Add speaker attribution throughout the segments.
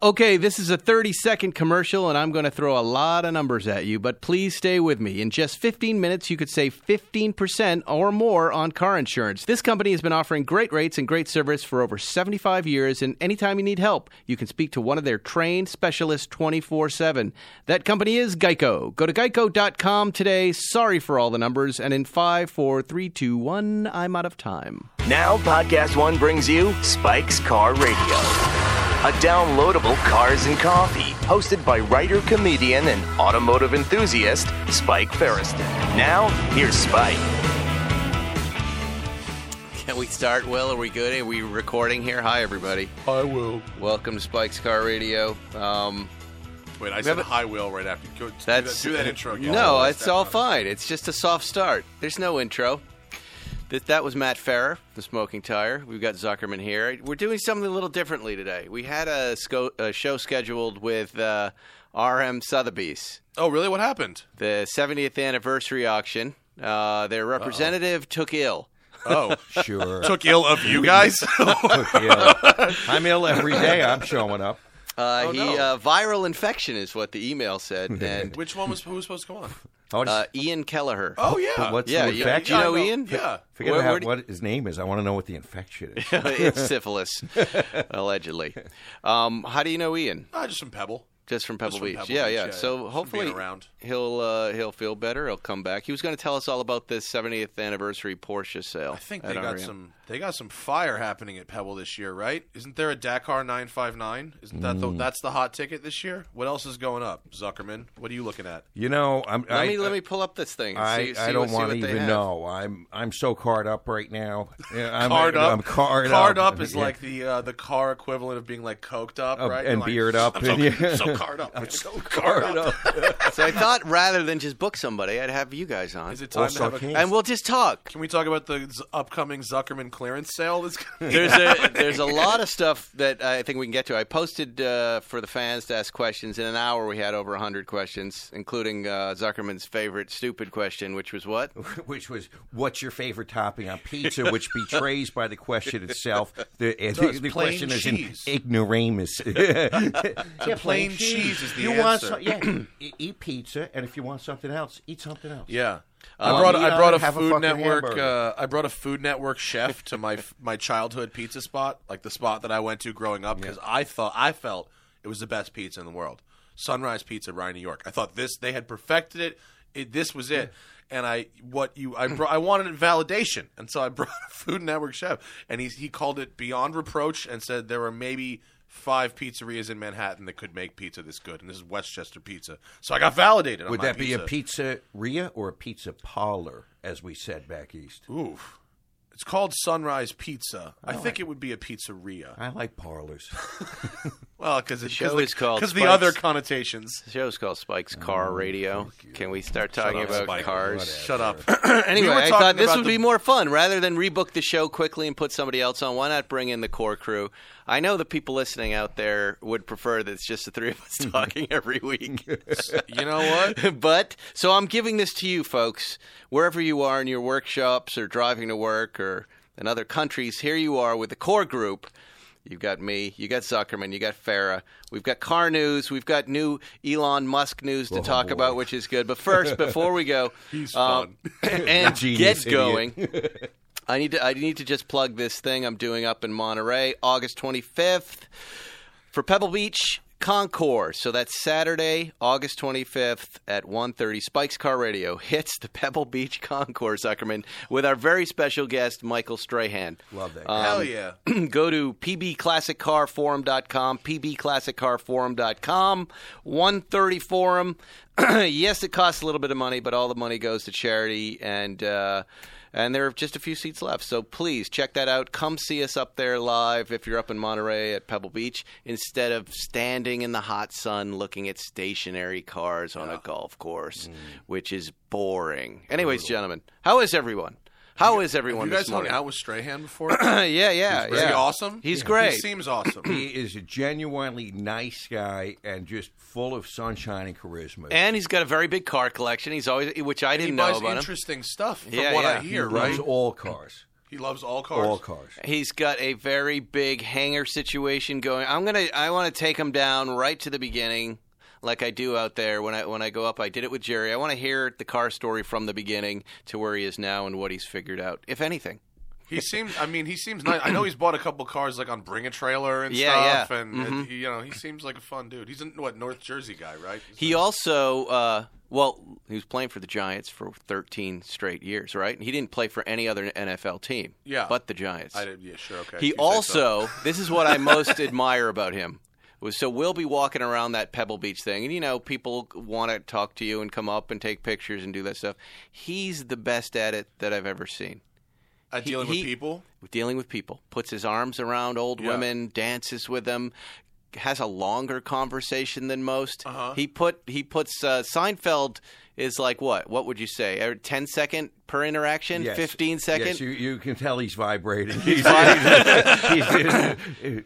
Speaker 1: Okay, this is a 30 second commercial, and I'm going to throw a lot of numbers at you, but please stay with me. In just 15 minutes, you could save 15% or more on car insurance. This company has been offering great rates and great service for over 75 years, and anytime you need help, you can speak to one of their trained specialists 24 7. That company is Geico. Go to geico.com today. Sorry for all the numbers, and in 5, 4, 3, 2, 1, I'm out of time.
Speaker 2: Now, Podcast One brings you Spike's Car Radio, a downloadable cars and coffee hosted by writer, comedian, and automotive enthusiast Spike Ferriston. Now, here's Spike.
Speaker 1: Can we start, Will? Are we good? Are we recording here? Hi, everybody.
Speaker 3: I will.
Speaker 1: Welcome to Spike's Car Radio. Um,
Speaker 3: Wait, I said
Speaker 1: haven't-
Speaker 3: hi will right after. Go, do that-
Speaker 1: that's
Speaker 3: do that, intro again.
Speaker 1: No,
Speaker 3: Oh,
Speaker 1: it's
Speaker 3: step
Speaker 1: all
Speaker 3: up.
Speaker 1: fine. It's just a soft start. There's no intro. That, that was Matt Farrer, the Smoking Tire. We've got Zuckerman here. We're doing something a little differently today. We had a, sco- a show scheduled with uh, R.M. Sotheby's,
Speaker 3: Oh, really? What happened?
Speaker 1: the 70th anniversary auction. Uh, their representative took ill.
Speaker 3: Oh,
Speaker 4: Sure.
Speaker 3: took ill of you guys.
Speaker 4: Yeah. I'm ill every day. I'm showing up.
Speaker 1: Uh, he
Speaker 3: Oh, no.
Speaker 1: uh, viral infection is what the email said, and
Speaker 3: Which one was who was supposed to come on?
Speaker 4: I want to
Speaker 1: uh, Ian Kelleher.
Speaker 3: Oh yeah,
Speaker 4: But what's
Speaker 1: yeah,
Speaker 4: the
Speaker 1: you-
Speaker 4: infection?
Speaker 1: you
Speaker 3: Yeah, I
Speaker 1: know Ian?
Speaker 3: Yeah.
Speaker 4: forget
Speaker 1: where-
Speaker 4: how-
Speaker 1: where did-
Speaker 4: what his name is. I want to know what the infection is.
Speaker 1: it's syphilis, allegedly. Um, how do you know Ian?
Speaker 3: Ah, just some Pebble.
Speaker 1: Just from Pebble
Speaker 3: from
Speaker 1: Beach.
Speaker 3: Pebble
Speaker 1: yeah,
Speaker 3: Beach,
Speaker 1: yeah,
Speaker 3: yeah, yeah. From
Speaker 1: So
Speaker 3: being
Speaker 1: hopefully
Speaker 3: around.
Speaker 1: he'll uh, he'll feel better. He'll come back. He was going to tell us all about this 70th anniversary Porsche sale.
Speaker 3: I think
Speaker 1: at
Speaker 3: they got
Speaker 1: REM.
Speaker 3: some. They got some fire happening at Pebble this year, right? Isn't there a Dakar 959? Isn't that the, that's the hot ticket this year? What else is going up, Zuckerman? What are you looking at?
Speaker 4: You know, I'm.
Speaker 1: Let
Speaker 4: I,
Speaker 1: me let me pull up this thing. and
Speaker 4: I,
Speaker 1: see, see
Speaker 4: I don't
Speaker 1: what- see
Speaker 4: want to
Speaker 1: what they
Speaker 4: even
Speaker 1: have.
Speaker 4: know. I'm I'm so card up right now. Yeah, I'm,
Speaker 3: Card up.
Speaker 4: I'm card,
Speaker 3: Card
Speaker 4: up.
Speaker 3: up is
Speaker 4: Yeah.
Speaker 3: like the uh, the car equivalent of being like coked up,
Speaker 4: Up
Speaker 3: right?
Speaker 4: and
Speaker 3: You're like,
Speaker 4: beard up.
Speaker 3: I'm so,
Speaker 4: Yeah.
Speaker 3: so card up. I'm so
Speaker 4: card up.
Speaker 1: So I thought rather than just book somebody, I'd have you guys on,
Speaker 3: Is it time to
Speaker 4: Also,
Speaker 3: have a?
Speaker 4: can't-
Speaker 1: and we'll just talk.
Speaker 3: Can we talk about the z- upcoming Zuckerman clearance sale? That's gonna be-
Speaker 1: There's a there's a lot of stuff that I think we can get to. I posted uh, for the fans to ask questions. In an hour, we had over 100 questions, including uh, Zuckerman's favorite stupid question, which was what?
Speaker 4: which was what's your favorite topping on pizza, which betrays by the question itself. The, uh,
Speaker 3: does,
Speaker 4: the, the
Speaker 3: plain
Speaker 4: question
Speaker 3: cheese.
Speaker 4: is an ignoramus. yeah,
Speaker 3: plain cheese is the
Speaker 4: you Want
Speaker 3: answer.
Speaker 4: some, yeah, e- eat pizza, and if you want something else, eat something else.
Speaker 3: Yeah. I brought
Speaker 4: you
Speaker 3: I
Speaker 4: know,
Speaker 3: brought a
Speaker 4: have a
Speaker 3: Food
Speaker 4: fucking
Speaker 3: Network
Speaker 4: hamburger.
Speaker 3: uh, I brought a Food Network chef to my my childhood pizza spot, like the spot that I went to growing up, because I thought I felt it was the best pizza in the world, Sunrise Pizza, Ryan, New York. I thought this they had perfected it. it this was it. And I what you I brought, I wanted validation, and so I brought a Food Network chef, and he he called it beyond reproach, and said there were maybe. Five pizzerias in Manhattan that could make pizza this good, and this is Westchester pizza. So I got validated. on
Speaker 4: Would
Speaker 3: my
Speaker 4: that be a
Speaker 3: pizza.
Speaker 4: pizzeria or a pizza parlor, as we said back east?
Speaker 3: Oof. It's called Sunrise Pizza. I, think it would be a pizzeria.
Speaker 4: I like parlors.
Speaker 3: Well, because the
Speaker 1: show is called
Speaker 3: because the
Speaker 1: Spikes.
Speaker 3: other connotations.
Speaker 1: The show's called Spike's
Speaker 3: Oh,
Speaker 1: Car Radio. Can we start talking
Speaker 3: up,
Speaker 1: about
Speaker 3: Spike.
Speaker 1: cars?
Speaker 3: Shut up.
Speaker 1: anyway,
Speaker 3: We were
Speaker 1: I
Speaker 3: talking
Speaker 1: thought this
Speaker 3: about
Speaker 1: would
Speaker 3: the-
Speaker 1: be more fun rather than rebook the show quickly and put somebody else on. Why not bring in the core crew? I know the people listening out there would prefer that it's just the three of us talking every week.
Speaker 3: Mm-hmm. you know what?
Speaker 1: but so I'm giving this to you folks, wherever you are in your workshops or driving to work or in other countries. Here you are with the core group. You've got me, you got Zuckerman, you got Farah. We've got car news, we've got new Elon Musk news to talk about, which is good. But first, before we go, uh,
Speaker 3: He's
Speaker 1: and
Speaker 4: Genius
Speaker 1: get going. I need to. I need to just plug this thing I'm doing up in Monterey, August 25th, for Pebble Beach Concourse. So that's Saturday, August 25th at 1:30. Spike's Car Radio hits the Pebble Beach Concourse, Zuckerman, with our very special guest Michael Strahan.
Speaker 4: Love that.
Speaker 1: um,
Speaker 3: Hell yeah.
Speaker 1: go to pbclassiccarforum.com, pbclassiccarforum.com, 130 forum. yes, it costs a little bit of money, but all the money goes to charity, and uh, and there are just a few seats left. So please check that out. Come see us up there live if you're up in Monterey at Pebble Beach, instead of standing in the hot sun looking at stationary cars on a golf
Speaker 3: Mm.
Speaker 1: course, which is boring. Anyways, gentlemen, how is everyone? How is
Speaker 3: Have
Speaker 1: everyone
Speaker 3: you guys
Speaker 1: this morning?
Speaker 3: hung out with Strahan before?
Speaker 1: yeah, yeah,
Speaker 3: Is
Speaker 1: yeah.
Speaker 3: he awesome?
Speaker 1: He's
Speaker 3: Yeah.
Speaker 1: great.
Speaker 3: He seems awesome.
Speaker 4: He is a genuinely nice guy and just full of sunshine and charisma.
Speaker 1: and he's got a very big car collection. He's always, which I
Speaker 3: he
Speaker 1: didn't know
Speaker 3: buys
Speaker 1: about him.
Speaker 3: interesting stuff from
Speaker 1: Yeah,
Speaker 3: what
Speaker 1: yeah.
Speaker 3: I hear,
Speaker 4: he loves
Speaker 3: right?
Speaker 4: all cars.
Speaker 3: He loves all cars.
Speaker 4: All cars.
Speaker 1: He's got a very big hanger situation going. I'm gonna. I want to take him down right to the beginning, like I do out there when I when I go up. I did it with Jerry. I want to hear the car story from the beginning to where he is now and what he's figured out, if anything.
Speaker 3: He seems. I mean, he seems nice. I know he's bought a couple cars like on Bring a Trailer and
Speaker 1: Yeah,
Speaker 3: stuff.
Speaker 1: yeah. Mm-hmm.
Speaker 3: And, and he, you know, he seems like a fun dude. He's a what North Jersey guy, right?
Speaker 1: He also, uh, well, he was playing for the Giants for 13 straight years, right? He didn't play for any other NFL team,
Speaker 3: Yeah.
Speaker 1: but the Giants.
Speaker 3: I did, yeah, sure, okay.
Speaker 1: He
Speaker 3: if you say so.
Speaker 1: also, this is what I most admire about him. Was so we'll be walking around that Pebble Beach thing, and you know people want to talk to you and come up and take pictures and do that stuff. He's the best at it that I've ever seen.
Speaker 3: Uh, dealing
Speaker 1: he-
Speaker 3: with people.
Speaker 1: Dealing with people, puts his arms around old
Speaker 3: Yeah.
Speaker 1: women, dances with them, has a longer conversation than most. He put he puts uh, Seinfeld is like what? What would you say? A 10 second per interaction,
Speaker 4: Yes.
Speaker 1: fifteen second.
Speaker 4: Yes, you, you can tell he's vibrating. He's, he's-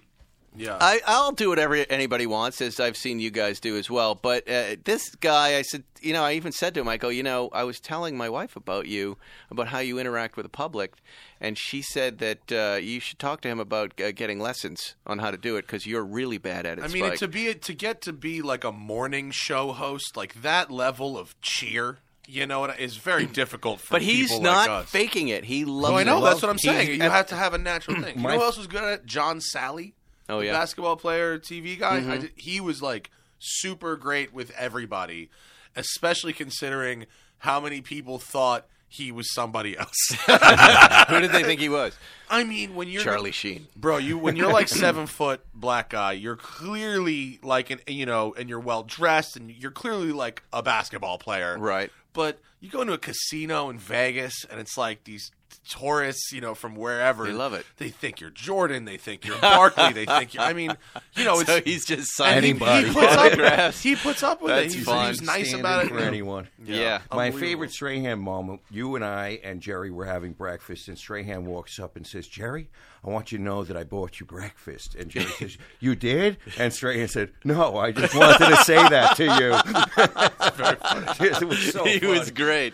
Speaker 3: Yeah.
Speaker 1: I, I'll do whatever anybody wants, as I've seen you guys do as well. But uh, this guy, I said, you know, I even said to him, I go, you know, I was telling my wife about you, about how you interact with the public, and she said that uh, you should talk to him about uh, getting lessons on how to do it because you're really bad at it.
Speaker 3: I mean,
Speaker 1: Spike.
Speaker 3: to be to get to be like a morning show host, like that level of cheer, you know, it is very difficult for.
Speaker 1: but he's
Speaker 3: people
Speaker 1: not
Speaker 3: like us.
Speaker 1: faking it. He loves.
Speaker 3: Oh, I know.
Speaker 1: it.
Speaker 3: That's what I'm saying.
Speaker 1: He's-
Speaker 3: you have to have a natural thing. You
Speaker 4: My-
Speaker 3: know who else was good at it? John Sally.
Speaker 1: Oh,
Speaker 3: the
Speaker 1: yeah. Mm-hmm.
Speaker 3: basketball player, TV guy. I did- he was like super great with everybody, especially considering how many people thought he was somebody else.
Speaker 1: Who did they think he was?
Speaker 3: I mean, when you're
Speaker 1: Charlie Sheen.
Speaker 3: Bro, you when you're like seven foot black guy, you're clearly like an you know, and you're well dressed, and you're clearly like a basketball player,
Speaker 1: Right.
Speaker 3: But you go into a casino in Vegas, and it's like these tourists, you know, from wherever
Speaker 1: They love it.
Speaker 3: They think you're Jordan. They think you're Barkley. they think you're. I mean, you know, it's
Speaker 1: So he's just
Speaker 3: and he-
Speaker 1: signing
Speaker 3: He,
Speaker 1: body
Speaker 3: puts up,
Speaker 1: autographs.
Speaker 3: he puts up with
Speaker 1: That's
Speaker 3: it. He's,
Speaker 1: fun.
Speaker 3: he's nice
Speaker 4: standing
Speaker 3: about it.
Speaker 4: for anyone.
Speaker 1: Yeah.
Speaker 4: My
Speaker 3: Unbelievable.
Speaker 4: favorite Strahan moment, you and I and Jerry were having breakfast, and Strahan walks up and says, Jerry, I want you to know that I bought you breakfast. And Jerry says, You did? And Strahan said, No, I just wanted to say that to you. it was so
Speaker 1: he was
Speaker 4: funny.
Speaker 1: great.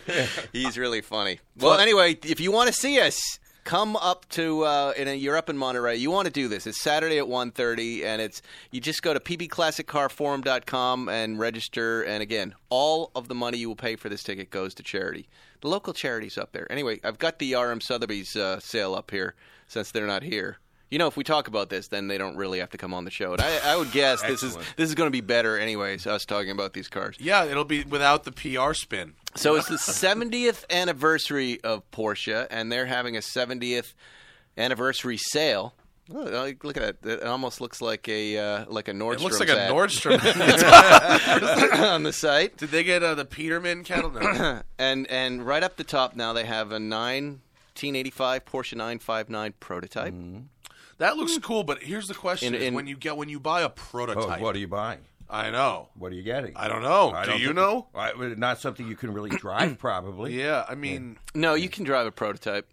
Speaker 1: He's really funny. Well, anyway, if you want to see us, come up to uh, in a, you're up in Monterey. You want to do this? It's Saturday at 1.30, and it's you just go to pbclassiccarforum.com and register. And again, all of the money you will pay for this ticket goes to charity, the local charities up there. Anyway, I've got the RM Sotheby's uh, sale up here since they're not here. You know, if we talk about this, then they don't really have to come on the show. And I, I would guess this is
Speaker 4: Excellent.
Speaker 1: this is going to be better, anyways. Us talking about these cars.
Speaker 3: Yeah, it'll be without the PR spin.
Speaker 1: So it's the 70th anniversary of Porsche, and they're having a 70th anniversary sale. Look, like- look at that! It almost looks like a uh, like a Nordstrom.
Speaker 3: It looks like a Nordstrom.
Speaker 1: on the site,
Speaker 3: Did they get uh, the Peterman kettle? No.
Speaker 1: and and right up the top now they have a 1985 Porsche 959 prototype.
Speaker 3: Mm-hmm. that looks cool, but here's the question:
Speaker 1: In-
Speaker 3: is
Speaker 1: in-
Speaker 3: when you get when you buy a
Speaker 4: Hmm. Oh,
Speaker 3: prototype,
Speaker 4: what are you buying?
Speaker 3: I know.
Speaker 4: What are you getting?
Speaker 3: I don't know.
Speaker 4: I
Speaker 3: Do
Speaker 4: don't
Speaker 3: you
Speaker 4: think-
Speaker 3: know?
Speaker 4: I- not something you can really drive, probably.
Speaker 3: Yeah, I mean,
Speaker 1: No, you can drive a prototype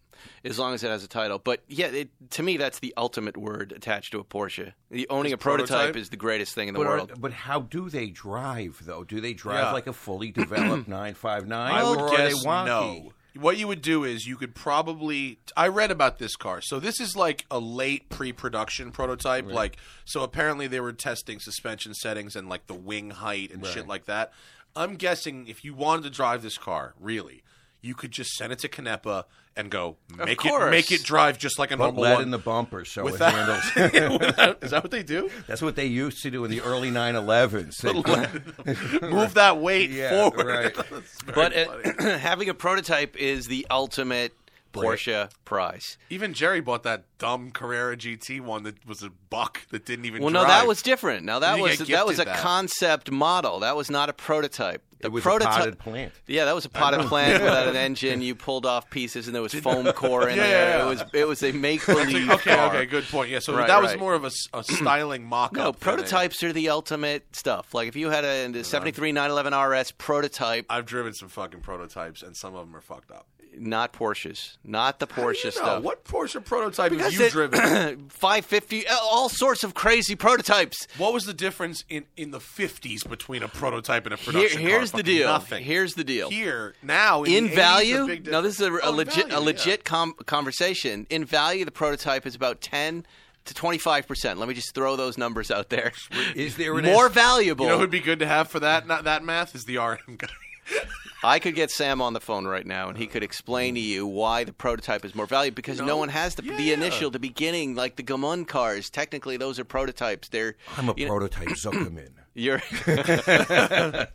Speaker 1: as long as it has a title. But yeah, it, to me that's the ultimate word attached to a Porsche. The, owning a prototype,
Speaker 3: prototype?
Speaker 1: is the greatest thing in the
Speaker 4: But, are-
Speaker 1: world.
Speaker 4: but how do they drive though? Do they drive
Speaker 3: Yeah.
Speaker 4: like a fully developed nine five nine?
Speaker 3: I
Speaker 4: or
Speaker 3: would
Speaker 4: are they
Speaker 3: guess
Speaker 4: wonky?
Speaker 3: no. What you would do is you could probably. I read about this car, so this is like a late pre-production prototype. Like, so apparently they were testing suspension settings and like the wing height and shit like that. I'm guessing if you wanted to drive this car, really, you could just send it to Canepa and go make it
Speaker 1: course.
Speaker 3: make it drive just like a
Speaker 4: Put
Speaker 3: normal
Speaker 4: lead
Speaker 3: one.
Speaker 4: in the bumper so it
Speaker 3: Without-
Speaker 4: handles.
Speaker 3: Without- is that what they do?
Speaker 4: That's what they used to do in the early 911s. They-
Speaker 3: Move that weight
Speaker 4: Yeah,
Speaker 3: forward.
Speaker 4: right.
Speaker 3: That's very
Speaker 1: But
Speaker 3: funny.
Speaker 1: uh, having a prototype is the ultimate Porsche prize.
Speaker 3: Even Jerry bought that dumb Carrera GT one that was a buck that didn't even.
Speaker 1: Well,
Speaker 3: drive.
Speaker 1: no, that was different. Now that
Speaker 3: You
Speaker 1: was
Speaker 3: get
Speaker 1: that was a
Speaker 3: gifted that.
Speaker 1: concept model. That was not a prototype. The
Speaker 4: it was
Speaker 1: prototype.
Speaker 4: a potted plant.
Speaker 1: Yeah, that was a potted plant without an engine. You pulled off pieces, and there was foam core in
Speaker 3: Yeah,
Speaker 1: there.
Speaker 3: yeah, yeah.
Speaker 1: It was it was a make believe.
Speaker 3: okay. Okay, good point. Yeah, so
Speaker 1: Right,
Speaker 3: that was
Speaker 1: right.
Speaker 3: more of a, s- a styling mock-up.
Speaker 1: No,
Speaker 3: than a-
Speaker 1: prototypes are the ultimate stuff. Like if you had a, a 73 911 RS prototype,
Speaker 3: I've driven some fucking prototypes, and some of them are fucked up.
Speaker 1: not Porsches, not the Porsche
Speaker 3: you know?
Speaker 1: stuff.
Speaker 3: What Porsche prototype have
Speaker 1: Because
Speaker 3: you
Speaker 1: it-
Speaker 3: driven?
Speaker 1: 550, all sorts of crazy prototypes.
Speaker 3: what was the difference in, in the fifties between a prototype and a
Speaker 1: Here,
Speaker 3: production? car?
Speaker 1: here's the
Speaker 3: Fucking
Speaker 1: deal.
Speaker 3: Nothing.
Speaker 1: Here's the deal.
Speaker 3: Here now in,
Speaker 1: in
Speaker 3: the 80s, the
Speaker 1: value,
Speaker 3: big di-
Speaker 1: no, this is a, a
Speaker 3: Oh, in
Speaker 1: legit
Speaker 3: value,
Speaker 1: a
Speaker 3: yeah.
Speaker 1: legit com- conversation. In value, the prototype is about ten to twenty five percent. Let me just throw those numbers out there.
Speaker 4: Is there an
Speaker 1: More
Speaker 4: est-
Speaker 1: valuable.
Speaker 3: You know, who'd be good to have for that not that math is the RM guy.
Speaker 1: I could get Sam on the phone right now, and he could explain to you why the prototype is more valuable because no, one has the, the
Speaker 3: Hmm. yeah.
Speaker 1: initial, the beginning, like the Gamun cars. Technically, those are prototypes. They're
Speaker 4: I'm a
Speaker 1: you know,
Speaker 4: prototype Zuckerman.
Speaker 1: You're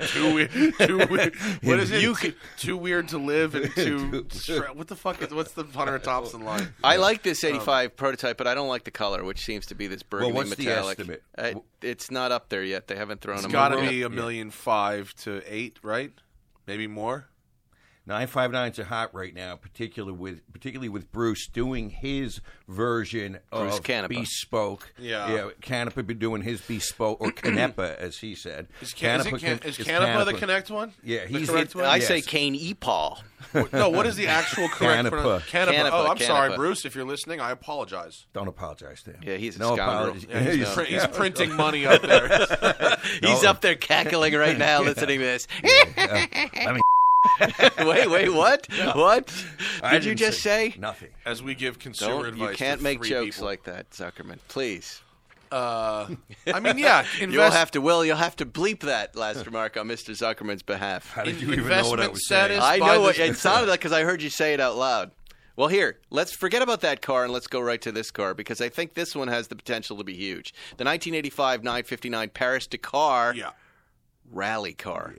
Speaker 3: Too weird. Too weird. What is it?
Speaker 1: You
Speaker 3: You too, too weird to live and too. stra- what the fuck is? What's the Hunter Thompson line?
Speaker 1: I like this
Speaker 3: Um,
Speaker 1: 85 prototype, but I don't like the color, which seems to be this burgundy
Speaker 4: what's the
Speaker 1: metallic.
Speaker 4: estimate?
Speaker 1: Uh, it's not up there yet. They haven't thrown them.
Speaker 3: It's got to
Speaker 1: over
Speaker 3: be
Speaker 1: yet.
Speaker 3: a million five to eight, right? Maybe more.
Speaker 4: Nine five nines are hot right now, particularly with particularly with Bruce doing his version
Speaker 1: Bruce
Speaker 4: of
Speaker 1: Canepa.
Speaker 4: bespoke.
Speaker 3: Yeah.
Speaker 4: Canepa been doing his bespoke or Canepa, as he said.
Speaker 3: Is, Can- is, it Can-
Speaker 4: con-
Speaker 3: is
Speaker 4: is
Speaker 3: Canapa the
Speaker 4: Canepa.
Speaker 3: Connect one?
Speaker 4: Yeah, he's
Speaker 3: the correct
Speaker 4: it-
Speaker 3: one.
Speaker 1: I
Speaker 4: Yes.
Speaker 1: say Kane Epaw.
Speaker 3: no, what is the actual correct
Speaker 4: Canapa.
Speaker 3: pronoun- Canapa.
Speaker 1: Canapa,
Speaker 3: Oh, I'm sorry,
Speaker 1: Canapa.
Speaker 3: Bruce. If you're listening, I apologize.
Speaker 4: Don't apologize to him.
Speaker 1: Yeah, he's a
Speaker 4: no
Speaker 1: scoundrel.
Speaker 4: apologies.
Speaker 1: Yeah,
Speaker 3: he's,
Speaker 4: a-
Speaker 3: print- he's printing money up there.
Speaker 1: He's up there cackling right now, listening to this.
Speaker 4: I mean,
Speaker 1: wait, wait, what? What
Speaker 4: I
Speaker 1: did you
Speaker 4: didn't
Speaker 1: just say?
Speaker 4: nothing?
Speaker 3: As we give consumer
Speaker 1: Don't, you
Speaker 3: advice,
Speaker 1: can't
Speaker 3: to
Speaker 1: make
Speaker 3: three
Speaker 1: jokes
Speaker 3: people.
Speaker 1: like that, Zuckerman. Please.
Speaker 3: Uh, I mean, yeah,
Speaker 1: You'll
Speaker 3: invest,
Speaker 1: have to, Will, you'll have to bleep that last remark on Mr. Zuckerman's behalf.
Speaker 4: How did you even know what I
Speaker 3: investment
Speaker 4: was
Speaker 3: status.
Speaker 4: saying?
Speaker 1: I
Speaker 3: buy
Speaker 1: know
Speaker 3: this-
Speaker 1: it, it sounded like because I heard you say it out loud. Well, here, let's forget about that car and let's go right to this car because I think this one has the potential to be huge. The 1985 959 Paris Dakar
Speaker 3: Yeah.
Speaker 1: rally car.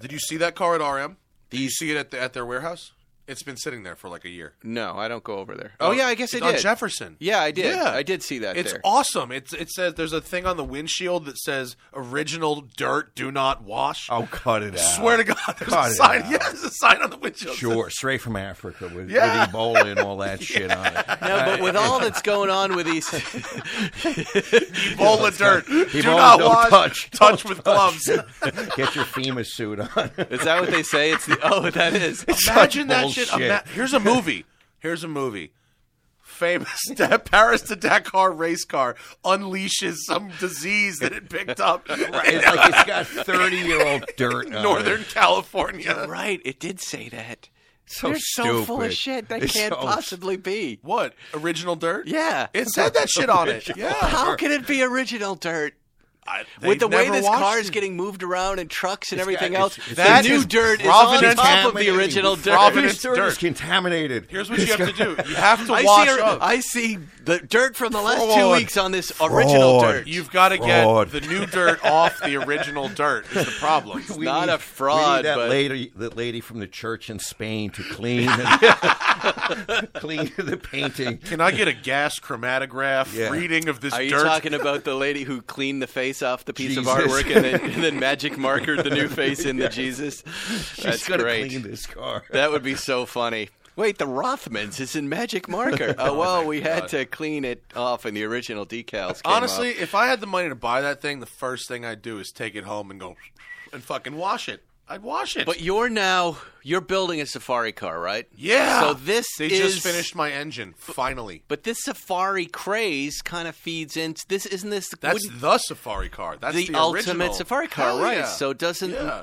Speaker 3: Did you see that car at RM? Did you see it at, the, at their warehouse? It's been sitting there for like a year.
Speaker 1: No, I don't go over there. Oh, yeah, I guess I
Speaker 3: it's
Speaker 1: did.
Speaker 3: On Jefferson.
Speaker 1: Yeah, I did.
Speaker 3: Yeah.
Speaker 1: I did see that
Speaker 3: It's
Speaker 1: there.
Speaker 3: awesome. It's it says there's a thing on the windshield that says original dirt do not wash.
Speaker 4: Oh, cut it out!
Speaker 3: Swear to God, there's
Speaker 4: Cut
Speaker 3: a
Speaker 4: it
Speaker 3: sign.
Speaker 4: out.
Speaker 3: Yeah, there's a sign on the windshield. that
Speaker 4: Sure, straight from Africa with,
Speaker 3: Yeah.
Speaker 4: with Ebola and all that shit on it.
Speaker 1: no, but with all that's going on with these,
Speaker 3: says, Ebola dirt. Do
Speaker 4: Ebola
Speaker 3: not
Speaker 4: don't
Speaker 3: wash.
Speaker 4: touch.
Speaker 3: touch with gloves.
Speaker 4: Get your FEMA suit on.
Speaker 1: is that what they say? It's the oh, that is.
Speaker 3: Imagine that
Speaker 4: bullshit.
Speaker 3: shit. Ima- here's a movie. Here's a movie. Famous Da- Paris to Dakar race car unleashes some disease that it picked up in
Speaker 4: It's like it's got thirty-year-old dirt. on
Speaker 3: Northern
Speaker 4: it.
Speaker 3: California.
Speaker 1: Right, it did say that.
Speaker 4: so
Speaker 1: They're so full of
Speaker 4: stupid.
Speaker 1: shit. That
Speaker 4: It's
Speaker 1: can't
Speaker 4: so-
Speaker 1: possibly be.
Speaker 3: What? Original dirt?
Speaker 1: Yeah.
Speaker 3: It said that shit on it. Yeah.
Speaker 1: How can it be original dirt?
Speaker 3: I-
Speaker 1: With the
Speaker 3: they've
Speaker 1: way
Speaker 3: never
Speaker 1: this
Speaker 3: watched
Speaker 1: car is
Speaker 3: it.
Speaker 1: getting moved around and trucks and
Speaker 4: It's
Speaker 1: everything
Speaker 4: got-
Speaker 1: else,
Speaker 4: it's- it's-
Speaker 1: that
Speaker 4: it's
Speaker 1: new
Speaker 4: just
Speaker 1: dirt is on
Speaker 3: Providence
Speaker 1: top of the
Speaker 4: contaminated.
Speaker 1: original dirt.
Speaker 3: Providence
Speaker 4: This dirt is
Speaker 3: dirt.
Speaker 4: contaminated.
Speaker 3: Here's what you
Speaker 4: It's
Speaker 3: have to
Speaker 4: got-
Speaker 3: do. You have to
Speaker 1: I
Speaker 3: watch
Speaker 1: see,
Speaker 3: up.
Speaker 1: I see the dirt from the last two
Speaker 4: Fraud.
Speaker 1: weeks on this original
Speaker 4: Fraud.
Speaker 1: dirt.
Speaker 3: You've got to
Speaker 4: Fraud.
Speaker 3: get the new dirt off the original dirt. Is the problem?
Speaker 4: We
Speaker 1: Not
Speaker 4: need-
Speaker 1: a fraud,
Speaker 4: We need that
Speaker 1: but-
Speaker 4: lady, that lady from the church in Spain, to clean, and- clean the painting.
Speaker 3: Can I get a gas chromatograph
Speaker 4: Yeah.
Speaker 3: reading of this
Speaker 1: Are you
Speaker 3: dirt?
Speaker 1: talking about the lady who cleaned the face off the piece of
Speaker 4: Jesus.
Speaker 1: artwork and then, and then magic markered the new face in the Jesus? That's
Speaker 4: She's gonna
Speaker 1: great.
Speaker 4: clean this car.
Speaker 1: That would be so funny. Wait, the Rothmans is in magic marker. Oh, well, we had to clean it off and the original decals. Came
Speaker 3: Honestly,
Speaker 1: off.
Speaker 3: if I had the money to buy that thing, the first thing I'd do is take it home and go and fucking wash it. I'd wash it.
Speaker 1: But you're now you're building a safari car, right?
Speaker 3: yeah.
Speaker 1: So this
Speaker 3: they
Speaker 1: is
Speaker 3: just finished my engine finally.
Speaker 1: But this safari craze kind of feeds into this. Isn't this
Speaker 3: That's
Speaker 1: wouldn't-
Speaker 3: the safari car. That's
Speaker 1: the,
Speaker 3: the,
Speaker 1: ultimate
Speaker 3: original.
Speaker 1: safari car,
Speaker 3: Hell
Speaker 1: right?
Speaker 3: yeah.
Speaker 1: So doesn't
Speaker 3: yeah.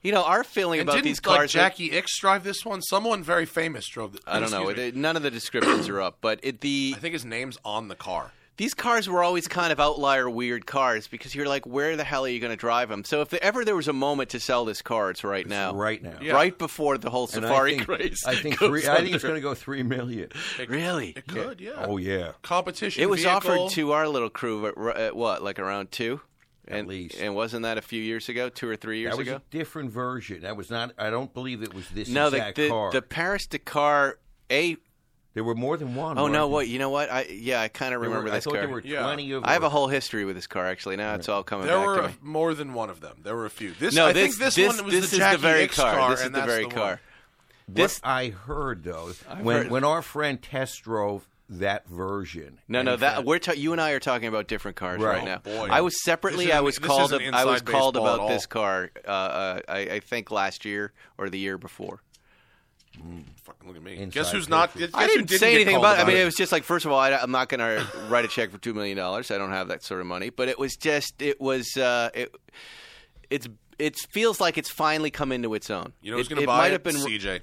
Speaker 1: you know our feeling
Speaker 3: And
Speaker 1: about
Speaker 3: didn't
Speaker 1: these
Speaker 3: like
Speaker 1: cars? are-
Speaker 3: Jackie Ix drive this one? Someone very famous drove. The,
Speaker 1: I don't know.
Speaker 3: excuse me.
Speaker 1: They- none of the descriptions are up, but it, the
Speaker 3: I think his name's on the car.
Speaker 1: these cars were always kind of outlier weird cars because you're like, where the hell are you going to drive them? So if there, ever there was a moment to sell this car, it's right now.
Speaker 4: right now.
Speaker 3: Yeah.
Speaker 1: Right before the whole
Speaker 4: And
Speaker 1: safari
Speaker 4: I think,
Speaker 1: craze.
Speaker 4: I think,
Speaker 1: goes
Speaker 4: three, I think it's
Speaker 1: under.
Speaker 4: going to go three million.
Speaker 1: really.
Speaker 3: It could, yeah.
Speaker 4: Oh yeah.
Speaker 3: Competition.
Speaker 1: It was
Speaker 3: vehicle.
Speaker 1: offered to our little crew at, at what, like around two, at and,
Speaker 4: least.
Speaker 1: And wasn't that a few years ago, two or three years
Speaker 4: That was
Speaker 1: ago?
Speaker 4: a different version. That was not. I don't believe it was this
Speaker 1: no, the
Speaker 4: exact
Speaker 1: the,
Speaker 4: car.
Speaker 1: the Paris Dakar A.
Speaker 4: there were more than one.
Speaker 1: Oh no,
Speaker 4: weren't there?
Speaker 1: what? You know what? I yeah, I kind of
Speaker 4: There were-
Speaker 1: remember
Speaker 4: I
Speaker 1: this
Speaker 4: thought
Speaker 1: car.
Speaker 4: there were
Speaker 3: Yeah.
Speaker 4: twenty of.
Speaker 1: I have a
Speaker 4: them.
Speaker 1: whole history with this car actually. Now it's all coming
Speaker 3: There
Speaker 1: back
Speaker 3: were
Speaker 1: to
Speaker 3: a-
Speaker 1: me.
Speaker 3: more than one of them. There were a few. This,
Speaker 1: No,
Speaker 3: I
Speaker 1: this
Speaker 3: think this,
Speaker 1: this,
Speaker 3: one was
Speaker 1: this
Speaker 3: the
Speaker 1: is
Speaker 3: Jackie
Speaker 1: the very
Speaker 3: Ix
Speaker 1: car.
Speaker 3: car.
Speaker 1: This is
Speaker 3: and
Speaker 1: the
Speaker 3: that's
Speaker 1: very
Speaker 3: the
Speaker 1: car.
Speaker 3: One.
Speaker 1: This
Speaker 4: what I heard though when
Speaker 1: heard-
Speaker 4: when our friend test drove that version.
Speaker 1: no,
Speaker 4: and
Speaker 1: no,
Speaker 4: he
Speaker 1: that
Speaker 4: found-
Speaker 1: we're ta- you and I are talking about different cars right,
Speaker 4: Right.
Speaker 1: now.
Speaker 3: Oh, boy.
Speaker 1: I was separately.
Speaker 3: This
Speaker 1: I
Speaker 3: isn't- e-,
Speaker 1: was
Speaker 3: this
Speaker 1: called.
Speaker 3: isn't
Speaker 1: I was
Speaker 3: inside
Speaker 1: called
Speaker 3: baseball at
Speaker 1: about this
Speaker 3: all.
Speaker 1: car. Uh, uh, I, I think last year or the year before.
Speaker 3: Fucking look at me.
Speaker 4: Inside
Speaker 3: guess who's not?
Speaker 4: Patriots.
Speaker 1: I
Speaker 3: Guess who
Speaker 1: didn't,
Speaker 3: didn't
Speaker 1: say
Speaker 3: get
Speaker 1: anything
Speaker 3: called
Speaker 1: about it. I mean, it was just like, first of all, I, am not going to write a check for two million dollars. I don't have that sort of money. But it was just, it was, uh, it, it's, it feels like it's finally come into its own.
Speaker 3: You know
Speaker 1: it,
Speaker 3: who's going to
Speaker 1: it
Speaker 3: buy
Speaker 1: might
Speaker 3: it?
Speaker 1: Have been,
Speaker 3: CJ.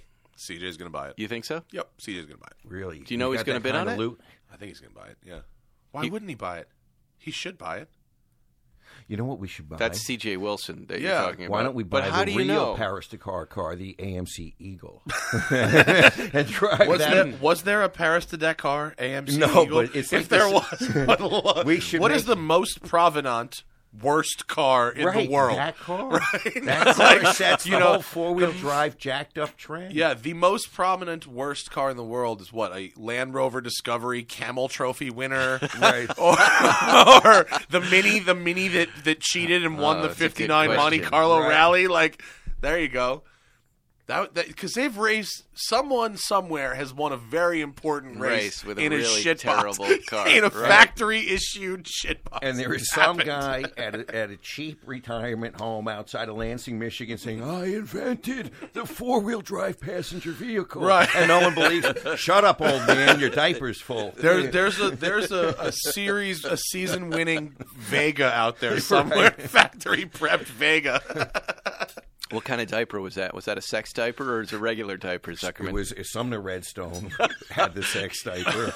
Speaker 3: CJ's going to buy it.
Speaker 1: You think so?
Speaker 3: Yep, CJ's going to buy it.
Speaker 4: Really?
Speaker 1: Do you know
Speaker 4: He's
Speaker 1: he's
Speaker 4: got
Speaker 1: gonna
Speaker 4: that
Speaker 1: bid on
Speaker 4: kinda
Speaker 1: it?
Speaker 4: Loot?
Speaker 3: I think he's going to buy it. Yeah. Why wouldn't he buy it? He should buy it.
Speaker 4: You know what we should buy?
Speaker 1: That's C.J. Wilson that
Speaker 3: Yeah.
Speaker 1: you're talking about.
Speaker 4: Why don't we buy
Speaker 1: But how
Speaker 4: the
Speaker 1: do you
Speaker 4: real
Speaker 1: know?
Speaker 4: Paris Dakar car, the AMC Eagle, and drive
Speaker 3: Was
Speaker 4: that?
Speaker 3: there, was there a Paris to Dakar AMC?
Speaker 4: No,
Speaker 3: Eagle?
Speaker 4: but it's
Speaker 3: if
Speaker 4: like
Speaker 3: there
Speaker 4: this-
Speaker 3: was, what, was-
Speaker 4: We should
Speaker 3: what is
Speaker 4: make-
Speaker 3: the most provenant worst car in
Speaker 4: right,
Speaker 3: the world?
Speaker 4: That car. That car sets
Speaker 3: you
Speaker 4: the
Speaker 3: know,
Speaker 4: whole four-wheel drive jacked up train.
Speaker 3: Yeah, the most prominent worst car in the world is what a Land Rover Discovery Camel Trophy winner,
Speaker 4: Right.
Speaker 3: or, or the mini, the mini that that cheated and won
Speaker 1: Oh,
Speaker 3: the
Speaker 1: that's a good
Speaker 3: '59 Monte
Speaker 1: question.
Speaker 3: Carlo
Speaker 4: Right.
Speaker 3: Rally. Like, there you go. That because they've raised someone somewhere has won a very important race,
Speaker 1: Race with a
Speaker 3: in
Speaker 1: really
Speaker 3: shit box.
Speaker 1: terrible car,
Speaker 3: in a
Speaker 1: right.
Speaker 3: factory issued shit box.
Speaker 4: And there is
Speaker 3: It's
Speaker 4: some
Speaker 3: happened.
Speaker 4: guy at a, at a cheap retirement home outside of Lansing, Michigan, saying, "I invented the four-wheel drive passenger vehicle,"
Speaker 3: Right.
Speaker 4: And no one believes. him. Shut up, old man! Your diaper's full.
Speaker 3: There's there's a there's a, a series a season winning Vega out there somewhere factory prepped Vega.
Speaker 1: What kind of diaper was that? Was that a sex diaper or is it a regular diaper, Zuckerman?
Speaker 4: It was Sumner Redstone had the sex diaper.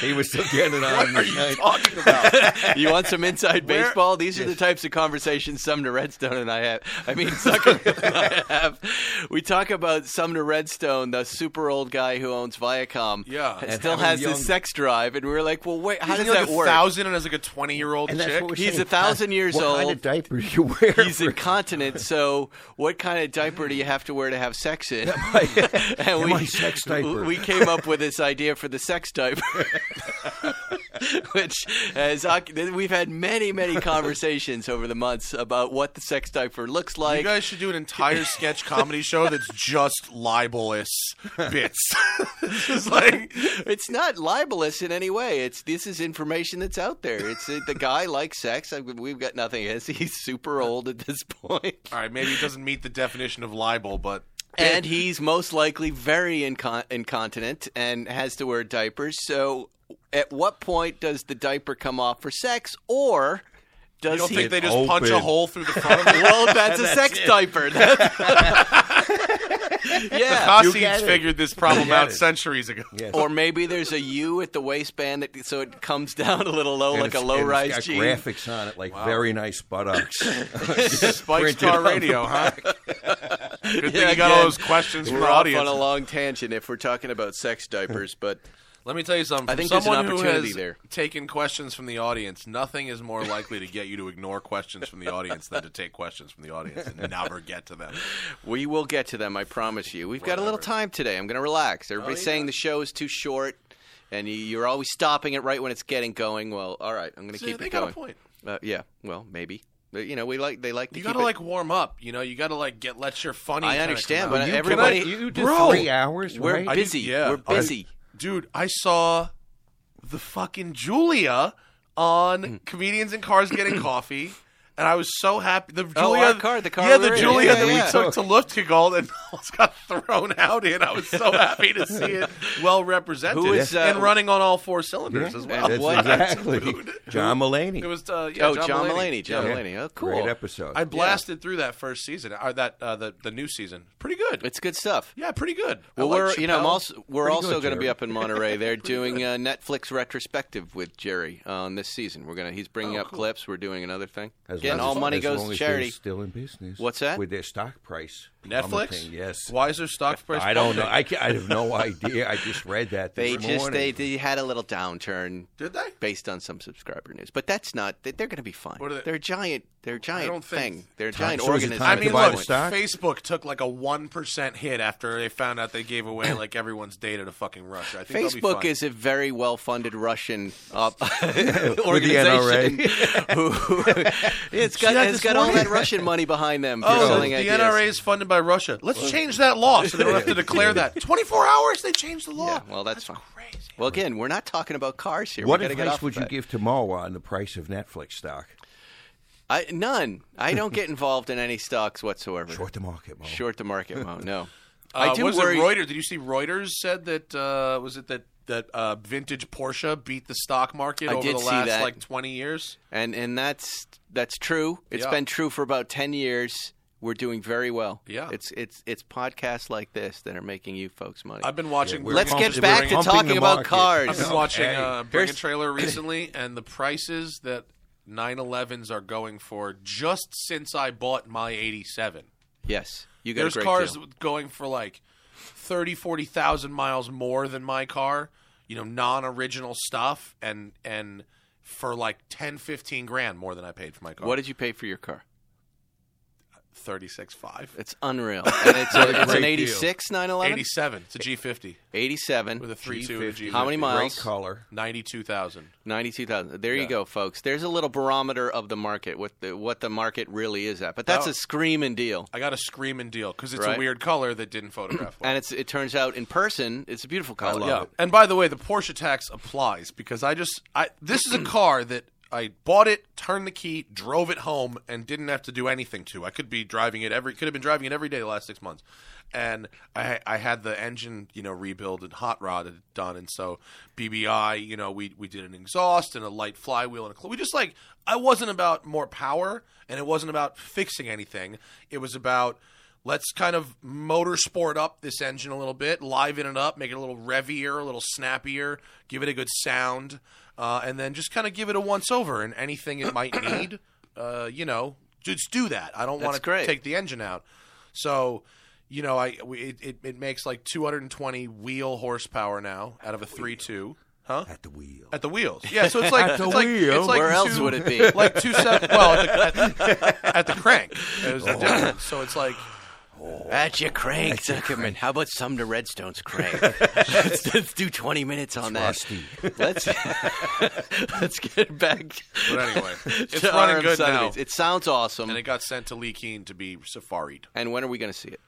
Speaker 4: He was still getting it on. What are you talking about?
Speaker 1: you want some inside
Speaker 3: Where-
Speaker 1: baseball? These are the types of conversations Sumner Redstone and I have. I mean, Zuckerman and I have. We talk about Sumner Redstone, the super old guy who owns Viacom.
Speaker 3: Yeah.
Speaker 1: and
Speaker 3: And
Speaker 1: still
Speaker 4: having
Speaker 1: has
Speaker 4: young-
Speaker 1: his sex drive, and we're like, well, wait, how
Speaker 3: Isn't
Speaker 1: does
Speaker 3: he like
Speaker 1: that
Speaker 3: a
Speaker 1: work?
Speaker 3: thousand and as like a twenty year old
Speaker 4: And that's
Speaker 3: chick.
Speaker 4: what we're
Speaker 3: He-
Speaker 1: He's
Speaker 4: saying.
Speaker 1: a thousand years
Speaker 4: what kind
Speaker 1: old.
Speaker 4: of diaper do you wear?
Speaker 1: He's
Speaker 4: for-
Speaker 1: incontinent, so what kind of diaper do you have to wear to have sex in? and
Speaker 4: Am I sex diaper?
Speaker 1: We came up with this idea for the sex diaper, which has occu- th- we've had many, many conversations over the months about what the sex diaper looks
Speaker 3: you
Speaker 1: like.
Speaker 3: guys should do an entire sketch comedy show that's just libelous bits. it's like
Speaker 1: it's not libelous in any way. It's this is information that's out there. It's uh, the guy likes sex. I, we've got nothing against. He's super old at this point.
Speaker 3: all right, maybe it doesn't meet the definition of libel, but
Speaker 1: and he's most likely very incon- incontinent and has to wear diapers. So, at what point does the diaper come off for sex, or
Speaker 3: you
Speaker 1: does
Speaker 3: don't
Speaker 1: he?
Speaker 3: think they just
Speaker 4: open.
Speaker 3: punch a hole through the front of it?
Speaker 1: well, that's a sex diaper. yeah.
Speaker 4: You
Speaker 3: Cossines
Speaker 4: get it.
Speaker 3: figured this problem
Speaker 4: get
Speaker 3: out
Speaker 4: it.
Speaker 3: centuries ago.
Speaker 4: Yes.
Speaker 1: Or maybe there's a U at the waistband, that, so it comes down a little low,
Speaker 4: And
Speaker 1: like a
Speaker 4: it's- and it's
Speaker 1: low-rise
Speaker 4: got
Speaker 1: jean.
Speaker 4: graphics on it, like very nice buttocks.
Speaker 3: Spike's
Speaker 4: Printed
Speaker 3: Car
Speaker 4: on the
Speaker 3: Radio, huh? Good thing
Speaker 1: Yeah,
Speaker 3: you got all
Speaker 1: again,
Speaker 3: those questions
Speaker 1: We're
Speaker 3: from our
Speaker 1: off
Speaker 3: audience.
Speaker 1: on a long tangent if we're talking about sex diapers, but
Speaker 3: Let me tell you something.
Speaker 1: I
Speaker 3: From
Speaker 1: think there's an
Speaker 3: someone who
Speaker 1: opportunity
Speaker 3: has
Speaker 1: there.
Speaker 3: taken questions from the audience, nothing is more likely to get you to ignore questions from the audience than to take questions from the audience and never get to them.
Speaker 1: We will get to them, I promise you. We've got a little time today. I'm going to relax.
Speaker 3: Oh,
Speaker 1: Everybody's saying the show is too short, and you- you're always stopping it right when it's getting going. Well, all right, I'm going to
Speaker 3: See,
Speaker 1: keep
Speaker 3: they
Speaker 1: it
Speaker 3: got
Speaker 1: going.
Speaker 3: a point.
Speaker 1: Uh, yeah, well, maybe. But, you know, we like they like to
Speaker 3: You
Speaker 1: keep
Speaker 3: gotta
Speaker 1: it-
Speaker 3: like warm up. You know, you gotta like get let your funny.
Speaker 1: I
Speaker 3: kinda
Speaker 1: understand,
Speaker 3: come
Speaker 1: but
Speaker 3: out.
Speaker 1: You everybody-
Speaker 4: Can I- you do
Speaker 3: Bro,
Speaker 4: three hours.
Speaker 1: we're
Speaker 4: right?
Speaker 3: I
Speaker 1: busy.
Speaker 3: did- yeah.
Speaker 1: We're
Speaker 3: I-
Speaker 1: busy.
Speaker 3: dude, I saw the fucking Julia
Speaker 1: Hmm.
Speaker 3: on comedians and cars getting coffee. And I was so happy. The Julia,
Speaker 1: Oh, our car, the car
Speaker 3: yeah,
Speaker 1: we
Speaker 3: the
Speaker 1: were in.
Speaker 3: Julia
Speaker 1: Yeah,
Speaker 3: that
Speaker 1: yeah.
Speaker 3: we took to Luftgegald and almost got thrown out in. I was so happy to see it well represented
Speaker 1: Who is, uh,
Speaker 3: and running on all four cylinders as well.
Speaker 4: That's
Speaker 1: What?
Speaker 4: exactly. John Mulaney.
Speaker 3: It was uh, yeah,
Speaker 1: oh, John
Speaker 3: Mulaney.
Speaker 1: Mulaney. John
Speaker 4: Yeah.
Speaker 1: Mulaney. Oh, cool.
Speaker 4: Great episode.
Speaker 3: I blasted through that first season, or that uh, the the new season. Pretty good.
Speaker 1: It's good stuff.
Speaker 3: yeah, pretty good. I
Speaker 1: Well,
Speaker 3: like
Speaker 1: we're you know I'm
Speaker 3: Chappelle.
Speaker 1: also we're
Speaker 4: Pretty
Speaker 1: also
Speaker 4: good,
Speaker 1: going to be
Speaker 4: Jerry.
Speaker 1: up in Monterey. They're doing a Netflix retrospective with Jerry uh, on this season. We're gonna he's
Speaker 3: Oh,
Speaker 1: bringing up clips. We're doing another thing.
Speaker 4: As
Speaker 1: Again,
Speaker 4: long
Speaker 1: all
Speaker 4: as-
Speaker 1: money
Speaker 4: as
Speaker 1: goes
Speaker 4: long
Speaker 1: to
Speaker 4: as they're
Speaker 1: charity.
Speaker 4: Still in business.
Speaker 1: What's that?
Speaker 4: With their stock price.
Speaker 3: Netflix.
Speaker 4: plummeting, Yes.
Speaker 3: Why is their stock price?
Speaker 4: I don't know.
Speaker 3: plummeting?
Speaker 4: I, ca- I have no idea. I just read that. This
Speaker 1: They just
Speaker 4: morning.
Speaker 1: they, they had a little downturn
Speaker 3: Did they?
Speaker 1: based on some subscriber news, but that's not. They, they're going to be fine.
Speaker 3: What are they-
Speaker 1: are a giant. They're a giant
Speaker 3: don't
Speaker 1: thing.
Speaker 3: think-
Speaker 1: They're a giant
Speaker 4: so is it
Speaker 1: organism.
Speaker 4: time
Speaker 3: I
Speaker 4: to
Speaker 3: mean,
Speaker 4: buy
Speaker 3: look,
Speaker 4: the stock?
Speaker 3: Facebook took like a one percent hit after they found out they gave away like everyone's data to fucking Russia. I think they'll be
Speaker 1: Facebook
Speaker 3: fine.
Speaker 1: is a very well-funded Russian uh,
Speaker 4: NRA.
Speaker 1: organization. who- it's got,
Speaker 3: that
Speaker 1: it's
Speaker 3: this
Speaker 1: got all
Speaker 3: morning?
Speaker 1: that Russian money behind them. For
Speaker 3: Oh, the
Speaker 1: selling ideas.
Speaker 3: NRA is funded by Russia. Let's change that law so they don't have to declare that. Twenty-four hours, they changed the law.
Speaker 1: Yeah, well, that's, fine.
Speaker 3: Crazy.
Speaker 1: Well, again, we're not talking about cars here.
Speaker 4: What
Speaker 1: we gotta get
Speaker 4: advice
Speaker 1: off
Speaker 4: would
Speaker 1: of
Speaker 4: you
Speaker 1: that.
Speaker 4: give to Moa on the price of Netflix stock?
Speaker 1: I, none. I don't get involved in any stocks whatsoever.
Speaker 4: Short the market, Moa.
Speaker 1: Short the market, Mo. No.
Speaker 3: Uh,
Speaker 1: I do
Speaker 3: was
Speaker 1: worry.
Speaker 3: it Reuters? Did you see Reuters said that? Uh, was it that that uh, vintage Porsche beat the stock market
Speaker 1: I
Speaker 3: over
Speaker 1: did
Speaker 3: the
Speaker 1: see
Speaker 3: last
Speaker 1: that.
Speaker 3: like twenty years?
Speaker 1: and and that's that's true. It's
Speaker 3: Yeah.
Speaker 1: been true for about ten years. We're doing very well.
Speaker 3: Yeah.
Speaker 1: it's it's it's podcasts like this that are making you folks money.
Speaker 3: I've been watching.
Speaker 4: we're
Speaker 1: Let's
Speaker 4: pumping-
Speaker 1: get back
Speaker 4: we're
Speaker 1: to
Speaker 4: pumping
Speaker 1: talking
Speaker 4: the
Speaker 1: about
Speaker 4: market.
Speaker 1: cars.
Speaker 3: I've been watching
Speaker 4: Okay.
Speaker 3: uh, Bring a
Speaker 1: Here's-
Speaker 3: Trailer recently, and the prices that 911s are going for just since I bought my '87.
Speaker 1: yes, you got
Speaker 3: There's
Speaker 1: a great
Speaker 3: cars
Speaker 1: deal.
Speaker 3: going for like 30, 40,000 miles more than my car, you know, non-original stuff and and for like 10, 15 grand more than I paid for my car.
Speaker 1: What did you pay for your car?
Speaker 3: 36.5.
Speaker 1: It's unreal. And it's, a, it's
Speaker 4: Great
Speaker 1: an
Speaker 4: deal.
Speaker 1: 86 911?
Speaker 3: 87. It's a G50
Speaker 1: 87.
Speaker 3: with a 3.2 and a G50.
Speaker 1: How many miles?
Speaker 4: Great color.
Speaker 3: 92,000.
Speaker 1: 92,000. There you go, folks. There's a little barometer of the market, what the, what the market really is at. But that's
Speaker 3: Now-
Speaker 1: a screaming deal.
Speaker 3: I got a screaming deal because it's
Speaker 1: Right.
Speaker 3: a weird color that didn't photograph well.
Speaker 1: And it's, it turns out in person, it's a beautiful color.
Speaker 4: love
Speaker 3: yeah.
Speaker 4: it.
Speaker 3: And by the way, the Porsche tax applies because I just I this is a car that I bought it, turned the key, drove it home, and didn't have to do anything to. I could be driving it every could have been driving it every day the last six months, and I I had the engine you know rebuild and hot rod done, and so BBI you know we we did an exhaust and a light flywheel and a cl- we just like I wasn't about more power and it wasn't about fixing anything. It was about let's kind of motorsport up this engine a little bit, liven it up, make it a little revier, a little snappier, give it a good sound, uh, and then just kind of give it a once over and anything it might need, uh, you know, just do that. I don't want
Speaker 1: That's
Speaker 3: to
Speaker 1: great.
Speaker 3: take the engine out. So, you know, I we- it, it, it makes like 220 wheel horsepower now out of a 3.2. Huh?
Speaker 4: At the wheel.
Speaker 3: At the wheels, yeah. So it's like
Speaker 4: At the
Speaker 3: it's like,
Speaker 4: wheel?
Speaker 3: it's like
Speaker 1: Where else
Speaker 3: two-
Speaker 1: would it be?
Speaker 3: Like two seven. Well, at the, at, at the crank, it
Speaker 1: Oh.
Speaker 3: was different. So it's like
Speaker 1: That's your crank, Zuckerman. How about some to Redstone's crank? let's, let's do 20 minutes on
Speaker 4: rusty.
Speaker 1: that. Let's, let's get back
Speaker 3: But anyway, it's
Speaker 1: to
Speaker 3: running
Speaker 1: RM
Speaker 3: good now.
Speaker 1: Sotheby's. It sounds awesome.
Speaker 3: and it
Speaker 1: And,
Speaker 3: got sent to Lee Keen to be safaried.
Speaker 1: when are we going to see it?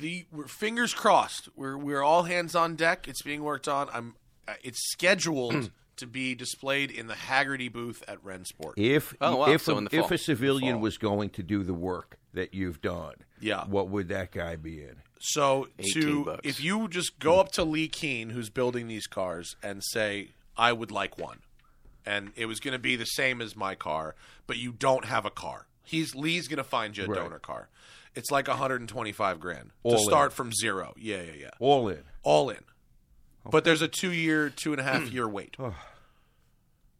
Speaker 3: The we're, fingers crossed. We're we're all hands on deck. It's being worked on. I'm. uh, It's scheduled to be displayed in the Haggerty booth at Rensport.
Speaker 4: If
Speaker 1: Oh, wow.
Speaker 4: if,
Speaker 1: So in
Speaker 4: a,
Speaker 1: the fall.
Speaker 4: if a civilian was going to do the work that you've done,
Speaker 3: Yeah.
Speaker 4: what would that guy be in?
Speaker 3: So
Speaker 1: 18
Speaker 3: to
Speaker 1: bucks.
Speaker 3: if you just go up to Lee Keen, who's building these cars, and say, "I would like one," and it was going to be the same as my car, but you don't have a car. He's Lee's going to find you a donor car. It's like 125 grand
Speaker 4: All
Speaker 3: to
Speaker 4: in.
Speaker 3: start from zero. Yeah, yeah, yeah.
Speaker 4: All in.
Speaker 3: all in. But there's a two year, two and a half year wait.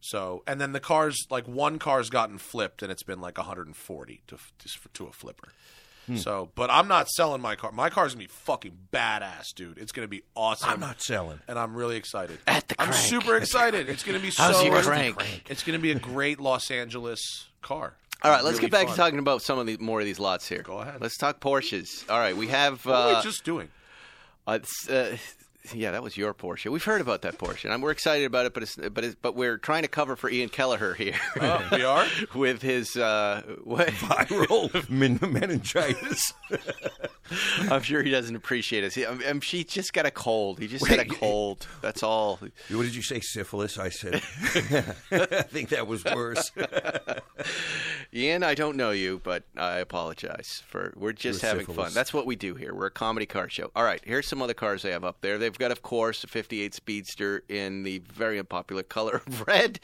Speaker 3: So, and then the cars, like one car's gotten flipped, and it's been like 140 to f- just for, to a flipper.
Speaker 1: Hmm.
Speaker 3: So, but I'm not selling my car. My car's gonna be fucking badass, dude. It's gonna be awesome.
Speaker 4: I'm not selling.
Speaker 3: and I'm really excited.
Speaker 1: At the
Speaker 3: I'm
Speaker 1: crank.
Speaker 3: super excited. It's gonna be so.
Speaker 1: How's your
Speaker 3: awesome.
Speaker 1: crank?
Speaker 3: It's gonna be a great Los Angeles car.
Speaker 1: All right, let's
Speaker 3: Really
Speaker 1: get back
Speaker 3: fun.
Speaker 1: to talking about some of the more of these lots here.
Speaker 3: Go ahead.
Speaker 1: Let's talk Porsches. All right, we have.
Speaker 3: What are
Speaker 1: Uh,
Speaker 3: we just doing?
Speaker 1: uh, it's, uh, yeah, that was your Porsche. We've heard about that Porsche, and I'm- we're excited about it. But it's, but it's, but we're trying to cover for Ian Kelleher here
Speaker 3: Oh, we are.
Speaker 1: with his uh, what?
Speaker 4: Viral men- meningitis.
Speaker 1: I'm sure he doesn't appreciate us. He, I'm, I'm, she just got a cold. He just got a cold. That's all.
Speaker 4: what did you say? Syphilis? I said. I think that was worse.
Speaker 1: Ian, I don't know you, but I apologize for. We're just
Speaker 4: You're
Speaker 1: having fun.
Speaker 4: syphilis.
Speaker 1: That's what we do here. We're a comedy car show. All right, here's some other cars they have up there. They've got, of course, a '58 Speedster in the very unpopular color of red,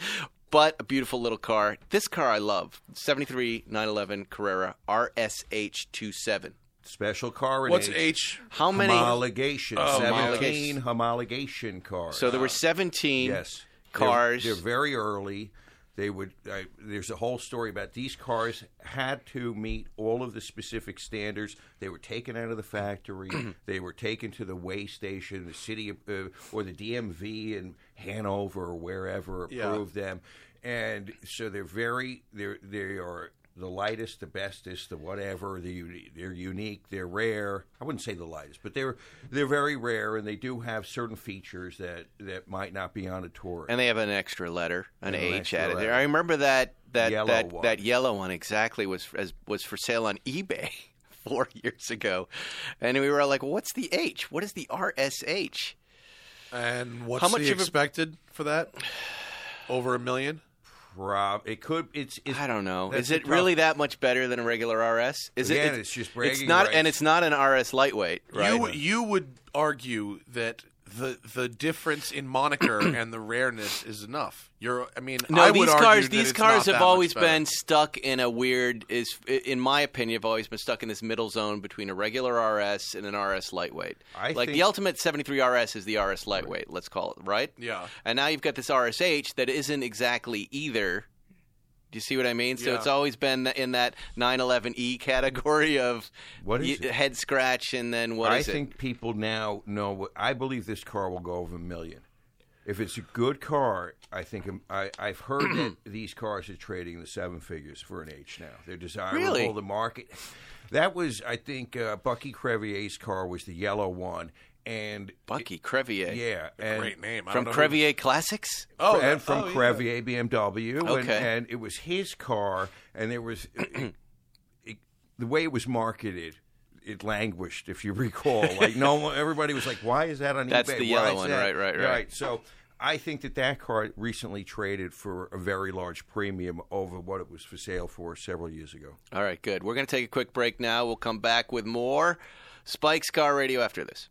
Speaker 1: but a beautiful little car. This car I love: '73 911 Carrera RSH27.
Speaker 4: Special car. in
Speaker 3: What's
Speaker 4: age.
Speaker 3: H?
Speaker 1: How many?
Speaker 4: Homologation.
Speaker 1: Oh, homologation.
Speaker 4: 17 homologation cars.
Speaker 1: So there were 17
Speaker 4: Yes. They're-
Speaker 1: cars.
Speaker 4: They're, very early. They would. I, there's a whole story about these cars had to meet all of the specific standards. They were taken out of the factory. they were taken to the weigh station, the city of- uh, or the DMV in Hanover or wherever
Speaker 3: Yeah.
Speaker 4: approved them, and so they're very. They're they are. The lightest, the bestest, the whatever, the uni- they're unique, they're rare. I wouldn't say the lightest, but they're they're very rare, and they do have certain features that that might not be on a tour.
Speaker 1: And they have an extra letter, an
Speaker 4: an
Speaker 1: H
Speaker 4: extra
Speaker 1: added there.
Speaker 4: letter.
Speaker 1: I remember that that
Speaker 4: Yellow
Speaker 1: that,
Speaker 4: one.
Speaker 1: that yellow one exactly was as was for sale on eBay four years ago, and we were all like, "What's the H? What is the RSH?"
Speaker 3: And what's
Speaker 1: How much
Speaker 3: the
Speaker 1: of a-
Speaker 3: expected for that? Over a million.
Speaker 4: prob. It could. It's. it's
Speaker 1: I don't know.
Speaker 4: that's
Speaker 1: Is
Speaker 4: the
Speaker 1: it really
Speaker 4: problem.
Speaker 1: that much better than a regular RS? Is it?
Speaker 4: Again, it's just bragging
Speaker 1: not, and
Speaker 4: rights.
Speaker 1: it's not an RS lightweight, right?
Speaker 3: You you would argue that the the difference in moniker and the rareness is enough. You're I mean
Speaker 1: no,
Speaker 3: I would
Speaker 1: these
Speaker 3: argue
Speaker 1: cars
Speaker 3: that
Speaker 1: these
Speaker 3: it's
Speaker 1: cars
Speaker 3: not that
Speaker 1: have
Speaker 3: much
Speaker 1: always
Speaker 3: better.
Speaker 1: been stuck in a weird is in my opinion have always been stuck in this middle zone between a regular RS and an RS lightweight.
Speaker 4: I
Speaker 1: like the
Speaker 4: think-
Speaker 1: ultimate 73 RS is the RS lightweight, let's call it, right?
Speaker 3: Yeah.
Speaker 1: And now you've got this RSH that isn't exactly either. Do you see what I mean? So
Speaker 3: Yeah.
Speaker 1: it's always been in that 911E category of
Speaker 4: What is
Speaker 1: y-
Speaker 4: it?
Speaker 1: head scratch and then what is
Speaker 4: I
Speaker 1: it?
Speaker 4: think people now know. What, I believe this car will go over a million. If it's a good car, I think um, I, I've heard that these cars are trading the seven figures for an H now. They're desirable.
Speaker 1: Really?
Speaker 4: The market. That was, I think, uh, Bucky Crevier's car was the yellow one, and
Speaker 1: Bucky Crevier.
Speaker 4: yeah, and
Speaker 3: great name I
Speaker 1: From
Speaker 3: don't know who-
Speaker 1: Crevier Classics?
Speaker 3: Oh,
Speaker 4: and
Speaker 3: that-
Speaker 4: from
Speaker 3: oh, yeah.
Speaker 4: Crevier BMW, and,
Speaker 1: Okay.
Speaker 4: and it was his car, and there was it, it- the way it was marketed. It languished, if you recall. Like no one, everybody was like, "Why is that on
Speaker 1: That's
Speaker 4: eBay?
Speaker 1: the
Speaker 4: Why
Speaker 1: yellow
Speaker 4: is
Speaker 1: one,
Speaker 4: that?"
Speaker 1: right, right, right.
Speaker 4: So I think that that car recently traded for a very large premium over what it was for sale for several years ago.
Speaker 1: All right, good. We're going to take a quick break now. We'll come back with more Spike's Car Radio after this.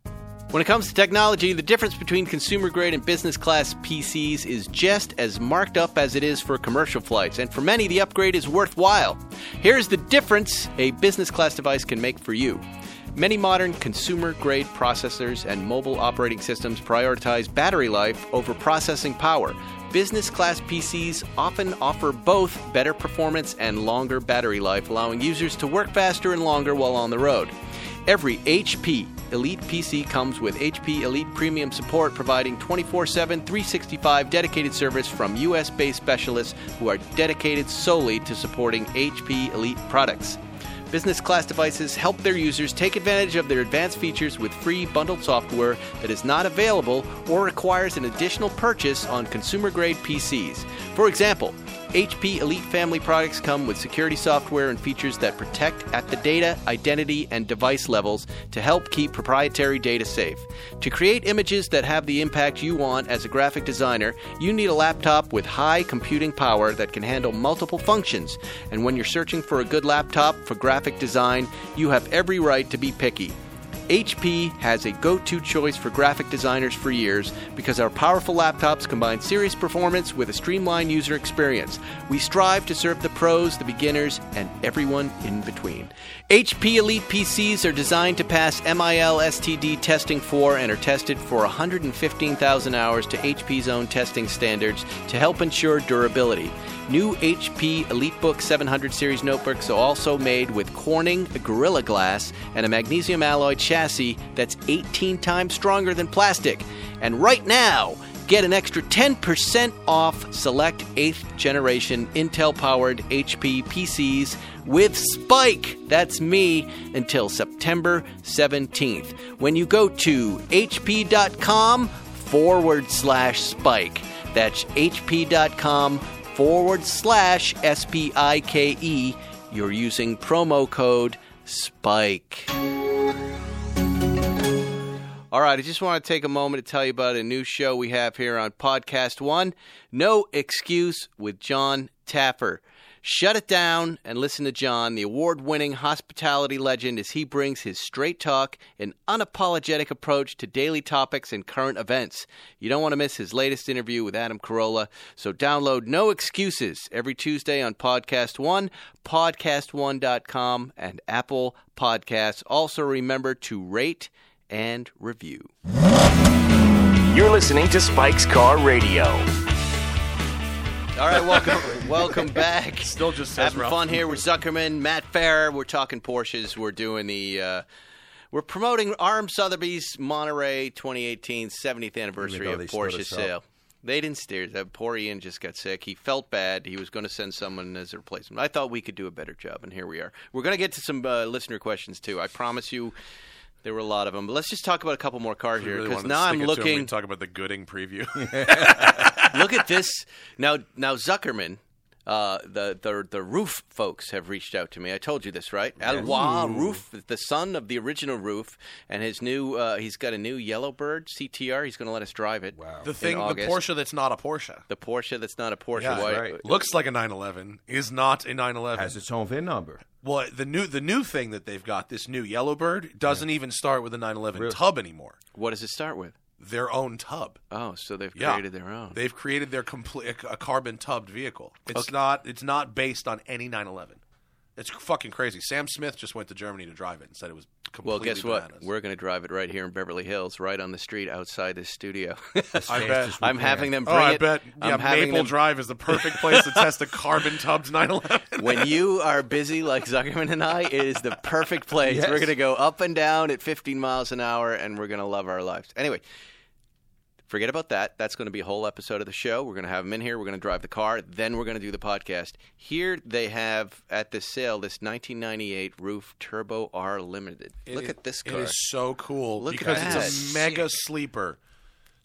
Speaker 1: When it comes to technology, the difference between consumer grade and business class PCs is just as marked up as it is for commercial flights, and for many, the upgrade is worthwhile. Here's the difference a business class device can make for you. Many modern consumer grade processors and mobile operating systems prioritize battery life over processing power. Business class PCs often offer both better performance and longer battery life, allowing users to work faster and longer while on the road. Every HP Elite PC comes with HP Elite Premium support, providing 24 7, 365 dedicated service from US based specialists who are dedicated solely to supporting HP Elite products. Business class devices help their users take advantage of their advanced features with free bundled software that is not available or requires an additional purchase on consumer grade PCs. For example, HP Elite Family products come with security software and features that protect at the data, identity, and device levels to help keep proprietary data safe. To create images that have the impact you want as a graphic designer, you need a laptop with high computing power that can handle multiple functions. And when you're searching for a good laptop for graphic design, you have every right to be picky. HP has a go to choice for graphic designers for years because our powerful laptops combine serious performance with a streamlined user experience. We strive to serve the pros, the beginners, and everyone in between. HP Elite PCs are designed to pass MIL STD testing for and are tested for 115,000 hours to HP's own testing standards to help ensure durability. New HP EliteBook 700 series notebooks are also made with Corning Gorilla Glass and a magnesium alloy chassis that's 18 times stronger than plastic. And right now, get an extra 10% off select 8th generation Intel powered HP PCs with Spike. That's me until September 17th. When you go to hp.com forward slash spike. That's hp.com forward slash S P I K E. You're using promo code SPIKE. All right, I just want to take a moment to tell you about a new show we have here on Podcast One No Excuse with John Taffer. Shut it down and listen to John, the award winning hospitality legend, as he brings his straight talk and unapologetic approach to daily topics and current events. You don't want to miss his latest interview with Adam Carolla, so download No Excuses every Tuesday on Podcast One, podcast1.com, and Apple Podcasts. Also, remember to rate and review.
Speaker 2: You're listening to Spike's Car Radio.
Speaker 1: All right, welcome, welcome back.
Speaker 3: Still just says
Speaker 1: having
Speaker 3: Ralph.
Speaker 1: fun here with Zuckerman, Matt Farrer. We're talking Porsches. We're doing the. Uh, we're promoting Arm Sotheby's Monterey 2018 70th anniversary
Speaker 4: though
Speaker 1: of
Speaker 4: they stood
Speaker 1: Porsche
Speaker 4: us up.
Speaker 1: sale. They didn't steer. That poor Ian just got sick. He felt bad. He was going to send someone as a replacement. I thought we could do a better job, and here we are. We're going to get to some uh, listener questions too. I promise you, there were a lot of them. But let's just talk about a couple more cars
Speaker 3: We
Speaker 1: here
Speaker 3: really
Speaker 1: because
Speaker 3: wanted to
Speaker 1: now I'm
Speaker 3: stick it to him. We
Speaker 1: looking.
Speaker 3: talk about the Gooding preview.
Speaker 1: Look at this now. Now Zuckerman uh, the the the roof folks have reached out to me. I told you this, right? Al Wah Roof, the son of the original Roof, and his new uh, he's got a new Yellowbird CTR. He's going to let us drive it. Wow.
Speaker 3: The thing, the
Speaker 1: August.
Speaker 3: Porsche that's not a Porsche.
Speaker 1: The Porsche that's not a Porsche.
Speaker 3: Yeah,
Speaker 1: Why- uh,
Speaker 4: right.
Speaker 3: Looks like a 911 is not a 911.
Speaker 4: Has its own VIN number.
Speaker 3: Well, the new the new thing that they've got, this new Yellowbird, doesn't even start with a 911 tub anymore.
Speaker 1: What does it start with?
Speaker 3: Their own tub.
Speaker 1: Oh, so they've
Speaker 3: Yeah.
Speaker 1: created their own.
Speaker 3: They've created their complete a carbon tubbed vehicle. It's not it's not based on any 911. It's fucking crazy. Sam Smith just went to Germany to drive it and said it was
Speaker 1: well,
Speaker 3: completely
Speaker 1: guess what?
Speaker 3: bananas.
Speaker 1: We're going to drive it right here in Beverly Hills, right on the street outside this studio.
Speaker 3: I
Speaker 4: Fast
Speaker 3: bet.
Speaker 4: as we
Speaker 1: I'm
Speaker 4: can.
Speaker 1: having them
Speaker 3: Oh,
Speaker 1: bring
Speaker 3: I
Speaker 1: it.
Speaker 3: bet.
Speaker 1: I'm
Speaker 3: Yeah,
Speaker 1: having
Speaker 3: Maple
Speaker 1: them-
Speaker 3: Drive is the perfect place to test a carbon tubbed 911.
Speaker 1: when you are busy like Zuckerman and I, it is the perfect place.
Speaker 4: Yes.
Speaker 1: We're going to go up and down at 15 miles an hour and we're going to love our lives. Anyway, forget about that. That's going to be a whole episode of the show. We're going to have them in here. We're going to drive the car. Then we're going to do the podcast. Here they have at this sale this 1998 Roof Turbo R Limited. Look at this car.
Speaker 3: It is so cool
Speaker 1: Look at
Speaker 3: because
Speaker 1: that.
Speaker 3: it's a mega sleeper.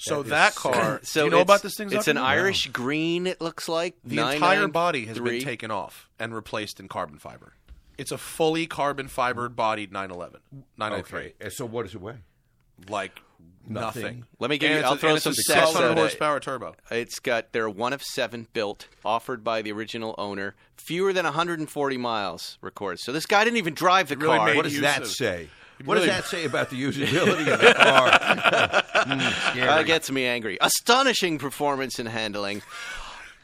Speaker 3: So
Speaker 4: That
Speaker 3: that,
Speaker 4: is
Speaker 3: car,
Speaker 1: so
Speaker 3: so you know about
Speaker 1: it's-
Speaker 3: this thing?
Speaker 1: It's an
Speaker 3: Zucker?
Speaker 1: Irish green. It looks like
Speaker 3: The entire
Speaker 1: 993.
Speaker 3: body has been taken off and replaced in carbon fiber. It's a fully carbon fibered bodied 911, 993.
Speaker 4: Okay. And So what does it weigh?
Speaker 3: oh Like nothing.
Speaker 4: Nothing.
Speaker 1: Let me give
Speaker 3: And
Speaker 1: you-
Speaker 3: it's
Speaker 1: I'll
Speaker 3: a-
Speaker 1: throw
Speaker 3: and it's
Speaker 1: some
Speaker 3: a
Speaker 1: stats
Speaker 3: 600
Speaker 1: at it.
Speaker 3: horsepower turbo.
Speaker 1: It's got they're one of seven built, offered by the original owner. Fewer than 140 miles recorded. So this guy didn't even drive the
Speaker 3: really
Speaker 1: car.
Speaker 3: made
Speaker 4: What does
Speaker 3: Use
Speaker 4: that
Speaker 3: of-
Speaker 4: say? What
Speaker 3: really-
Speaker 4: does that say about the usability of the car? Mm, scary.
Speaker 1: that gets me angry. Astonishing performance and handling.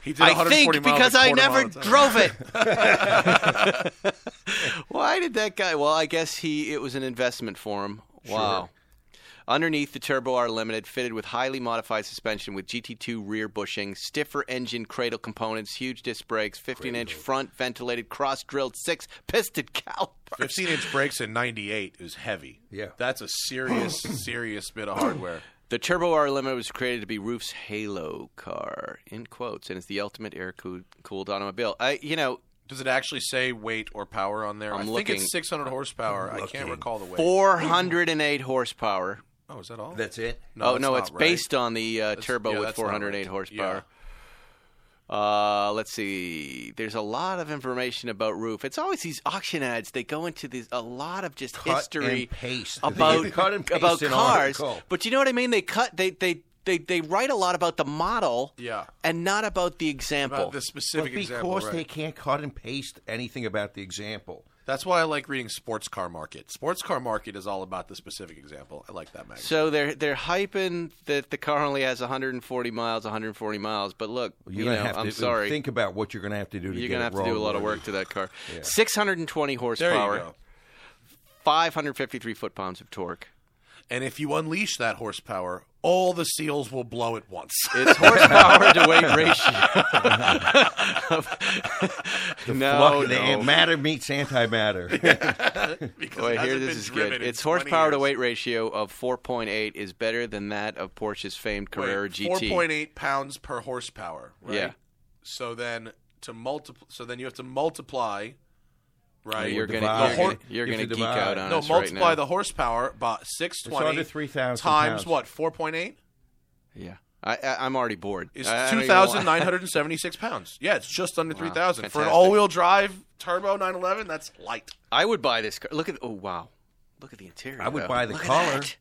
Speaker 3: He did
Speaker 1: I
Speaker 3: 140
Speaker 1: think
Speaker 3: miles
Speaker 1: because
Speaker 3: a
Speaker 1: I
Speaker 3: quarter mile
Speaker 1: never
Speaker 3: at a time.
Speaker 1: drove it. Why did that guy? Well, I guess he it was an investment for him. Wow. Underneath the Turbo R Limited, fitted with highly modified suspension with GT2 rear bushing, stiffer engine cradle components, huge disc brakes, 15 inch front ventilated cross drilled six piston caliper.
Speaker 3: 15 inch brakes in 98 is heavy.
Speaker 4: Yeah.
Speaker 3: That's a serious, serious bit of hardware.
Speaker 1: The Turbo R Limited was created to be Roof's halo car, in quotes, and it's the ultimate air cooled automobile. I, you know,
Speaker 3: Does it actually say weight or power on there? i
Speaker 1: I'm
Speaker 3: think
Speaker 1: looking-
Speaker 3: it's 600 horsepower. I can't recall the weight.
Speaker 1: 408 horsepower.
Speaker 3: Oh, is that all?
Speaker 4: That's it.
Speaker 1: oh
Speaker 3: that's
Speaker 1: no,
Speaker 3: not
Speaker 1: it's
Speaker 3: right.
Speaker 1: based on the uh,
Speaker 3: That's-
Speaker 1: turbo
Speaker 3: yeah,
Speaker 1: with
Speaker 3: that's not
Speaker 1: 408
Speaker 3: right.
Speaker 1: horsepower. Uh, let's see. There's a lot of information about roof. It's always these auction ads. They go into these a lot of just
Speaker 4: Cut
Speaker 1: history
Speaker 4: and paste.
Speaker 1: about
Speaker 4: They cut and paste
Speaker 1: about
Speaker 4: an
Speaker 1: cars.
Speaker 4: article.
Speaker 1: But you know what I mean? They cut. They they they they write a lot about the model.
Speaker 3: Yeah.
Speaker 1: And not about the example.
Speaker 3: About the
Speaker 4: But
Speaker 3: specific
Speaker 4: because
Speaker 3: example. right.
Speaker 4: they can't cut and paste anything about the example.
Speaker 3: That's why I like reading Sports Car Market. Sports Car Market is all about the specific example. I like that magazine.
Speaker 1: So they're they're hyping that the car only has 140 miles, 140 miles. But look,
Speaker 4: You're
Speaker 1: you
Speaker 4: gonna
Speaker 1: know,
Speaker 4: have
Speaker 1: I'm
Speaker 4: to
Speaker 1: sorry.
Speaker 4: think about what you're gonna have to do to
Speaker 1: You're
Speaker 4: get
Speaker 1: gonna
Speaker 4: it
Speaker 1: have to do a
Speaker 4: wrong.
Speaker 1: lot of work to that car. 620
Speaker 3: there you
Speaker 1: horsepower,
Speaker 3: go.
Speaker 1: 553 foot pounds of torque.
Speaker 3: And if you unleash that horsepower, all the seals will blow at once.
Speaker 1: Its horsepower to weight ratio. no,
Speaker 4: Lucky they-
Speaker 1: Oh, no.
Speaker 4: matter meets antimatter.
Speaker 3: because
Speaker 1: Wait, here
Speaker 3: it hasn't
Speaker 1: this
Speaker 3: been
Speaker 1: is
Speaker 3: driven
Speaker 1: good.
Speaker 3: in
Speaker 1: Its
Speaker 3: 20
Speaker 1: horsepower to
Speaker 3: years.
Speaker 1: weight ratio of 4.8 is better than that of Porsche's famed
Speaker 3: Wait,
Speaker 1: Carrera GT.
Speaker 3: 4.8 pounds per horsepower. Right?
Speaker 1: Yeah.
Speaker 3: So then to multiply, so then you have to multiply, right?
Speaker 1: You're gonna
Speaker 4: divide.
Speaker 1: you're
Speaker 3: The hor-
Speaker 1: gonna, you're
Speaker 4: if
Speaker 1: gonna
Speaker 4: you
Speaker 1: geek
Speaker 4: divide-
Speaker 1: out on
Speaker 3: no,
Speaker 1: us right
Speaker 3: multiply
Speaker 1: now.
Speaker 3: the horsepower by 620
Speaker 4: under 3,000
Speaker 3: times
Speaker 4: pounds.
Speaker 3: what? 4.8
Speaker 1: yeah, I, I, I'm already bored.
Speaker 3: is
Speaker 1: I- I don't even want-
Speaker 3: 2,976 pounds. Yeah, it's just under 3,000 for an
Speaker 1: fantastic.
Speaker 3: all-wheel drive turbo 911. That's light.
Speaker 1: I would buy this car. Look at oh wow, look at the interior.
Speaker 4: I would
Speaker 1: though.
Speaker 4: buy the
Speaker 1: Look at
Speaker 4: color.
Speaker 1: that.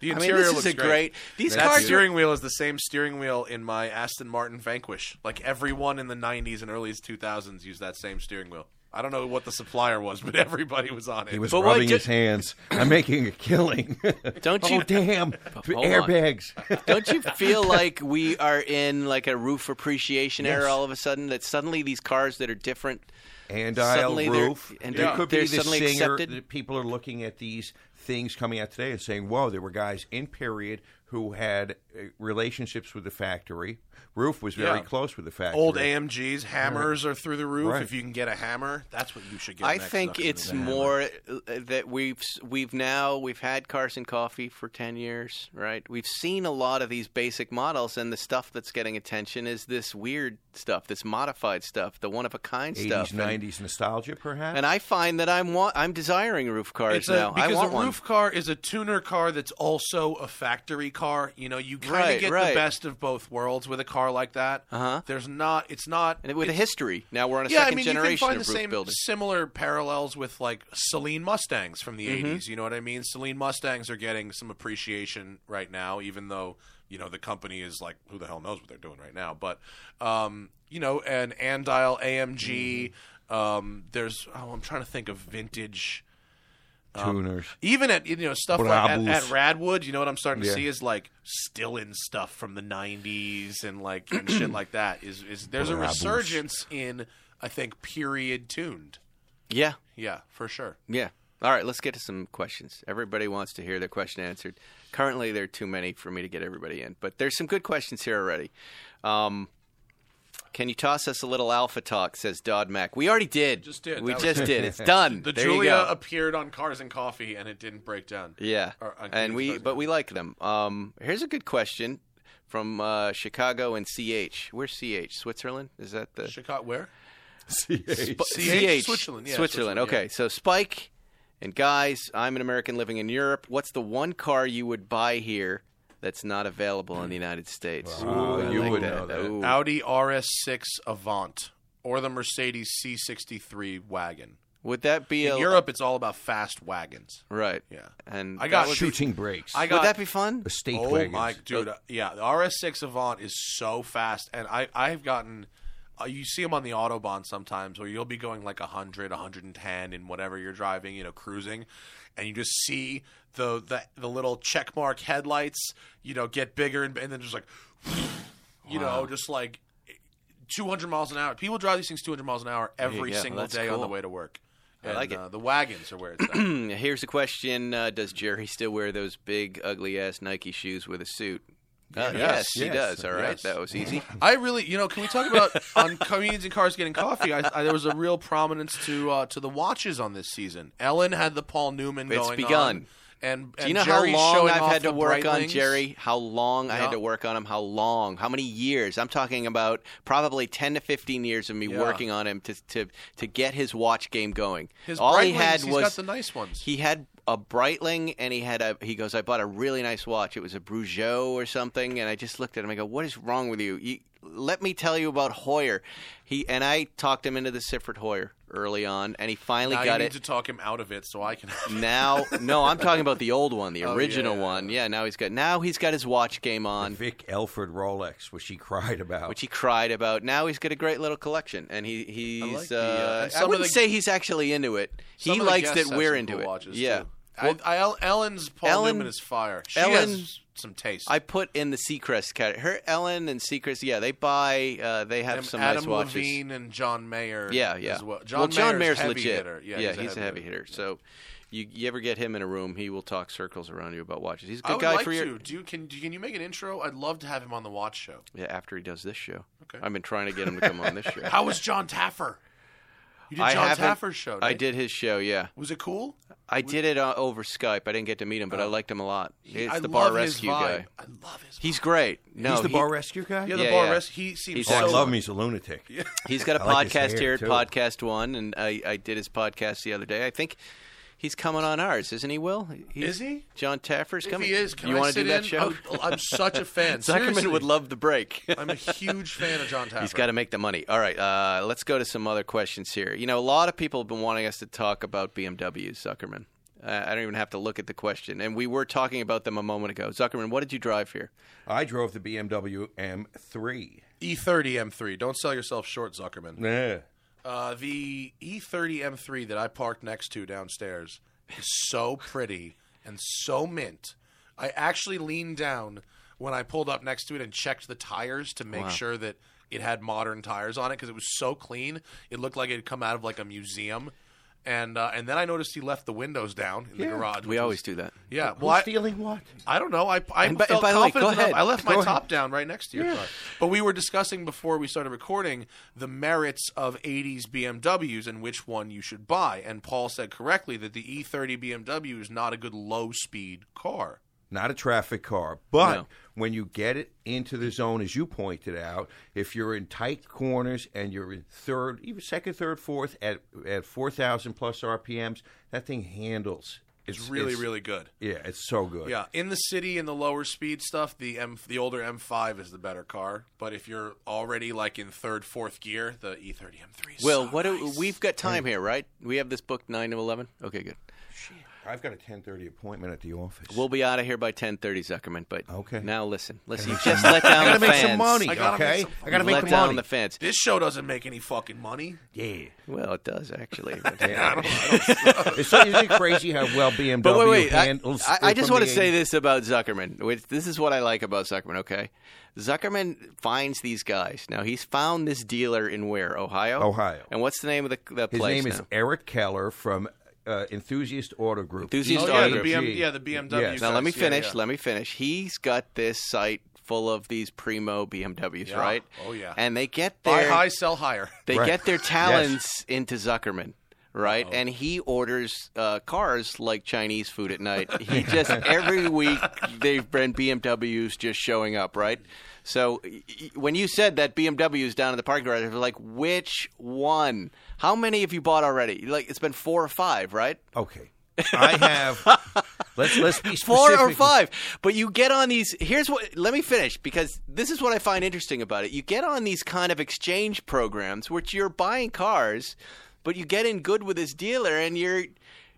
Speaker 3: The
Speaker 1: I mean,
Speaker 3: interior
Speaker 1: this
Speaker 3: looks
Speaker 1: is a great. These
Speaker 3: That
Speaker 1: cars are
Speaker 3: steering wheel is the same steering wheel in my Aston Martin Vanquish. Like everyone in the 90s and early 2000s used that same steering wheel. I don't know what the supplier was, but everybody was on it.
Speaker 4: He was
Speaker 1: But what
Speaker 4: rubbing
Speaker 1: ju-
Speaker 4: his hands. I'm making a killing.
Speaker 1: Don't you-
Speaker 4: Oh damn! Airbags.
Speaker 1: Don't you feel like we are in like a roof appreciation era all of a sudden? That suddenly these cars that are different.
Speaker 4: and aisle
Speaker 1: Suddenly they're-
Speaker 4: roof.
Speaker 1: and
Speaker 4: There
Speaker 1: they're-
Speaker 4: could
Speaker 1: they're
Speaker 4: be the
Speaker 1: suddenly
Speaker 4: singer.
Speaker 1: accepted?
Speaker 4: that People are looking at these things coming out today and saying, "Whoa, there were guys in period who had uh, relationships with the factory. Roof was very
Speaker 3: Yeah.
Speaker 4: close with the factory.
Speaker 3: Old AMGs, hammers are through the roof.
Speaker 4: Right.
Speaker 3: If you can get a hammer, that's what you should get.
Speaker 1: I
Speaker 3: next
Speaker 1: think
Speaker 3: up into
Speaker 1: it's
Speaker 3: the hammer.
Speaker 1: more uh, that we've s- we've now we've had Carson Coffee for ten years, right? We've seen a lot of these basic models, and the stuff that's getting attention is this weird stuff, this modified stuff, the one of a kind stuff.
Speaker 4: Eighties,
Speaker 1: and-
Speaker 4: '90s nostalgia, perhaps.
Speaker 1: And I find that I'm wa- I'm desiring roof cars
Speaker 3: It's a-
Speaker 1: now. I
Speaker 3: because
Speaker 1: want
Speaker 3: a roof car is a tuner car that's also a factory car. You know, you kind of
Speaker 1: Right,
Speaker 3: get
Speaker 1: right.
Speaker 3: the best of both worlds with a car like that.
Speaker 1: Uh-huh.
Speaker 3: There's not. It's not.
Speaker 1: one. And with a history, now we're on a
Speaker 3: yeah, I
Speaker 1: second
Speaker 3: mean, you
Speaker 1: generation
Speaker 3: can find the
Speaker 1: of roof
Speaker 3: same
Speaker 1: building.
Speaker 3: similar parallels with like Celine Mustangs from the
Speaker 1: Mm-hmm.
Speaker 3: '80s. You know what I mean? Celine Mustangs are getting some appreciation right now, even though you know the company is like, who the hell knows what they're doing right now? But um, you know, and Andile AMG.
Speaker 1: Mm-hmm.
Speaker 3: Um, there's oh, I'm trying to think of vintage
Speaker 4: Tuners.
Speaker 3: even at you know stuff like at,
Speaker 4: Brabus.
Speaker 3: at Radwood, you know what I'm starting to
Speaker 4: Yeah.
Speaker 3: see is like still in stuff from the '90s and like and shit like that. Is is there's a
Speaker 4: Brabus.
Speaker 3: resurgence in I think period tuned.
Speaker 1: Yeah,
Speaker 3: Yeah, for sure.
Speaker 1: yeah. All right, let's get to some questions. Everybody wants to hear their question answered. Currently, there are too many for me to get everybody in, but there's some good questions here already. Um, can you toss us a little alpha talk? Says Dodd Mac. We already did.
Speaker 3: Just did.
Speaker 1: We
Speaker 3: That was-
Speaker 1: just did. It's done.
Speaker 3: The
Speaker 1: There you
Speaker 3: Julia
Speaker 1: go.
Speaker 3: appeared on Cars and Coffee and it didn't break down.
Speaker 1: Yeah,
Speaker 3: Or on
Speaker 1: and
Speaker 3: Canadian
Speaker 1: we
Speaker 3: Express.
Speaker 1: but we like them. Um, here's a good question from uh, Chicago and CH. Where's CH? Switzerland? Is that the
Speaker 3: Chicago, where?
Speaker 1: Sp-
Speaker 3: CH? Switzerland, yeah, Switzerland,
Speaker 1: okay,
Speaker 3: yeah.
Speaker 1: so Spike and guys, I'm an American living in Europe. What's the one car you would buy here that's not available in the United States? Ooh, I
Speaker 4: you
Speaker 1: like
Speaker 4: would know that.
Speaker 1: Ooh.
Speaker 3: Audi RS6 Avant or the Mercedes C63 wagon.
Speaker 1: Would that be
Speaker 3: In
Speaker 1: a
Speaker 3: Europe, it's all about fast wagons.
Speaker 1: Right.
Speaker 3: Yeah.
Speaker 1: And
Speaker 3: I got
Speaker 1: that would,
Speaker 4: shooting brakes.
Speaker 3: I
Speaker 1: would
Speaker 3: got
Speaker 1: that be fun?
Speaker 4: estate
Speaker 3: oh
Speaker 4: wagons.
Speaker 3: my dude, uh, yeah, the RS6 Avant is so fast, and I I've gotten. Uh, you see them on the autobahn sometimes, where you'll be going like 100, 110, in whatever you're driving, you know, cruising, and you just see the the, the little check mark headlights, you know, get bigger, and, and then just like, you know, just like 200 miles an hour. People drive these things 200 miles an hour every
Speaker 1: yeah,
Speaker 3: single
Speaker 1: that's
Speaker 3: day on the
Speaker 1: cool.
Speaker 3: way to work. And,
Speaker 1: like it.
Speaker 3: Uh, the wagons are where it's at.
Speaker 1: Hmm, Here's a question: uh, Does Jerry still wear those big, ugly ass Nike shoes with a suit? Uh, yes, he
Speaker 4: yes,
Speaker 1: does. All right,
Speaker 3: yes.
Speaker 1: that was easy.
Speaker 3: I really, you know, can we talk about on comedians and cars getting coffee? I, I, there was a real prominence to uh, to the watches on this season. Ellen had the Paul Newman.
Speaker 1: It's
Speaker 3: going
Speaker 1: begun.
Speaker 3: on, and,
Speaker 1: Do
Speaker 3: and
Speaker 1: you know
Speaker 3: Jerry's
Speaker 1: how long
Speaker 3: showing
Speaker 1: I've
Speaker 3: off
Speaker 1: had to
Speaker 3: the
Speaker 1: work on
Speaker 3: Breitlings.
Speaker 1: Jerry? How long I had
Speaker 3: Yeah.
Speaker 1: to work on him? How long? How many years? I'm talking about probably 10 to 15 years of me
Speaker 3: Yeah.
Speaker 1: working on him to, to to get his watch game going.
Speaker 3: His
Speaker 1: All he
Speaker 3: Breitlings,
Speaker 1: had
Speaker 3: he's
Speaker 1: was
Speaker 3: got the nice ones.
Speaker 1: He had a Breitling and he had a he goes I bought a really nice watch. It was a Brugeot or something and I just looked at him I go what is wrong with you? you let me tell you about Hoyer. He and I talked him into the Sifford Hoyer early on and he finally
Speaker 3: Now you
Speaker 1: got
Speaker 3: need
Speaker 1: it
Speaker 3: to talk him out of it so I can.
Speaker 1: now no i'm talking about the old one the original
Speaker 3: Oh, yeah.
Speaker 1: one yeah now he's got now he's got his watch game on
Speaker 4: Vic Elford Rolex, which he cried about.
Speaker 1: which he cried about now he's got a great little collection and he he's
Speaker 3: like the, uh,
Speaker 1: uh,
Speaker 3: and
Speaker 1: i
Speaker 3: some of
Speaker 1: wouldn't
Speaker 3: the-
Speaker 1: say he's actually into it
Speaker 3: Some
Speaker 1: he
Speaker 3: of the
Speaker 1: likes that
Speaker 3: guests have
Speaker 1: we're
Speaker 3: some
Speaker 1: into
Speaker 3: cool
Speaker 1: it
Speaker 3: watches,
Speaker 1: yeah
Speaker 3: too.
Speaker 1: Well,
Speaker 3: I, I, Ellen's Paul
Speaker 1: Ellen-
Speaker 3: Newman is fire. She
Speaker 1: Ellen-
Speaker 3: has some taste.
Speaker 1: I put in the Seacrest category. Her Ellen and Seacrest, yeah, they buy, uh, they have
Speaker 3: Adam,
Speaker 1: some
Speaker 3: Adam
Speaker 1: nice watches.
Speaker 3: Levine and John Mayer.
Speaker 1: Yeah, yeah.
Speaker 3: As well. John,
Speaker 1: well, John Mayer's
Speaker 3: Mayer's, heavy
Speaker 1: legit.
Speaker 3: hitter. Yeah,
Speaker 1: he's, a heavy hitter. So, you, you ever get him in a room, he will talk circles around you about watches. He's a good
Speaker 3: I would
Speaker 1: guy
Speaker 3: like
Speaker 1: for your
Speaker 3: to. Do you, can do- can you make an intro? I'd love to have him on the Watch Show.
Speaker 1: Yeah, after he does this show.
Speaker 3: Okay.
Speaker 1: I've been trying to get him to come on this show.
Speaker 3: How was John Taffer? You did
Speaker 1: I
Speaker 3: John
Speaker 1: haven't-
Speaker 3: Taffer's show.
Speaker 1: I
Speaker 3: right?
Speaker 1: did his show, yeah.
Speaker 3: Was it cool?
Speaker 1: I did it uh, over Skype. I didn't get to meet him, but I liked him a lot. He's
Speaker 3: Oh. I
Speaker 1: the bar
Speaker 3: love his
Speaker 1: rescue
Speaker 3: vibe.
Speaker 1: guy.
Speaker 3: I love his.
Speaker 1: He's great. No,
Speaker 4: He's the
Speaker 1: he-
Speaker 4: bar rescue guy.
Speaker 3: vibe. yeah, the
Speaker 1: yeah,
Speaker 3: bar
Speaker 1: yeah.
Speaker 3: rescue. He seems
Speaker 1: He's
Speaker 4: oh,
Speaker 3: so.
Speaker 4: I love him. He's a lunatic.
Speaker 1: He's got a
Speaker 4: I like his
Speaker 1: podcast
Speaker 4: hair,
Speaker 1: here at
Speaker 4: too.
Speaker 1: Podcast One, and I, I did his podcast the other day. I think he's coming on ours, isn't he? Will He's-
Speaker 3: Is he?
Speaker 1: John Taffer's
Speaker 3: If
Speaker 1: coming.
Speaker 3: he is, can
Speaker 1: you
Speaker 3: I
Speaker 1: wanna
Speaker 3: sit
Speaker 1: do that
Speaker 3: in?
Speaker 1: show?
Speaker 3: Oh, I'm such a fan.
Speaker 1: Zuckerman would
Speaker 3: Seriously.
Speaker 1: love the break.
Speaker 3: I'm a huge fan of John Taffer.
Speaker 1: He's got to make the money. All right, uh, let's go to some other questions here. You know, a lot of people have been wanting us to talk about BMW, Zuckerman. Uh, I don't even have to look at the question. And we were talking about them a moment ago. Zuckerman, what did you drive here?
Speaker 4: I drove the BMW M3.
Speaker 3: E30 M3. Don't sell yourself short, Zuckerman.
Speaker 4: Yeah.
Speaker 3: Uh, the E30 M3 that I parked next to downstairs is so pretty and so mint. I actually leaned down when I pulled up next to it and checked the tires to make sure that it had modern tires on it because it was so clean. It looked like it had come out of like a museum. And uh, and then I noticed he left the windows down in the garage.
Speaker 1: We always do that.
Speaker 3: Yeah.
Speaker 4: Who's
Speaker 3: Well, I,
Speaker 4: stealing what?
Speaker 3: I don't know. I, I
Speaker 1: And by-
Speaker 3: felt
Speaker 1: by the way,
Speaker 3: confident
Speaker 1: go
Speaker 3: enough.
Speaker 1: ahead.
Speaker 3: I left my
Speaker 1: Go
Speaker 3: top down right next to your car. But we were discussing before we started recording the merits of 80s BMWs and which one you should E buy. And Paul said correctly that the E30 BMW is not a good low speed car.
Speaker 4: not a traffic car. But
Speaker 1: No.
Speaker 4: when you get it into the zone, as you pointed out, if you're in tight corners and you're in third, even second, third, fourth at at four thousand plus RPMs, that thing handles.
Speaker 3: It's really, really good.
Speaker 4: yeah. It's so good.
Speaker 3: Yeah, in the city in the lower speed stuff, the M the older M5 is the better car. But if you're already like in third, fourth gear, the E E30 M3. Is
Speaker 1: Will,
Speaker 3: so
Speaker 1: what do,
Speaker 3: nice.
Speaker 1: we've got time here, right? We have this book nine to eleven. Okay, good.
Speaker 4: I've got a ten thirty appointment at the office.
Speaker 1: We'll be out of here by ten thirty, Zuckerman. But
Speaker 4: Okay.
Speaker 1: now listen, listen. You just let down
Speaker 4: I gotta
Speaker 1: the
Speaker 4: make
Speaker 1: fans.
Speaker 4: some money.
Speaker 3: I gotta
Speaker 4: okay,
Speaker 3: make some-
Speaker 4: I gotta make
Speaker 1: let
Speaker 4: the
Speaker 1: down
Speaker 4: money.
Speaker 1: the fans.
Speaker 3: This show doesn't make any fucking money.
Speaker 4: yeah.
Speaker 1: Well, it does actually.
Speaker 4: It's so- isn't it crazy how well BMW
Speaker 1: But wait, wait. I,
Speaker 4: handles?
Speaker 1: I,
Speaker 4: it
Speaker 1: I just
Speaker 4: from
Speaker 1: want to
Speaker 4: the
Speaker 1: say
Speaker 4: 80s?
Speaker 1: this about Zuckerman. Which, this is what I like about Zuckerman. Okay, Zuckerman finds these guys. Now he's found this dealer in where Ohio.
Speaker 4: Ohio.
Speaker 1: And what's the name of the, the
Speaker 4: His
Speaker 1: place?
Speaker 4: name is
Speaker 1: now?
Speaker 4: Eric Keller from uh, Enthusiast Auto Group.
Speaker 1: Enthusiast
Speaker 3: Oh,
Speaker 1: Auto
Speaker 3: yeah, the
Speaker 1: Group.
Speaker 3: BM, yeah, the BMW.
Speaker 4: Yes.
Speaker 1: Now let me
Speaker 3: guys. Yeah,
Speaker 1: finish.
Speaker 3: yeah.
Speaker 1: Let me finish. He's got this site full of these primo BMWs,
Speaker 3: Yeah.
Speaker 1: right?
Speaker 3: Oh, yeah.
Speaker 1: And they get
Speaker 3: Buy
Speaker 1: their
Speaker 3: high, sell higher.
Speaker 1: they
Speaker 4: Right.
Speaker 1: get their
Speaker 4: Yes. Oh.
Speaker 1: talents into Zuckerman. Right, and he orders uh, cars like Chinese food at night. He just every week they've been BMWs just showing up, right? So y- y- when you said that BMWs down in the parking garage, I was like, which one? How many have you bought already? Like it's been four or five, right?
Speaker 4: Okay, I have. let's let's be specific.
Speaker 1: four or five. But you get on these. Here's what. Let me finish because this is what I find interesting about it. You get on these kind of exchange programs, which you're buying cars, but you get in good with this dealer, and you're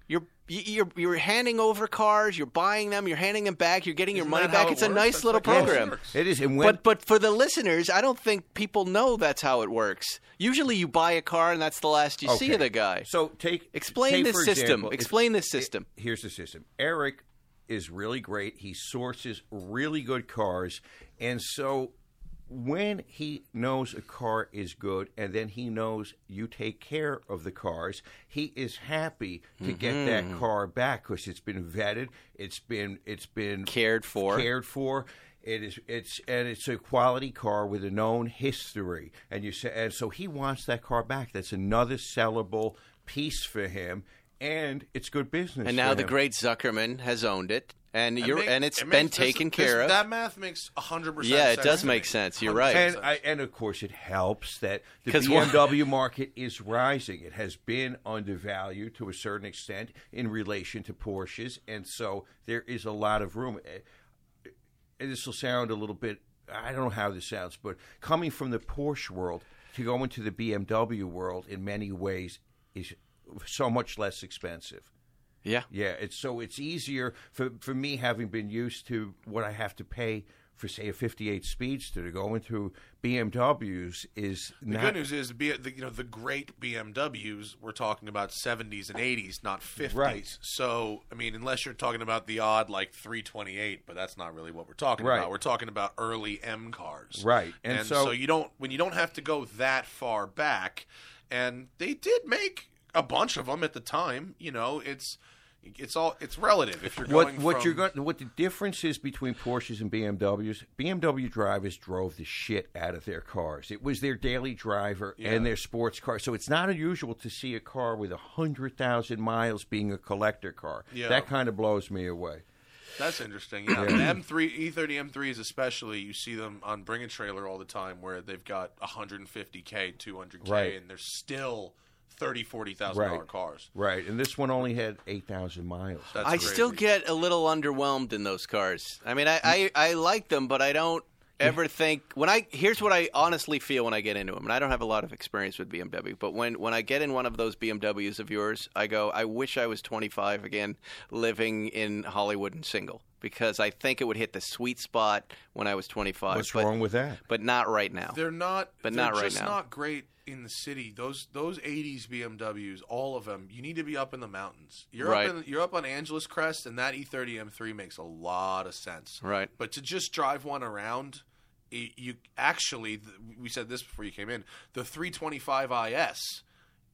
Speaker 1: you're you're you're handing over cars, you're buying them, you're handing them back, you're getting your
Speaker 3: Isn't
Speaker 1: money
Speaker 3: that how
Speaker 1: back.
Speaker 3: it
Speaker 1: it's a
Speaker 3: works?
Speaker 1: nice
Speaker 3: That's
Speaker 1: little
Speaker 3: like how it
Speaker 1: program.
Speaker 3: works.
Speaker 4: It is, and when
Speaker 1: But but for the listeners, I don't think people know that's how it works. Usually, you buy a car, and that's the last you see
Speaker 4: Okay.
Speaker 1: of the guy.
Speaker 4: So take
Speaker 1: Explain
Speaker 4: take,
Speaker 1: this
Speaker 4: for
Speaker 1: system.
Speaker 4: example, if-
Speaker 1: Explain this system.
Speaker 4: i- here's the system. Eric is really great. He sources really good cars, and so when he knows a car is good, and then he knows you take care of the cars, he is happy to get that
Speaker 1: Mm-hmm.
Speaker 4: car back because it's been vetted. It's been it's been
Speaker 1: Cared for.
Speaker 4: cared for. It is it's and it's a quality car with a known history, and you say and so he wants that car back. That's another sellable piece for him, and it's good business.
Speaker 1: And
Speaker 4: for
Speaker 1: now the
Speaker 4: him.
Speaker 1: great Zuckerman has owned it, and
Speaker 3: It
Speaker 1: you're
Speaker 3: make-
Speaker 1: and it's
Speaker 3: it
Speaker 1: been
Speaker 3: makes- this-
Speaker 1: taken
Speaker 3: this-
Speaker 1: care of.
Speaker 3: That math makes 100%
Speaker 1: Yeah, it
Speaker 3: sense
Speaker 1: does
Speaker 3: to
Speaker 1: make
Speaker 3: me.
Speaker 1: sense. You're
Speaker 3: 100%
Speaker 1: right.
Speaker 4: And, I, and of course, it helps that the
Speaker 1: 'Cause why-
Speaker 4: BMW market is rising. It has been undervalued to a certain extent in relation to Porsches, and so there is a lot of room. Eh, eh, This will sound a little bit, I don't know how this sounds, but coming from the Porsche world to go into the BMW world in many ways is so much less expensive.
Speaker 1: yeah.
Speaker 4: Yeah, it's so it's easier for for me having been used to what I have to pay for say a 58 speedster to go into BMWs is
Speaker 3: The
Speaker 4: not
Speaker 3: good news is, be the, you know, the great BMWs we're talking about 70s and 80s, not 50s.
Speaker 4: Right.
Speaker 3: So, I mean, unless you're talking about the odd like 328, but that's not really what we're talking
Speaker 4: Right.
Speaker 3: about. We're talking about early M cars.
Speaker 4: Right.
Speaker 3: And,
Speaker 4: And
Speaker 3: so,
Speaker 4: so-
Speaker 3: you don't when you don't have to go that far back, and they did make a bunch of them at the time. You know, it's it's all it's relative. If you're
Speaker 4: what
Speaker 3: going
Speaker 4: what
Speaker 3: from,
Speaker 4: you're going what the difference is between Porsches and BMWs. BMW drivers drove the shit out of their cars. It was their daily driver and their sports car. So it's not unusual to see a car with a hundred thousand miles being a collector car.
Speaker 3: Yeah.
Speaker 4: That kind of blows me away.
Speaker 3: That's interesting. Yeah, the M three E thirty M threes especially, you see them on Bring a Trailer all the time, where they've got 150k, 200k,
Speaker 4: Right.
Speaker 3: and they're still thirty, forty thousand dollar
Speaker 4: Right.
Speaker 3: cars.
Speaker 4: Right, and this one only had eight thousand miles.
Speaker 3: That's
Speaker 1: I
Speaker 3: crazy.
Speaker 1: still get a little underwhelmed in those cars. I mean, I, I, I like them, but I don't ever think when I here's what I honestly feel when I get into them, and I don't have a lot of experience with BMW, but when when I get in one of those BMWs of yours, I go, I wish I was 25 again, living in Hollywood and single, because I think it would hit the sweet spot when I was 25.
Speaker 4: What's
Speaker 1: but,
Speaker 4: wrong with that?
Speaker 1: But not right now.
Speaker 3: They're not,
Speaker 1: But
Speaker 3: they're
Speaker 1: not right
Speaker 3: just
Speaker 1: now.
Speaker 3: Not great in the city. Those those '80s BMWs, all of them. You need to be up in the mountains. You're
Speaker 1: Right.
Speaker 3: up in, you're up on Angeles Crest, and that E E30 M3 makes a lot of sense.
Speaker 1: Right.
Speaker 3: But to just drive one around, y- you actually th- we said this before you came in. The 325IS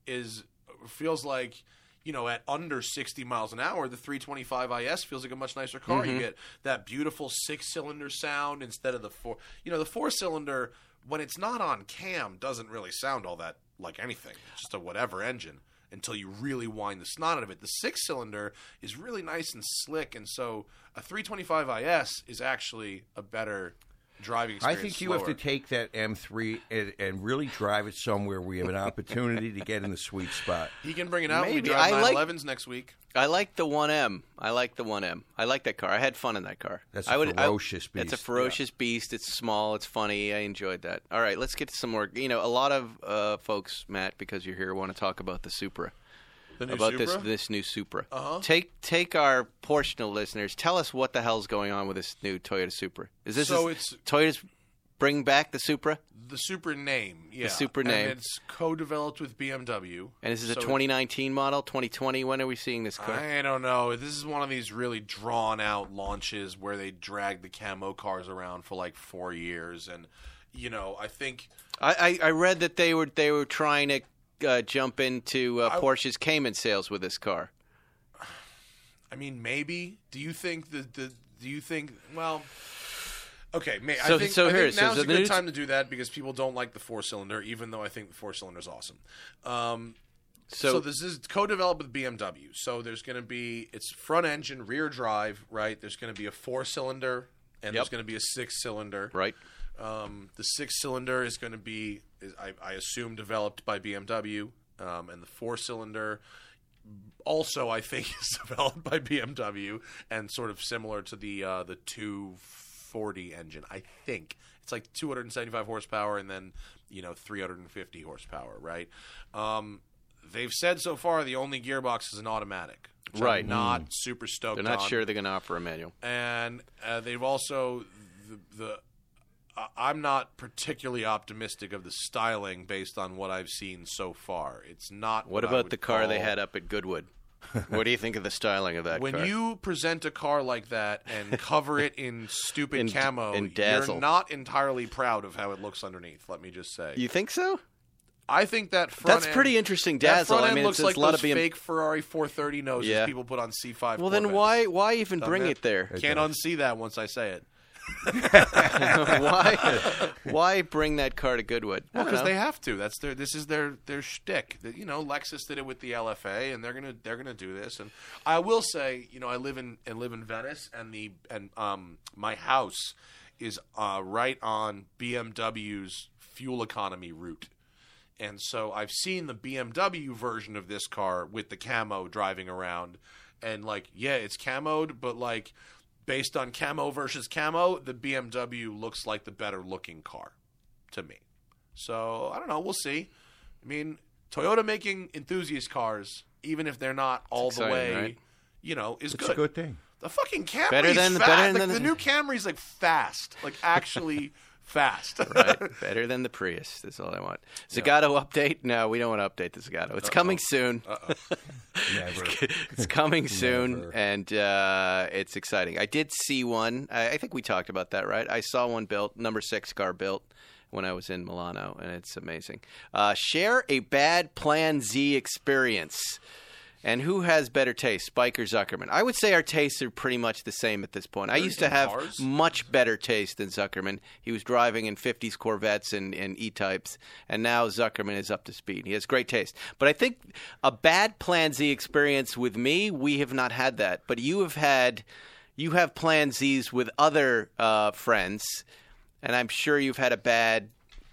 Speaker 3: is feels like you know at under 60 miles an hour the 325is feels like a much nicer car
Speaker 4: Mm-hmm.
Speaker 3: you get that beautiful six cylinder sound instead of the four you know the four cylinder when it's not on cam doesn't really sound all that like anything it's just a whatever engine until you really wind the snot out of it. The six cylinder is really nice and slick, and so a 325 IS is actually a better driving
Speaker 4: I
Speaker 3: experience.
Speaker 4: think you have to
Speaker 3: slower.
Speaker 4: take that M3 and, and really drive it somewhere where you have an opportunity to get in the sweet spot.
Speaker 3: He can bring it out when
Speaker 1: Maybe.
Speaker 3: we drive
Speaker 1: I like-
Speaker 3: 911s next week.
Speaker 1: I like the one M. I like the one M. I like that car. I had fun in that car.
Speaker 4: That's
Speaker 1: I
Speaker 4: a
Speaker 1: I-
Speaker 4: ferocious
Speaker 1: It's a
Speaker 4: beast.
Speaker 1: ferocious beast. It's small. It's funny. I enjoyed that. All right, let's get to some more. You know, a lot of uh, folks, Matt, because you're here, want to talk about the Supra.
Speaker 3: The new
Speaker 1: about this
Speaker 3: Supra?
Speaker 1: this new Supra. Uh-huh. Take take our portional listeners. Tell us what the hell's going on with this new Toyota Supra. Is this
Speaker 3: So
Speaker 1: is-
Speaker 3: it's-
Speaker 1: Toyota's bring back the Supra,
Speaker 3: the super name. Yeah,
Speaker 1: Supra
Speaker 3: And
Speaker 1: name.
Speaker 3: it's co-developed with BMW.
Speaker 1: and this is
Speaker 3: So
Speaker 1: a 2019 model. 2020. When are we seeing this car?
Speaker 3: I don't know. This is one of these really drawn out launches where they drag the camo cars around for like four years, and you know, I think
Speaker 1: I, I, I read that they were they were trying to uh, jump into uh, Porsche's Cayman sales with this car.
Speaker 3: I mean, maybe. Do you think the the Do you think? Well, okay. May,
Speaker 1: So-
Speaker 3: I think,
Speaker 1: so
Speaker 3: I
Speaker 1: here it
Speaker 3: think
Speaker 1: says,
Speaker 3: now's
Speaker 1: uh,
Speaker 3: a
Speaker 1: the
Speaker 3: good
Speaker 1: news-
Speaker 3: time to do that because people don't like the four cylinder, even though I think the four cylinder is awesome. Um,
Speaker 1: So,
Speaker 3: so, this is co-developed with BMW. So there's going to be it's front engine, rear drive, right? There's going to be a four cylinder, and there's going to be a six cylinder,
Speaker 1: right.
Speaker 3: um, the six cylinder is going to be, is, I, I assume, developed by BMW, um, and the four cylinder also I think is developed by BMW and sort of similar to the uh, the 240 engine. I think it's like 275 horsepower and then you know 350 horsepower, right? Um, they've said so far the only gearbox is an automatic. which I'm
Speaker 1: Right. Hmm.
Speaker 3: not super stoked.
Speaker 1: They're not
Speaker 3: on
Speaker 1: sure they're going to offer a manual.
Speaker 3: and uh, they've also the, the I- I'm not particularly optimistic of the styling based on what I've seen so far. It's not.
Speaker 1: What
Speaker 3: I
Speaker 1: about
Speaker 3: would
Speaker 1: the car they
Speaker 3: call-
Speaker 1: had up at Goodwood? what do you think of the styling of that
Speaker 3: When
Speaker 1: car?
Speaker 3: you present a car like that and cover it in stupid
Speaker 1: In-
Speaker 3: camo,
Speaker 1: in dazzle.
Speaker 3: you're not entirely proud of how it looks underneath. Let me just say,
Speaker 1: you think so?
Speaker 3: I think that front
Speaker 1: That's
Speaker 3: end-
Speaker 1: pretty interesting
Speaker 3: That
Speaker 1: dazzle.
Speaker 3: front
Speaker 1: I
Speaker 3: end
Speaker 1: mean,
Speaker 3: looks
Speaker 1: it's,
Speaker 3: like
Speaker 1: it's a lot
Speaker 3: those
Speaker 1: of being.
Speaker 3: fake Ferrari 430 noses
Speaker 1: Yeah.
Speaker 3: people put on C5.
Speaker 1: well, then
Speaker 3: Corvettes.
Speaker 1: why why even bring
Speaker 3: it?
Speaker 1: it there?
Speaker 3: Can't unsee that once I say it.
Speaker 1: why why bring that car to Goodwood? I don't
Speaker 3: because
Speaker 1: know.
Speaker 3: they have to. That's their. This is their their shtick. That you know, Lexus did it with the LFA, and they're gonna they're gonna do this. And I will say, you know, I live in and live in Venice, and the and um my house is uh right on BMW's fuel economy route. And so I've seen the BMW version of this car with the camo driving around, and like, yeah, it's camoed, but like, based on camo versus camo, the BMW looks like the better looking car to me. So I don't know. We'll see. I mean, Toyota making enthusiast cars, even if they're not all the
Speaker 1: exciting,
Speaker 3: way,
Speaker 1: right?
Speaker 3: you know, is
Speaker 4: It's
Speaker 3: good.
Speaker 4: a good thing.
Speaker 3: The fucking Camry's
Speaker 1: Better than the-
Speaker 3: fast.
Speaker 1: better
Speaker 3: Like,
Speaker 1: than
Speaker 3: the,
Speaker 1: the-
Speaker 3: new Camry's like fast, like actually fast.
Speaker 1: right? Better than the Prius. That's all I want. Zagato update? No, we don't want to update the Zagato. It's coming soon.
Speaker 4: Never.
Speaker 1: it's coming soon, and uh, it's exciting. I did see one. I, I think we talked about that, right? I saw one built, number six car built when I was in Milano, and it's amazing. Uh, share a bad Plan Z experience. And who has better taste, Spike or Zuckerman? I would say our tastes are pretty much the same at this point. I used to have
Speaker 3: cars?
Speaker 1: much better taste than Zuckerman. He was driving in 50s Corvettes and, and E types, and now Zuckerman is up to speed. He has great taste. But I think a bad Plan Z experience with me, we have not had that. But you have had, you have Plan Zs with other uh, friends, and I'm sure you've had a bad.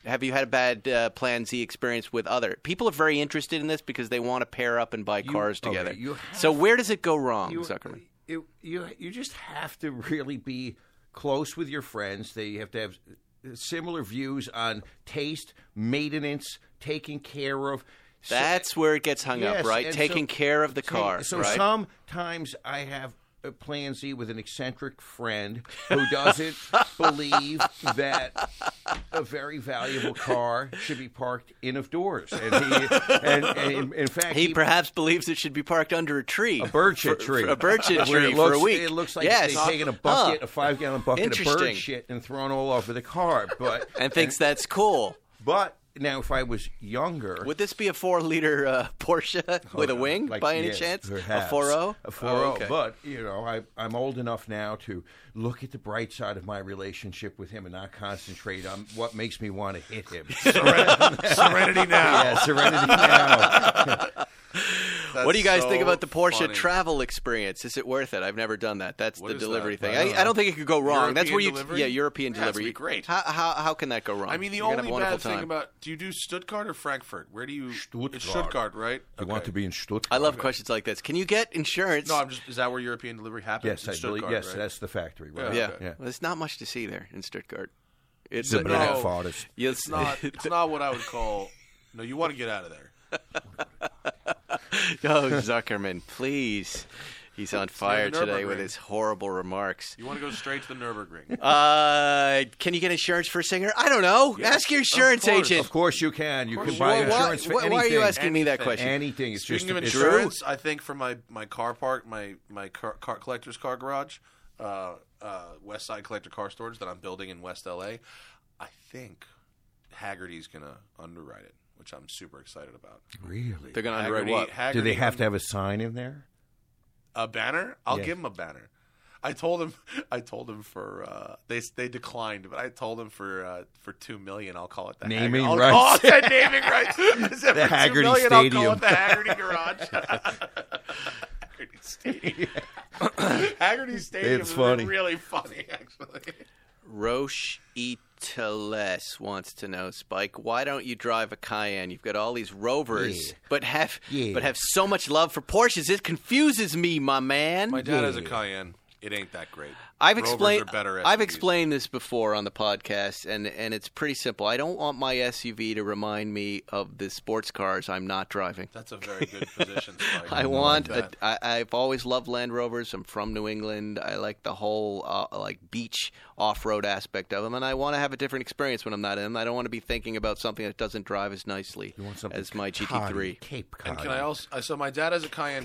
Speaker 1: Have you had a bad uh, Plan Z experience with other people? Are very interested in this because they want to pair up and buy cars
Speaker 4: okay,
Speaker 1: together.
Speaker 4: you
Speaker 1: so
Speaker 4: have-
Speaker 1: where does it go wrong,
Speaker 4: you,
Speaker 1: Zuckerman?
Speaker 4: You, you you just have to really be close with your friends. They have to have similar views on taste, maintenance, taking care of. So-
Speaker 1: That's where it gets hung up,
Speaker 4: Yes,
Speaker 1: right?
Speaker 4: and
Speaker 1: Taking
Speaker 4: so-
Speaker 1: care of the
Speaker 4: take-
Speaker 1: car,
Speaker 4: So
Speaker 1: right?
Speaker 4: sometimes I have a plan Z with an eccentric friend who doesn't believe that a very valuable car should be parked in of doors. And he, and, and in fact,
Speaker 1: He
Speaker 4: he
Speaker 1: perhaps believes it should be parked under a tree.
Speaker 4: a bird shit tree.
Speaker 1: a bird shit
Speaker 4: Where
Speaker 1: tree
Speaker 4: it
Speaker 1: for a
Speaker 4: looks-
Speaker 1: week.
Speaker 4: It looks like
Speaker 1: Yes.
Speaker 4: they've taken a bucket,
Speaker 1: Huh.
Speaker 4: a five gallon bucket of
Speaker 1: Interesting.
Speaker 4: bird shit and thrown all over the car. But
Speaker 1: and thinks that's cool.
Speaker 4: but now if I was younger
Speaker 1: Would this be a four-liter uh, Porsche with a wing
Speaker 4: like,
Speaker 1: by any
Speaker 4: yes,
Speaker 1: chance? A
Speaker 4: perhaps.
Speaker 1: Oh, four O?
Speaker 4: A 4 But, you know, I, I'm old enough now to look at the bright side of my relationship with him and not concentrate on what makes me want to hit him.
Speaker 3: Serenity now.
Speaker 4: yeah, serenity now.
Speaker 1: what do you guys think
Speaker 3: so
Speaker 1: about the Porsche
Speaker 3: funny.
Speaker 1: travel experience? Is it worth it? I've never done that. That's
Speaker 3: What
Speaker 1: the
Speaker 3: is
Speaker 1: delivery
Speaker 3: that?
Speaker 1: thing. I, I don't think it could go wrong. that's
Speaker 3: European
Speaker 1: where you,
Speaker 3: delivery?
Speaker 1: yeah, European
Speaker 3: Yeah, it's
Speaker 1: delivery.
Speaker 3: gonna be great.
Speaker 1: How, how, how can that go wrong?
Speaker 3: I mean, the
Speaker 1: You're gonna
Speaker 3: only
Speaker 1: have a wonderful
Speaker 3: bad thing
Speaker 1: time.
Speaker 3: about do you do Stuttgart or Frankfurt? Where do you
Speaker 4: Stuttgart.
Speaker 3: It's Stuttgart, right?
Speaker 4: You want to be in Stuttgart?
Speaker 1: I love questions like this. Can you get insurance?
Speaker 3: No, I'm just. Is that where European delivery happens?
Speaker 4: Yes,
Speaker 3: in
Speaker 4: I believe,
Speaker 3: Stuttgart,
Speaker 4: yes,
Speaker 3: right?
Speaker 4: that's the factory. Right?
Speaker 1: yeah.
Speaker 4: yeah.
Speaker 1: Well, there's not much to see there in Stuttgart. It's
Speaker 4: The
Speaker 1: uh,
Speaker 4: black
Speaker 3: no.
Speaker 4: forest.
Speaker 1: you'll Oh,
Speaker 3: It's
Speaker 1: see-
Speaker 3: not. It's not what I would call. No, you want to get out of there.
Speaker 1: oh, Zuckerman, please. He's on fire
Speaker 3: the
Speaker 1: today with
Speaker 3: Nürburgring.
Speaker 1: his horrible remarks.
Speaker 3: You want to go straight to the Nurburgring.
Speaker 1: Uh, can you get insurance for a singer? I don't know. Ask your insurance
Speaker 3: course.
Speaker 1: agent.
Speaker 4: Of course you can. You can
Speaker 3: course
Speaker 4: buy
Speaker 3: you can.
Speaker 1: Why-
Speaker 4: insurance for
Speaker 1: why,
Speaker 4: anything.
Speaker 1: why are you asking me that
Speaker 3: Anything.
Speaker 1: question?
Speaker 4: Anything. It's
Speaker 3: Speaking
Speaker 4: just
Speaker 3: of
Speaker 4: it's-
Speaker 3: insurance, I think for my, my car park, my my car, car collector's car garage, uh, uh, West Side Collector Car Storage that I'm building in West LA, I think Haggerty's gonna underwrite it, which I'm super excited about.
Speaker 4: Really?
Speaker 1: They're going to underwrite
Speaker 3: Haggerty,
Speaker 1: what?
Speaker 4: Do
Speaker 3: Haggerty
Speaker 4: they have
Speaker 3: un-
Speaker 4: to have a sign in there?
Speaker 3: a banner? I'll
Speaker 4: Yeah.
Speaker 3: give him a banner. I told him, I told him for uh, they they declined, but I told him for uh, for two million, I'll call it the
Speaker 4: Naming
Speaker 3: Haggerty.
Speaker 4: rights.
Speaker 3: Oh, I said naming rights. I said for
Speaker 4: The Haggerty
Speaker 3: two million, I'll call
Speaker 4: Stadium.
Speaker 3: it the Haggerty Garage. Haggerty Stadium. Haggerty Stadium
Speaker 4: It's
Speaker 3: is
Speaker 4: funny.
Speaker 3: really funny, actually.
Speaker 1: Roche Iteles wants to know, Spike, why don't you drive a Cayenne? You've got all these Rovers,
Speaker 4: Yeah.
Speaker 1: but have
Speaker 4: Yeah.
Speaker 1: but have so much love for Porsches. It confuses me, my man.
Speaker 3: My dad has a
Speaker 4: Yeah.
Speaker 3: Cayenne. It ain't that great.
Speaker 1: I've
Speaker 3: Rovers
Speaker 1: explained
Speaker 3: are better
Speaker 1: I've
Speaker 3: SUVs.
Speaker 1: explained this before on the podcast, and and it's pretty simple. I don't want my SUV to remind me of the sports cars I'm not driving.
Speaker 3: That's a very good position. Spike.
Speaker 1: I want.
Speaker 3: like
Speaker 1: A,
Speaker 3: that.
Speaker 1: I, I've always loved Land Rovers. I'm from New England. I like the whole uh, like beach off-road aspect of them, and I want to have a different experience when I'm not in them. I don't want to be thinking about something that doesn't drive as nicely
Speaker 4: You want something
Speaker 1: as my
Speaker 4: Cotty,
Speaker 1: GT3.
Speaker 4: Cape Cod.
Speaker 3: And can I also? So my dad has a Cayenne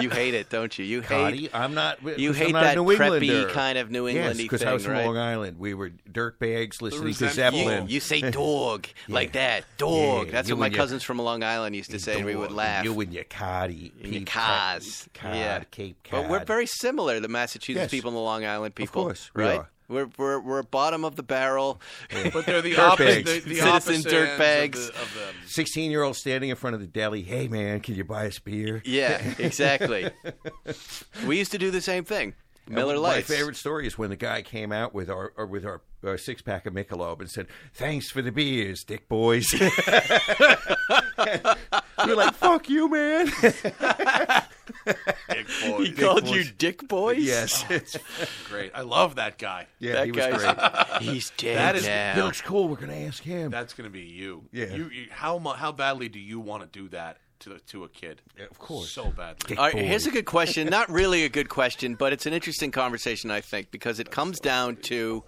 Speaker 1: you hate it, don't you? You hate.
Speaker 4: I'm not.
Speaker 1: You
Speaker 4: I'm
Speaker 1: hate
Speaker 4: not a
Speaker 1: that
Speaker 4: New
Speaker 1: preppy
Speaker 4: Englander.
Speaker 1: kind of New
Speaker 4: Yes,
Speaker 1: Englandy
Speaker 4: because I was
Speaker 1: thing,
Speaker 4: from
Speaker 1: right?
Speaker 4: Long Island. We were dirtbags listening to
Speaker 3: resentful.
Speaker 4: Zeppelin.
Speaker 1: You, you say dog like that, dog.
Speaker 4: Yeah,
Speaker 1: That's
Speaker 4: you
Speaker 1: what my
Speaker 4: and your-
Speaker 1: cousins from Long Island used to say, and we would
Speaker 4: Dog,
Speaker 1: laugh.
Speaker 4: You and your Cotty,
Speaker 1: In your
Speaker 4: Cape
Speaker 1: cars,
Speaker 4: Cod,
Speaker 1: yeah,
Speaker 4: Cape Cod.
Speaker 1: But we're very similar, the Massachusetts
Speaker 4: Yes.
Speaker 1: people and the Long Island people,
Speaker 4: course, we
Speaker 1: right?
Speaker 4: are.
Speaker 1: We're, we're we're bottom of the barrel.
Speaker 3: But they're the
Speaker 4: Dirtbags.
Speaker 3: opposite. The, the
Speaker 1: Citizen
Speaker 3: opposite
Speaker 1: dirtbags.
Speaker 3: ends of, the, of them.
Speaker 4: Sixteen-year-old standing in front of the deli. Hey, man, can you buy us beer?
Speaker 1: Yeah, exactly. we used to do the same thing. Miller
Speaker 4: My
Speaker 1: Lights.
Speaker 4: favorite story is when the guy came out with our or with our, uh six pack of Michelob and said, "Thanks for the beers, dick boys." We're like, "Fuck you, man."
Speaker 3: Big boys.
Speaker 1: He called you Dick Boys.
Speaker 4: yes,
Speaker 3: Great. I love that guy.
Speaker 4: yeah,
Speaker 1: that
Speaker 4: he was
Speaker 1: guy's.
Speaker 4: great.
Speaker 1: He's dead
Speaker 3: That is-
Speaker 1: now.
Speaker 4: He looks cool. We're gonna ask him.
Speaker 3: That's going to be you.
Speaker 4: Yeah.
Speaker 3: You, you how mu- how badly do you want to do that to the, to a kid?
Speaker 4: of course.
Speaker 3: So badly.
Speaker 4: Dick
Speaker 1: All right,
Speaker 4: boy.
Speaker 1: here's a good question. Not really a good question, but it's an interesting conversation, I think, because it comes down to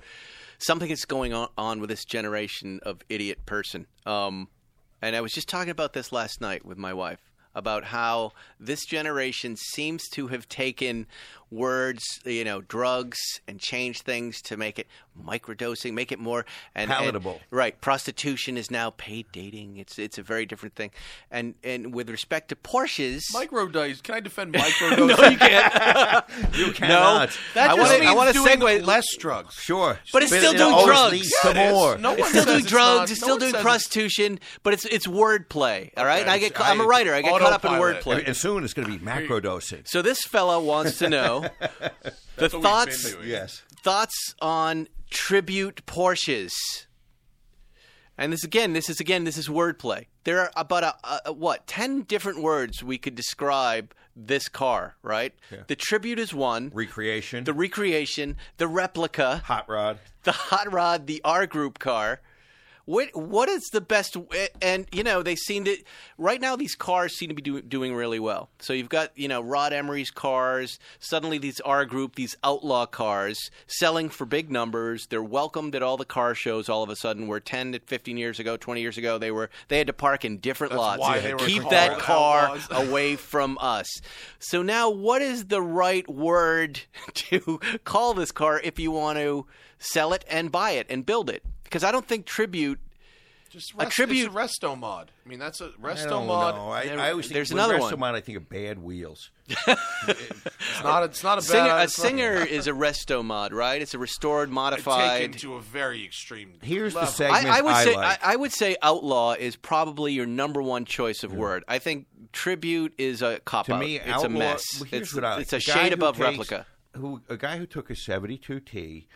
Speaker 1: something that's going on, on with this generation of idiot person. Um, and I was just talking about this last night with my wife about how this generation seems to have taken words, you know, drugs, and changed things to make it microdosing, make it more and, and-
Speaker 4: Palatable.
Speaker 1: Right. Prostitution is now paid dating. It's it's a very different thing. And and with respect to Porsches,
Speaker 3: Micro dice. Can I defend micro dice? no, you
Speaker 4: you cannot.
Speaker 1: I
Speaker 3: I
Speaker 1: wanna-
Speaker 3: want to.
Speaker 1: I wanna segue-
Speaker 3: less drugs.
Speaker 4: Sure,
Speaker 1: But it's still
Speaker 4: it
Speaker 1: doing
Speaker 4: always
Speaker 1: drugs.
Speaker 4: leads
Speaker 3: Yeah,
Speaker 4: to
Speaker 3: it is.
Speaker 4: more.
Speaker 3: No
Speaker 1: It's
Speaker 3: one
Speaker 1: still
Speaker 3: says
Speaker 1: doing
Speaker 3: it's
Speaker 1: drugs.
Speaker 3: not.
Speaker 1: It's
Speaker 3: No
Speaker 1: still
Speaker 3: one
Speaker 1: doing
Speaker 3: says
Speaker 1: prostitution, but it's it's wordplay. All right, and I
Speaker 3: it's-
Speaker 1: get ca- I'm a
Speaker 3: I-
Speaker 1: writer. I get caught up in
Speaker 3: autopilot.
Speaker 1: wordplay.
Speaker 4: And soon it's going to be macro dosing.
Speaker 1: so this fella wants to know the
Speaker 3: what we've
Speaker 1: thoughts
Speaker 3: been doing.
Speaker 4: Yes.
Speaker 1: thoughts on tribute Porsches. And this again, this is again, this is wordplay. There are about a, a, a- what ten different words we could describe this car. Right, the tribute is one.
Speaker 4: Recreation.
Speaker 1: the recreation, the replica,
Speaker 4: hot rod.
Speaker 1: the hot rod, the R group car. What what is the best? And you know they seem to right now these cars seem to be do, doing really well. So you've got you know Rod Emery's cars. Suddenly these R group, these outlaw cars, selling for big numbers. They're welcomed at all the car shows. All of a sudden, where ten to fifteen years ago, twenty years ago, they were they had to park in different lots.
Speaker 3: why they were
Speaker 1: Keep
Speaker 3: called
Speaker 1: that car
Speaker 3: outlaws.
Speaker 1: away from us. So now, what is the right word to call this car if you want to sell it and buy it and build it? Because I don't think tribute.
Speaker 3: Just rest,
Speaker 1: tribute-
Speaker 3: It's a resto mod. I mean, that's a
Speaker 4: I
Speaker 3: resto
Speaker 4: don't
Speaker 3: mod.
Speaker 4: know. I,
Speaker 1: There-
Speaker 4: I always think
Speaker 1: there's
Speaker 4: when
Speaker 1: another
Speaker 4: Restomod,
Speaker 1: one.
Speaker 4: I think of bad wheels.
Speaker 3: It's not. It's not a bad.
Speaker 1: Singer, a
Speaker 4: Uh,
Speaker 3: it's not-
Speaker 1: singer is a resto mod, right? It's a restored,
Speaker 3: taken
Speaker 1: modified.
Speaker 3: to a very extreme.
Speaker 4: Here's the
Speaker 3: level.
Speaker 4: segment
Speaker 1: I, I would say
Speaker 4: like.
Speaker 1: I, I would say outlaw is probably your number one choice of word. I think tribute is a cop
Speaker 4: to
Speaker 1: out.
Speaker 4: me,
Speaker 1: it's
Speaker 4: outlaw,
Speaker 1: a mess.
Speaker 4: well, here's
Speaker 1: it's,
Speaker 4: what I like.
Speaker 1: it's a
Speaker 4: guy
Speaker 1: shade
Speaker 4: who
Speaker 1: above
Speaker 4: takes-
Speaker 1: replica.
Speaker 4: Who a guy who took a 72T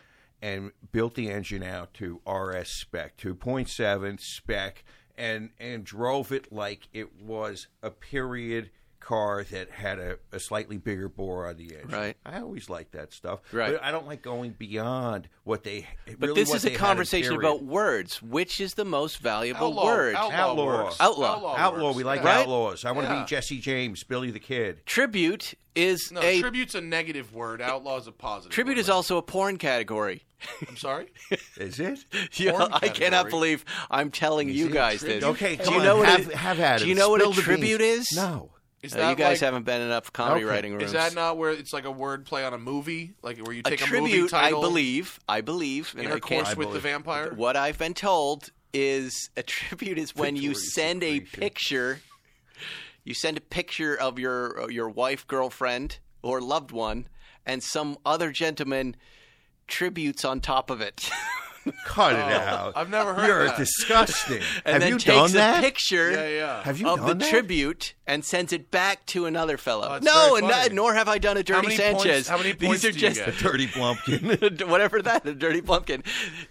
Speaker 4: and built the engine out to RS spec, 2.7 spec, and and drove it like it was a period car that had a, a slightly bigger bore on the edge.
Speaker 1: Right.
Speaker 4: I always like that stuff.
Speaker 1: Right.
Speaker 4: But I don't like going beyond what they.
Speaker 1: But this is a conversation about words. Which is the most valuable
Speaker 3: Outlaw,
Speaker 1: word?
Speaker 3: outlaw,
Speaker 4: Outlaw.
Speaker 3: works.
Speaker 1: Outlaw.
Speaker 4: outlaw.
Speaker 3: works.
Speaker 4: We like
Speaker 3: Yeah.
Speaker 4: outlaws. I want to be Jesse James, Billy the Kid.
Speaker 1: Tribute is
Speaker 3: No,
Speaker 1: a
Speaker 3: tribute's a negative word. Outlaw is a positive.
Speaker 1: tribute
Speaker 3: word.
Speaker 1: is also a porn category.
Speaker 3: I'm sorry.
Speaker 4: Is it?
Speaker 1: Yeah,
Speaker 3: Porn
Speaker 1: I cannot
Speaker 3: category.
Speaker 1: believe I'm telling you
Speaker 4: see?
Speaker 1: guys this.
Speaker 4: Okay,
Speaker 1: do
Speaker 4: come
Speaker 1: you
Speaker 4: on,
Speaker 1: know what
Speaker 4: have-
Speaker 1: a,
Speaker 4: have at
Speaker 1: Do
Speaker 4: it.
Speaker 1: you know what
Speaker 4: Spill
Speaker 1: a
Speaker 4: the beans.
Speaker 1: tribute is?
Speaker 4: No.
Speaker 3: Is
Speaker 1: Uh, you guys
Speaker 3: like-
Speaker 1: haven't been in enough comedy
Speaker 4: Okay.
Speaker 1: writing rooms.
Speaker 3: Is that not where it's like a word play on a movie, like where you
Speaker 1: a
Speaker 3: take a,
Speaker 1: tribute?
Speaker 3: movie title,
Speaker 1: I believe. I believe. And I can't.
Speaker 3: intercourse with the vampire?
Speaker 1: What I've been told is a tribute is when you
Speaker 4: Victoria's
Speaker 1: send a
Speaker 4: secretion.
Speaker 1: picture. You send a picture of your uh, your wife, girlfriend, or loved one, and some other gentleman tributes on top of it,
Speaker 4: Cut it
Speaker 1: Oh.
Speaker 4: out.
Speaker 3: I've never heard
Speaker 4: You're
Speaker 3: that.
Speaker 4: disgusting.
Speaker 1: and
Speaker 4: Have
Speaker 1: then
Speaker 4: you
Speaker 1: takes
Speaker 4: done
Speaker 1: a
Speaker 4: that?
Speaker 1: picture.
Speaker 3: Yeah, yeah.
Speaker 4: Have you
Speaker 1: of the
Speaker 4: done that?
Speaker 1: tribute and sends it back to another fellow.
Speaker 3: Oh, that's
Speaker 1: no,
Speaker 3: very
Speaker 1: and
Speaker 3: funny.
Speaker 1: not, nor have I done a dirty
Speaker 3: many points-
Speaker 1: Sanchez.
Speaker 3: how many points
Speaker 1: These are
Speaker 3: do you
Speaker 1: just
Speaker 3: get?
Speaker 4: Dirty Blumpkin.
Speaker 1: whatever that a dirty pumpkin.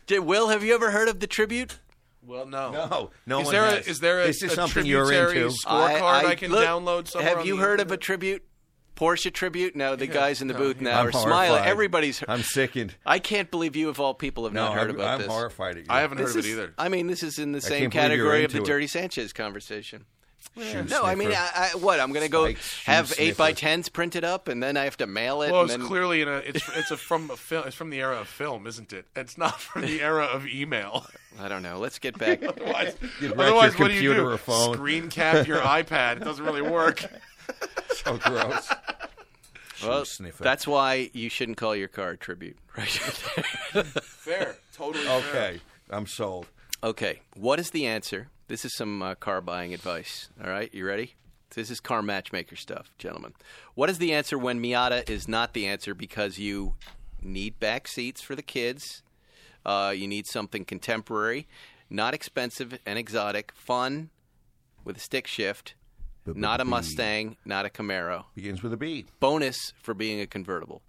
Speaker 1: Did, Will, have you ever heard of the tribute?
Speaker 3: Well, no.
Speaker 4: No, no
Speaker 3: is
Speaker 4: one
Speaker 3: there a-
Speaker 4: has.
Speaker 3: is there a,
Speaker 4: This is
Speaker 3: a
Speaker 4: something you're
Speaker 3: tributary
Speaker 4: into.
Speaker 3: scorecard I, can
Speaker 1: look,
Speaker 3: download somewhere?
Speaker 1: Have you heard of a tribute? Porsche tribute? No, the guys in the booth now
Speaker 4: I'm
Speaker 1: are
Speaker 4: horrified.
Speaker 1: smiling. Everybody's.
Speaker 4: I'm sickened.
Speaker 1: I can't believe you of all people have
Speaker 4: No,
Speaker 1: not heard
Speaker 4: I'm,
Speaker 1: about
Speaker 4: I'm
Speaker 1: this.
Speaker 4: horrified at you.
Speaker 3: I haven't
Speaker 1: This
Speaker 3: heard of it
Speaker 1: is-
Speaker 3: either.
Speaker 1: I mean, this is in the same
Speaker 4: can't believe you're
Speaker 1: category of the
Speaker 4: into it.
Speaker 1: Dirty Sanchez conversation.
Speaker 4: Shoe
Speaker 1: No, I mean,
Speaker 4: sniffer.
Speaker 1: I, I, what? I'm going to go
Speaker 4: Spike shoe
Speaker 1: have eight by
Speaker 4: sniffer.
Speaker 1: tens printed up, and then I have to mail it.
Speaker 3: Well,
Speaker 1: and
Speaker 3: it's
Speaker 1: then-
Speaker 3: clearly in a. It's it's a from a film. It's from the era of film, isn't it? It's not from the era of email.
Speaker 1: I don't know. Let's get back.
Speaker 3: Otherwise,
Speaker 4: You'd wreck
Speaker 3: otherwise
Speaker 4: your
Speaker 3: what do you do?
Speaker 4: computer or phone.
Speaker 3: Screen cap your iPad. It doesn't really work.
Speaker 4: so gross.
Speaker 1: uh, well,
Speaker 4: sniffer.
Speaker 1: that's why you shouldn't call your car a tribute, right?
Speaker 3: Fair, totally.
Speaker 4: Okay, I'm sold.
Speaker 1: okay. What is the answer? This is some uh, car buying advice. All right, you ready? This is car matchmaker stuff, gentlemen. What is the answer when Miata is not the answer because you need back seats for the kids? Uh, you need something contemporary, not expensive and exotic, fun with a stick shift, not a Mustang, not a Camaro.
Speaker 4: Begins with a B.
Speaker 1: bonus for being a convertible.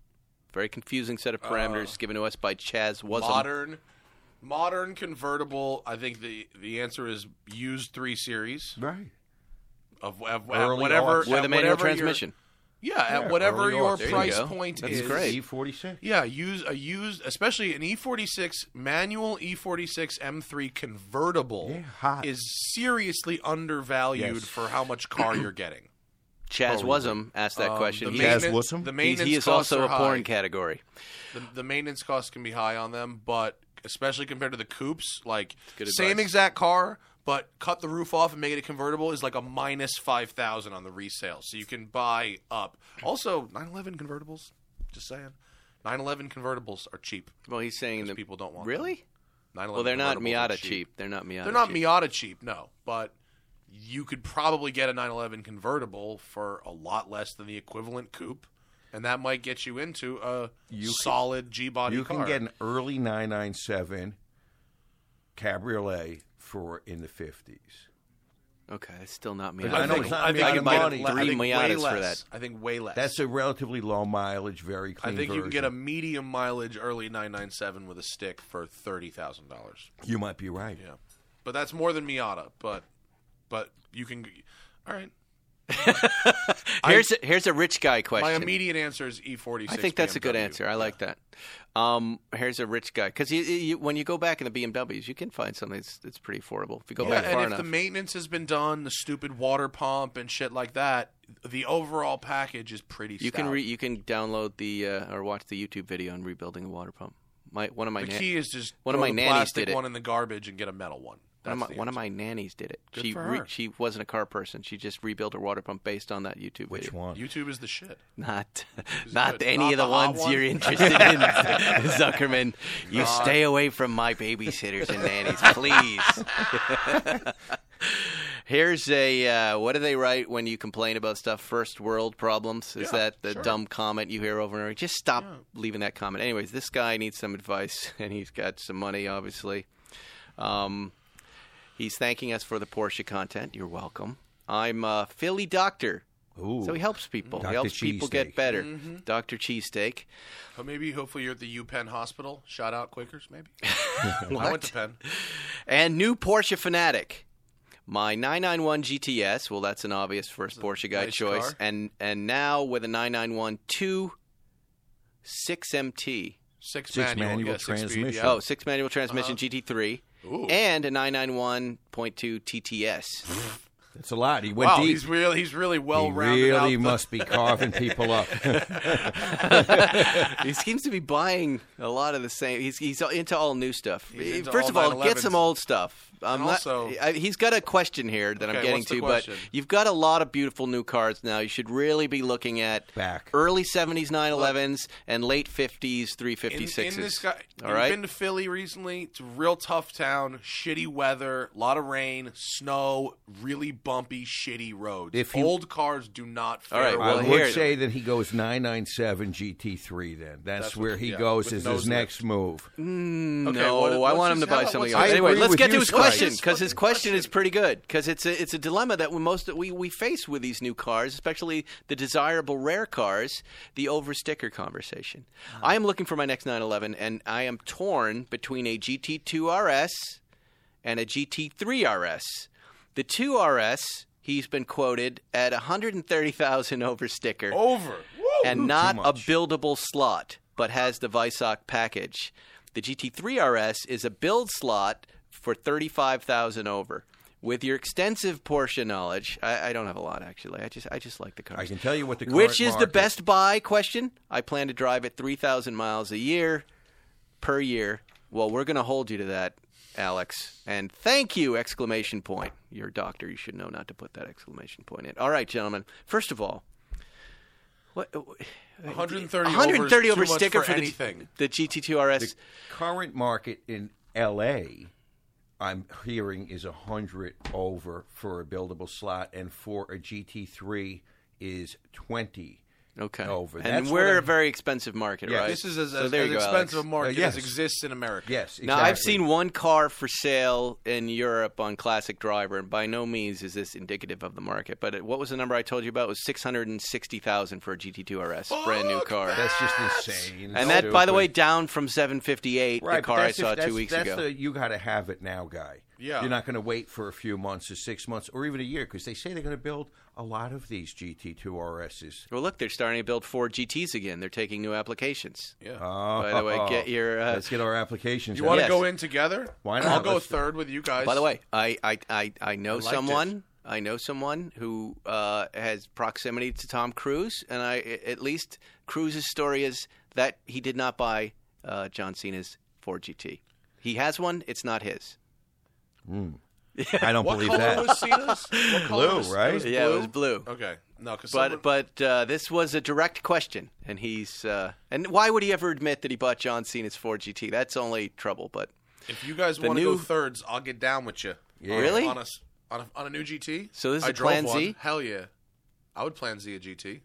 Speaker 1: Very confusing set of parameters given to us by Chaz Wasm.
Speaker 3: Uh, Modern, modern convertible. I think the the answer is used three series
Speaker 4: Right.
Speaker 3: of, of, of
Speaker 4: Early
Speaker 3: whatever
Speaker 4: aughts.
Speaker 1: with
Speaker 3: at
Speaker 1: a manual
Speaker 3: whatever your-
Speaker 1: transmission.
Speaker 3: Yeah,
Speaker 4: Yeah,
Speaker 3: at whatever
Speaker 4: early
Speaker 3: your
Speaker 4: aughts. There you
Speaker 3: price
Speaker 1: go.
Speaker 3: point
Speaker 1: That's
Speaker 3: is.
Speaker 1: great.
Speaker 4: E E46.
Speaker 3: Yeah, use a used, especially an E46 manual E E46 M3 convertible
Speaker 4: Yeah, hot.
Speaker 3: is seriously undervalued
Speaker 4: Yes.
Speaker 3: for how much car you're getting. Oh,
Speaker 1: Chaz Wasm asked that question.
Speaker 3: Um, The
Speaker 1: He-
Speaker 4: main-
Speaker 1: he's-
Speaker 4: Chaz
Speaker 3: maintenance,
Speaker 4: Wussum?
Speaker 3: the
Speaker 1: he's-
Speaker 3: maintenance
Speaker 1: he is
Speaker 3: costs
Speaker 1: also
Speaker 3: are
Speaker 1: a porn
Speaker 3: high.
Speaker 1: category.
Speaker 3: The, the maintenance costs can be high on them, but especially compared to the coupes, like
Speaker 1: good
Speaker 3: same
Speaker 1: advice.
Speaker 3: exact car, but cut the roof off and make it a convertible is like a minus five thousand on the resale, so you can buy up. Also, nine eleven convertibles. Just saying, nine eleven convertibles are cheap.
Speaker 1: Well, he's saying that
Speaker 3: people don't want them.
Speaker 1: really.
Speaker 3: 911
Speaker 1: Well, they're not
Speaker 3: convertibles are
Speaker 1: Miata cheap. They're not Miata.
Speaker 3: They're not
Speaker 1: cheap.
Speaker 3: Miata cheap, no, but you could probably get a 911 convertible for a lot less than the equivalent coupe, and that might get you into a
Speaker 4: You-
Speaker 3: solid G body.
Speaker 4: You can get an early 997 Cabriolet for in the 50s.
Speaker 1: Okay, it's still not
Speaker 4: I know
Speaker 1: Miata.
Speaker 4: it's not Miata
Speaker 1: buy
Speaker 4: money.
Speaker 1: three Miatas for that.
Speaker 3: I think way less.
Speaker 4: That's a relatively low mileage, very
Speaker 3: I
Speaker 4: clean.
Speaker 3: think you can get a
Speaker 4: version.
Speaker 3: medium mileage early 997 with a stick for thirty thousand dollars.
Speaker 4: You might be right.
Speaker 3: Yeah, but that's more than Miata. But but you can. All right.
Speaker 1: Here's a, here's a rich guy question.
Speaker 3: My immediate answer is E E46.
Speaker 1: I think that's a good
Speaker 3: BMW.
Speaker 1: answer. I like that. Um, here's a rich guy because you, you, when you go back in the BMWs, you can find something that's, that's pretty affordable if you go
Speaker 3: Yeah,
Speaker 1: back
Speaker 3: and
Speaker 1: far
Speaker 3: if
Speaker 1: enough.
Speaker 3: the maintenance has been done, the stupid water pump and shit like that, the overall package is pretty.
Speaker 1: You can
Speaker 3: stout.
Speaker 1: re- you can download the uh, or watch the YouTube video on rebuilding a water pump. My one of my
Speaker 3: The
Speaker 1: nan-
Speaker 3: key is just
Speaker 1: one of
Speaker 3: throw
Speaker 1: my
Speaker 3: the
Speaker 1: nannies
Speaker 3: plastic
Speaker 1: did it.
Speaker 3: one in the garbage and get a metal one.
Speaker 1: one,
Speaker 3: That's
Speaker 1: of my,
Speaker 3: the
Speaker 1: one of
Speaker 3: answer.
Speaker 1: my nannies did it.
Speaker 3: Good
Speaker 1: she
Speaker 3: for her.
Speaker 1: she wasn't a car person. She just rebuilt her water pump based on that YouTube
Speaker 4: Which
Speaker 1: video.
Speaker 4: one?
Speaker 3: YouTube is the shit.
Speaker 1: Not not
Speaker 3: good.
Speaker 1: any
Speaker 3: Not
Speaker 1: of
Speaker 3: the
Speaker 1: the,
Speaker 3: hot
Speaker 1: ones
Speaker 3: one?
Speaker 1: you're interested in, Zuckerman. You stay away from my babysitters and nannies, please. Here's a uh, what do they write when you complain about stuff? First world problems. Is that the dumb comment you hear over and over? Just stop leaving that comment. Anyways, this guy needs some advice, and he's got some money, obviously. Um, he's thanking us for the Porsche content. You're welcome. I'm a Philly doctor.
Speaker 4: Ooh.
Speaker 1: So he helps people.
Speaker 4: Dr.
Speaker 1: He helps people
Speaker 4: Cheesesteak.
Speaker 1: get better.
Speaker 3: Mm-hmm.
Speaker 1: Dr. Cheesesteak.
Speaker 3: But maybe, hopefully, you're at the UPenn Hospital. Shout out Quakers, maybe. I went to Penn.
Speaker 1: And new Porsche Fanatic. My 991 GTS. Well, that's an obvious first Porsche guy
Speaker 3: nice
Speaker 1: choice.
Speaker 3: car.
Speaker 1: And and now with a 991 2 6MT.
Speaker 3: Six,
Speaker 4: Six
Speaker 3: manual,
Speaker 4: manual
Speaker 3: yeah, six speed,
Speaker 4: transmission.
Speaker 3: yeah.
Speaker 1: Oh, six manual
Speaker 3: Uh-huh.
Speaker 1: transmission GT3.
Speaker 3: Ooh.
Speaker 1: And a 991.2 TTS.
Speaker 4: That's a lot. He went
Speaker 3: Wow,
Speaker 4: deep.
Speaker 3: he's really he's really well
Speaker 4: he
Speaker 3: rounded out.
Speaker 4: really
Speaker 3: the-
Speaker 4: must be carving people up.
Speaker 1: he seems to be buying a lot of the same. He's, he's into all new stuff.
Speaker 3: He's into
Speaker 1: First of
Speaker 3: all
Speaker 1: all, get
Speaker 3: 911s.
Speaker 1: some old stuff. I'm
Speaker 3: And
Speaker 1: not-
Speaker 3: also-
Speaker 1: I, he's got a question here that I'm
Speaker 3: Okay,
Speaker 1: getting
Speaker 3: what's the
Speaker 1: to,
Speaker 3: question?
Speaker 1: but you've got a lot of beautiful new cars now. You should really be looking at
Speaker 4: Back.
Speaker 1: early 70s 911s and late 50s 356s.
Speaker 3: in, in this guy,
Speaker 1: all
Speaker 3: you've
Speaker 1: right?
Speaker 3: been to Philly recently. It's a real tough town, shitty weather, a lot of rain, snow, really bumpy, shitty roads.
Speaker 4: If you-
Speaker 3: Old cars do not fare
Speaker 1: All right, well,
Speaker 4: I
Speaker 1: here-
Speaker 4: would say that he goes 997 GT3 then. That's, where he
Speaker 3: yeah,
Speaker 4: goes
Speaker 3: with
Speaker 4: as
Speaker 3: nose
Speaker 4: his
Speaker 3: lift.
Speaker 4: next move.
Speaker 1: no,
Speaker 3: what-
Speaker 1: I
Speaker 3: what's
Speaker 1: want
Speaker 3: his-
Speaker 1: him to
Speaker 3: how
Speaker 1: buy
Speaker 3: about-
Speaker 1: something
Speaker 3: what's-
Speaker 1: else.
Speaker 4: I
Speaker 1: Anyway,
Speaker 4: agree
Speaker 1: let's
Speaker 4: with
Speaker 1: get
Speaker 4: you,
Speaker 1: to his
Speaker 4: Spike.
Speaker 1: question
Speaker 3: His
Speaker 1: because his
Speaker 3: fucking
Speaker 1: question
Speaker 3: question.
Speaker 1: is pretty good because it's a it's a dilemma that most we we face with these new cars, especially the desirable rare cars, the over sticker conversation. I am looking for my next 911, and I am torn between a GT2 RS and a GT3 RS. The 2 RS, he's been quoted at 130,000 over sticker
Speaker 3: over.
Speaker 1: and not a buildable slot, but has the Visoc package. The GT3 RS is a build slot for thirty-five thousand over. With your extensive Porsche knowledge, I, I don't have a lot actually. I just I just like the cars.
Speaker 4: I can tell you what the
Speaker 1: Which
Speaker 4: current
Speaker 1: is the
Speaker 4: market-
Speaker 1: best buy? Question. I plan to drive it three thousand miles a year, per year. Well, we're going to hold you to that, Alex. And thank you! Exclamation point. You're a doctor. You should know not to put that exclamation point in. All right, gentlemen. First of all, what?
Speaker 3: 130,
Speaker 1: 130
Speaker 3: over,
Speaker 1: over
Speaker 3: is too much
Speaker 1: sticker for, the,
Speaker 3: anything.
Speaker 1: the GT2 RS.
Speaker 4: current market in LA, I'm hearing is a hundred over for a buildable slot, and for a GT3 is twenty.
Speaker 1: okay.
Speaker 4: over.
Speaker 1: And
Speaker 4: That's what
Speaker 1: we're a
Speaker 4: I'm-
Speaker 1: very expensive market,
Speaker 4: Yeah,
Speaker 1: right?
Speaker 3: This is as,
Speaker 1: So
Speaker 3: as,
Speaker 1: there
Speaker 3: as
Speaker 1: you go,
Speaker 3: expensive a
Speaker 1: Alex.
Speaker 3: market
Speaker 4: Uh, yes.
Speaker 3: as exists in America.
Speaker 4: Yes, exactly.
Speaker 1: Now I've seen one car for sale in Europe on Classic Driver, and by no means is this indicative of the market. But it, what was the number I told you about? It was six hundred and sixty thousand for a GT2 RS, brand new car.
Speaker 4: that's just insane.
Speaker 1: and that, by the
Speaker 4: Stupid.
Speaker 1: way, down from seven fifty eight,
Speaker 4: Right,
Speaker 1: the
Speaker 4: but
Speaker 1: car I
Speaker 4: that's if-
Speaker 1: saw two
Speaker 4: that's-
Speaker 1: weeks
Speaker 4: that's
Speaker 1: ago.
Speaker 4: The, you got to have it now, guy.
Speaker 3: Yeah.
Speaker 4: you're not going to wait for a few months or six months or even a year because they say they're going to build a lot of these GT2 RSs.
Speaker 1: Well, look, they're starting to build Ford GTS again. They're taking new applications.
Speaker 3: Yeah.
Speaker 1: By the way, get your uh,
Speaker 4: Let's get our applications.
Speaker 3: you
Speaker 4: out.
Speaker 3: want to
Speaker 1: Yes.
Speaker 3: go in together?
Speaker 4: Why not?
Speaker 3: I'll go
Speaker 4: Let's do it.
Speaker 3: third with you guys.
Speaker 1: By the way, I I, I, I know
Speaker 3: liked it.
Speaker 1: someone. I know someone who uh, has proximity to Tom Cruise, and I at least Cruise's story is that he did not buy uh, John Cena's Ford GT. He has one; it's not his.
Speaker 4: I don't
Speaker 3: what
Speaker 4: believe
Speaker 3: color
Speaker 4: that.
Speaker 3: was Cena's? What color
Speaker 4: Blue,
Speaker 3: was- it
Speaker 4: right?
Speaker 3: was
Speaker 1: Yeah, it was blue.
Speaker 3: Okay. No, because
Speaker 1: But but uh, this was a direct question, and he's uh, and why would he ever admit that he bought John Cena's Ford GT? That's only trouble. But
Speaker 3: If you guys want to
Speaker 1: new-
Speaker 3: go thirds, I'll get down with you.
Speaker 1: Really?
Speaker 3: On a, s- on a on a new GT.
Speaker 1: So this is
Speaker 3: I
Speaker 1: a
Speaker 3: drove
Speaker 1: Plan Z?
Speaker 3: one. Hell yeah, I would plan Z a GT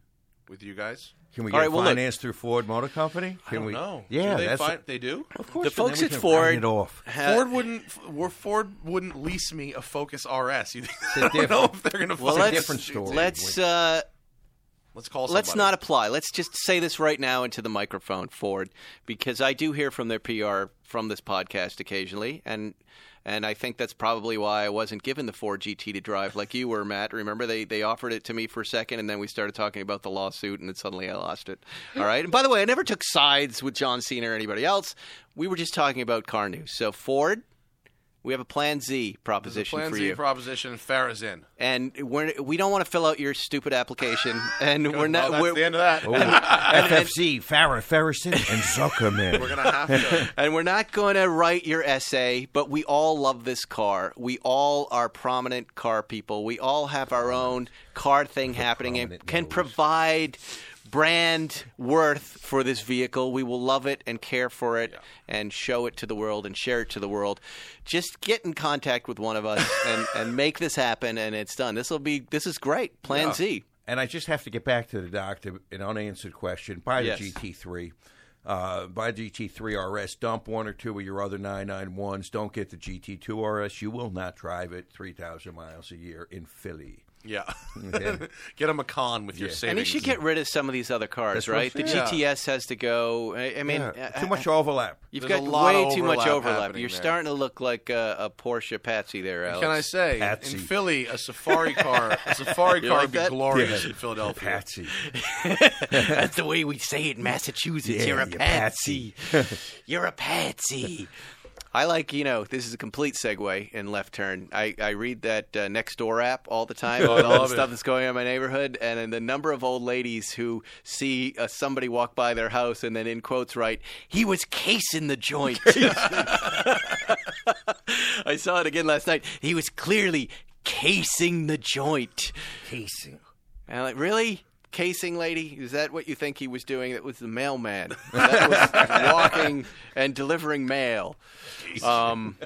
Speaker 3: with you guys.
Speaker 4: Can we
Speaker 1: All
Speaker 4: get
Speaker 1: right, well, look.
Speaker 4: financed through Ford Motor Company? Can
Speaker 3: I don't
Speaker 4: we?
Speaker 3: know.
Speaker 4: Yeah,
Speaker 3: do they
Speaker 4: that's
Speaker 3: find, they do.
Speaker 4: of course.
Speaker 1: The
Speaker 4: and then
Speaker 1: folks
Speaker 4: we
Speaker 1: at
Speaker 4: can
Speaker 1: Ford-
Speaker 4: round it off.
Speaker 1: Ha-
Speaker 3: Ford wouldn't. f- Well, Ford wouldn't lease me a Focus RS. You think, I don't
Speaker 4: different-
Speaker 3: know if they're gonna.
Speaker 1: well,
Speaker 3: fucking-
Speaker 1: let's
Speaker 4: different story.
Speaker 1: let's. Uh,
Speaker 3: let's call.
Speaker 1: Let's
Speaker 3: somebody.
Speaker 1: not apply. Let's just say this right now into the microphone, Ford, because I do hear from their PR from this podcast occasionally, and and I think that's probably why I wasn't given the Ford GT to drive like you were, Matt. Remember they they offered it to me for a second, and then we started talking about the lawsuit, and then suddenly I lost it. All right. And by the way, I never took sides with John Cena or anybody else. We were just talking about car news. So Ford, we have a Plan Z
Speaker 3: There's a
Speaker 1: proposition
Speaker 3: Plan
Speaker 1: for
Speaker 3: Z
Speaker 1: you
Speaker 3: proposition. and Farrah's in.
Speaker 1: and we're we don't want to fill out your stupid application, and we're not.
Speaker 3: Well, that's
Speaker 1: we're,
Speaker 3: the end of that.
Speaker 4: Ooh, FFC, Farrah Ferrison, and Zuckerman.
Speaker 3: We're gonna have to.
Speaker 1: And we're not going to write your essay, but we all love this car. We all are prominent car people. We all have our own car thing happening and
Speaker 4: prominent
Speaker 1: can
Speaker 4: nose.
Speaker 1: provide brand worth for this vehicle. We will love it and care for it and show it to the world and share it to the world. Just get in contact with one of us and, and make this happen and it's done. This will be this is great. Plan Z.
Speaker 4: And I just have to get back to the doctor an unanswered question. Buy the
Speaker 1: Yes.
Speaker 4: GT3. Uh, buy GT3 RS. Dump one or two of your other 991s. Don't get the GT2 RS. You will not drive it 3,000 miles a year in Philly.
Speaker 3: Yeah. get him a con with your savings.
Speaker 1: And he should get rid of some of these other cars,
Speaker 4: That's what
Speaker 1: right? The
Speaker 4: I'm
Speaker 3: saying.
Speaker 1: GTS has to go. I, I mean,
Speaker 4: Yeah,
Speaker 1: uh,
Speaker 4: too much overlap.
Speaker 1: You've
Speaker 3: There's
Speaker 1: got
Speaker 3: a lot
Speaker 1: way
Speaker 3: of
Speaker 1: too much
Speaker 3: overlap
Speaker 1: overlap.
Speaker 3: happening
Speaker 1: You're
Speaker 3: there.
Speaker 1: starting to look like a, a Porsche Patsy there, Alex.
Speaker 3: Can I say
Speaker 4: Patsy.
Speaker 3: in Philly a safari car a safari
Speaker 1: You
Speaker 3: car
Speaker 1: like
Speaker 3: would be
Speaker 1: that?
Speaker 3: glorious
Speaker 4: Yeah.
Speaker 3: in Philadelphia.
Speaker 4: Patsy.
Speaker 1: That's the way we say it in Massachusetts.
Speaker 4: Yeah,
Speaker 1: you're a
Speaker 4: you're
Speaker 1: patsy. you're a patsy. I like, you know, this is a complete segue in left turn. I, I read that uh, next door app all the time,
Speaker 3: Oh, I
Speaker 1: all the
Speaker 3: love it.
Speaker 1: stuff that's going on in my neighborhood, and, then the number of old ladies who see uh, somebody walk by their house and then in quotes write, "He was casing the joint." I saw it again last night. He was clearly casing the joint.
Speaker 4: Casing.
Speaker 1: And I'm like, really? Casing lady? Is that what you think he was doing? That was the mailman. That was walking and delivering mail. Um,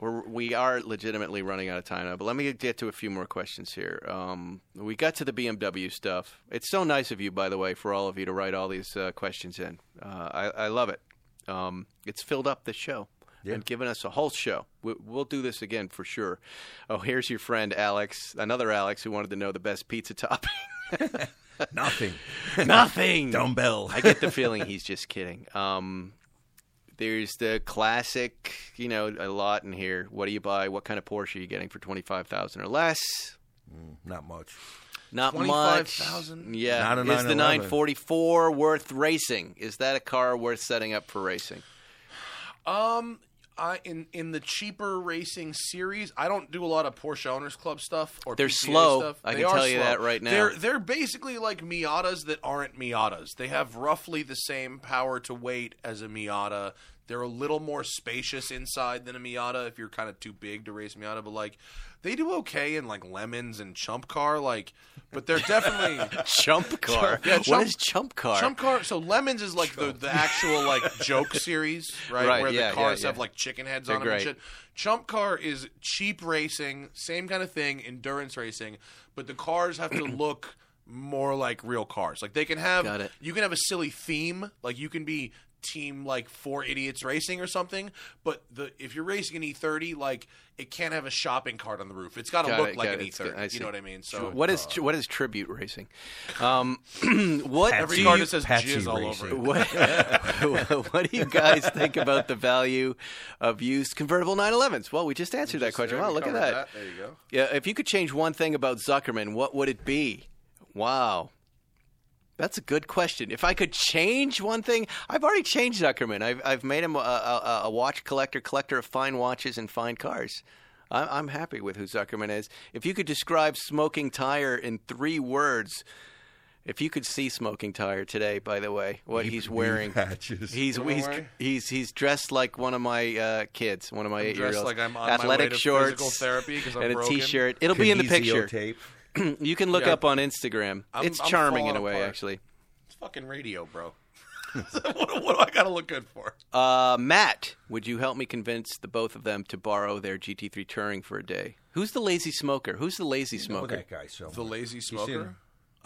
Speaker 1: we're, we are legitimately running out of time now, but let me get to a few more questions here. Um, we got to the BMW stuff. It's so nice of you, by the way, for all of you to write all these uh, questions in. Uh, I, I love it. Um, it's filled up the show and given us a whole show. We, we'll do this again for sure. Oh, here's your friend Alex, another Alex who wanted to know the best pizza topping.
Speaker 4: Nothing.
Speaker 1: Nothing.
Speaker 4: Dumbbell.
Speaker 1: I get the feeling he's just kidding. Um, there's the classic, you know, a lot in here. What do you buy? What kind of Porsche are you getting for twenty five thousand or less?
Speaker 4: Not much.
Speaker 1: Not much.
Speaker 3: 25,000?
Speaker 1: Yeah.
Speaker 4: Not a
Speaker 1: Is the
Speaker 4: 911.
Speaker 1: 944 worth racing? Is that a car worth setting up for racing?
Speaker 3: Um, I in in the cheaper racing series, I don't do a lot of Porsche Owners Club stuff or
Speaker 1: They're
Speaker 3: PCA
Speaker 1: slow.
Speaker 3: Stuff.
Speaker 1: I
Speaker 3: They
Speaker 1: can
Speaker 3: are
Speaker 1: tell you
Speaker 3: slow.
Speaker 1: that right now.
Speaker 3: They're they're basically like Miatas that aren't Miatas. They have roughly the same power to weight as a Miata. They're a little more spacious inside than a Miata if you're kind of too big to race a Miata, but like they do okay in like lemons and chump car, like but they're definitely
Speaker 1: Chump car.
Speaker 3: Yeah,
Speaker 1: what
Speaker 3: chump-
Speaker 1: is chump car?
Speaker 3: Chump car. So lemons is like the, the actual like joke series, right?
Speaker 1: Right,
Speaker 3: Where
Speaker 1: yeah,
Speaker 3: the cars
Speaker 1: yeah,
Speaker 3: have
Speaker 1: yeah.
Speaker 3: like chicken heads
Speaker 1: They're
Speaker 3: on them and
Speaker 1: great.
Speaker 3: shit. Chump car is cheap racing, same kind of thing, endurance racing, but the cars have to look more like real cars. Like they can have
Speaker 1: Got it.
Speaker 3: you can have a silly theme, like you can be team like four idiots racing or something, but the if you're racing an E30, like it can't have a shopping cart on the roof. It's got to
Speaker 1: Got
Speaker 3: look
Speaker 1: it,
Speaker 3: like
Speaker 1: got
Speaker 3: an
Speaker 1: it. It's good. I
Speaker 3: E30.
Speaker 1: see.
Speaker 3: You know what I mean? So
Speaker 1: What is what is tribute racing? Um, what
Speaker 3: every
Speaker 1: do
Speaker 3: car
Speaker 1: you-
Speaker 3: that says
Speaker 4: Patsy
Speaker 3: jizz all
Speaker 4: racing.
Speaker 3: over it.
Speaker 1: what, what do you guys think about the value of used convertible 911s? Well, we just answered that question. Wow, look at that.
Speaker 3: There you go.
Speaker 1: Yeah, if you could change one thing about Zuckerman, what would it be? Wow. That's a good question. If I could change one thing, I've already changed Zuckerman. I've, I've made him a, a, a watch collector, collector of fine watches and fine cars. I'm, I'm happy with who Zuckerman is. If you could describe smoking tire in three words, if you could see smoking tire today, by the way, what he's wearing,
Speaker 4: patches.
Speaker 1: he's
Speaker 3: What am I
Speaker 1: he's,
Speaker 3: wearing?
Speaker 1: he's he's dressed like one of my uh, kids, one of my eight year olds.
Speaker 3: dressed like I'm on my way
Speaker 1: athletic
Speaker 3: to
Speaker 1: shorts,
Speaker 3: physical therapy 'cause I'm
Speaker 1: and a
Speaker 3: broken.
Speaker 1: t-shirt. It'll be in the
Speaker 4: Kinesio
Speaker 1: picture.
Speaker 4: Tape.
Speaker 1: You can look
Speaker 3: Yeah.
Speaker 1: up on Instagram.
Speaker 3: I'm-
Speaker 1: it's
Speaker 3: I'm
Speaker 1: charming in
Speaker 3: falling
Speaker 1: a way,
Speaker 3: apart.
Speaker 1: actually.
Speaker 3: It's fucking radio, bro. what, what do I gotta look good for?
Speaker 1: Uh, Matt, would you help me convince the both of them to borrow their GT3 Touring for a day? Who's the lazy smoker? Who's the lazy
Speaker 4: Look
Speaker 1: smoker?
Speaker 4: at that guy. So
Speaker 3: The lazy
Speaker 4: in-
Speaker 3: smoker.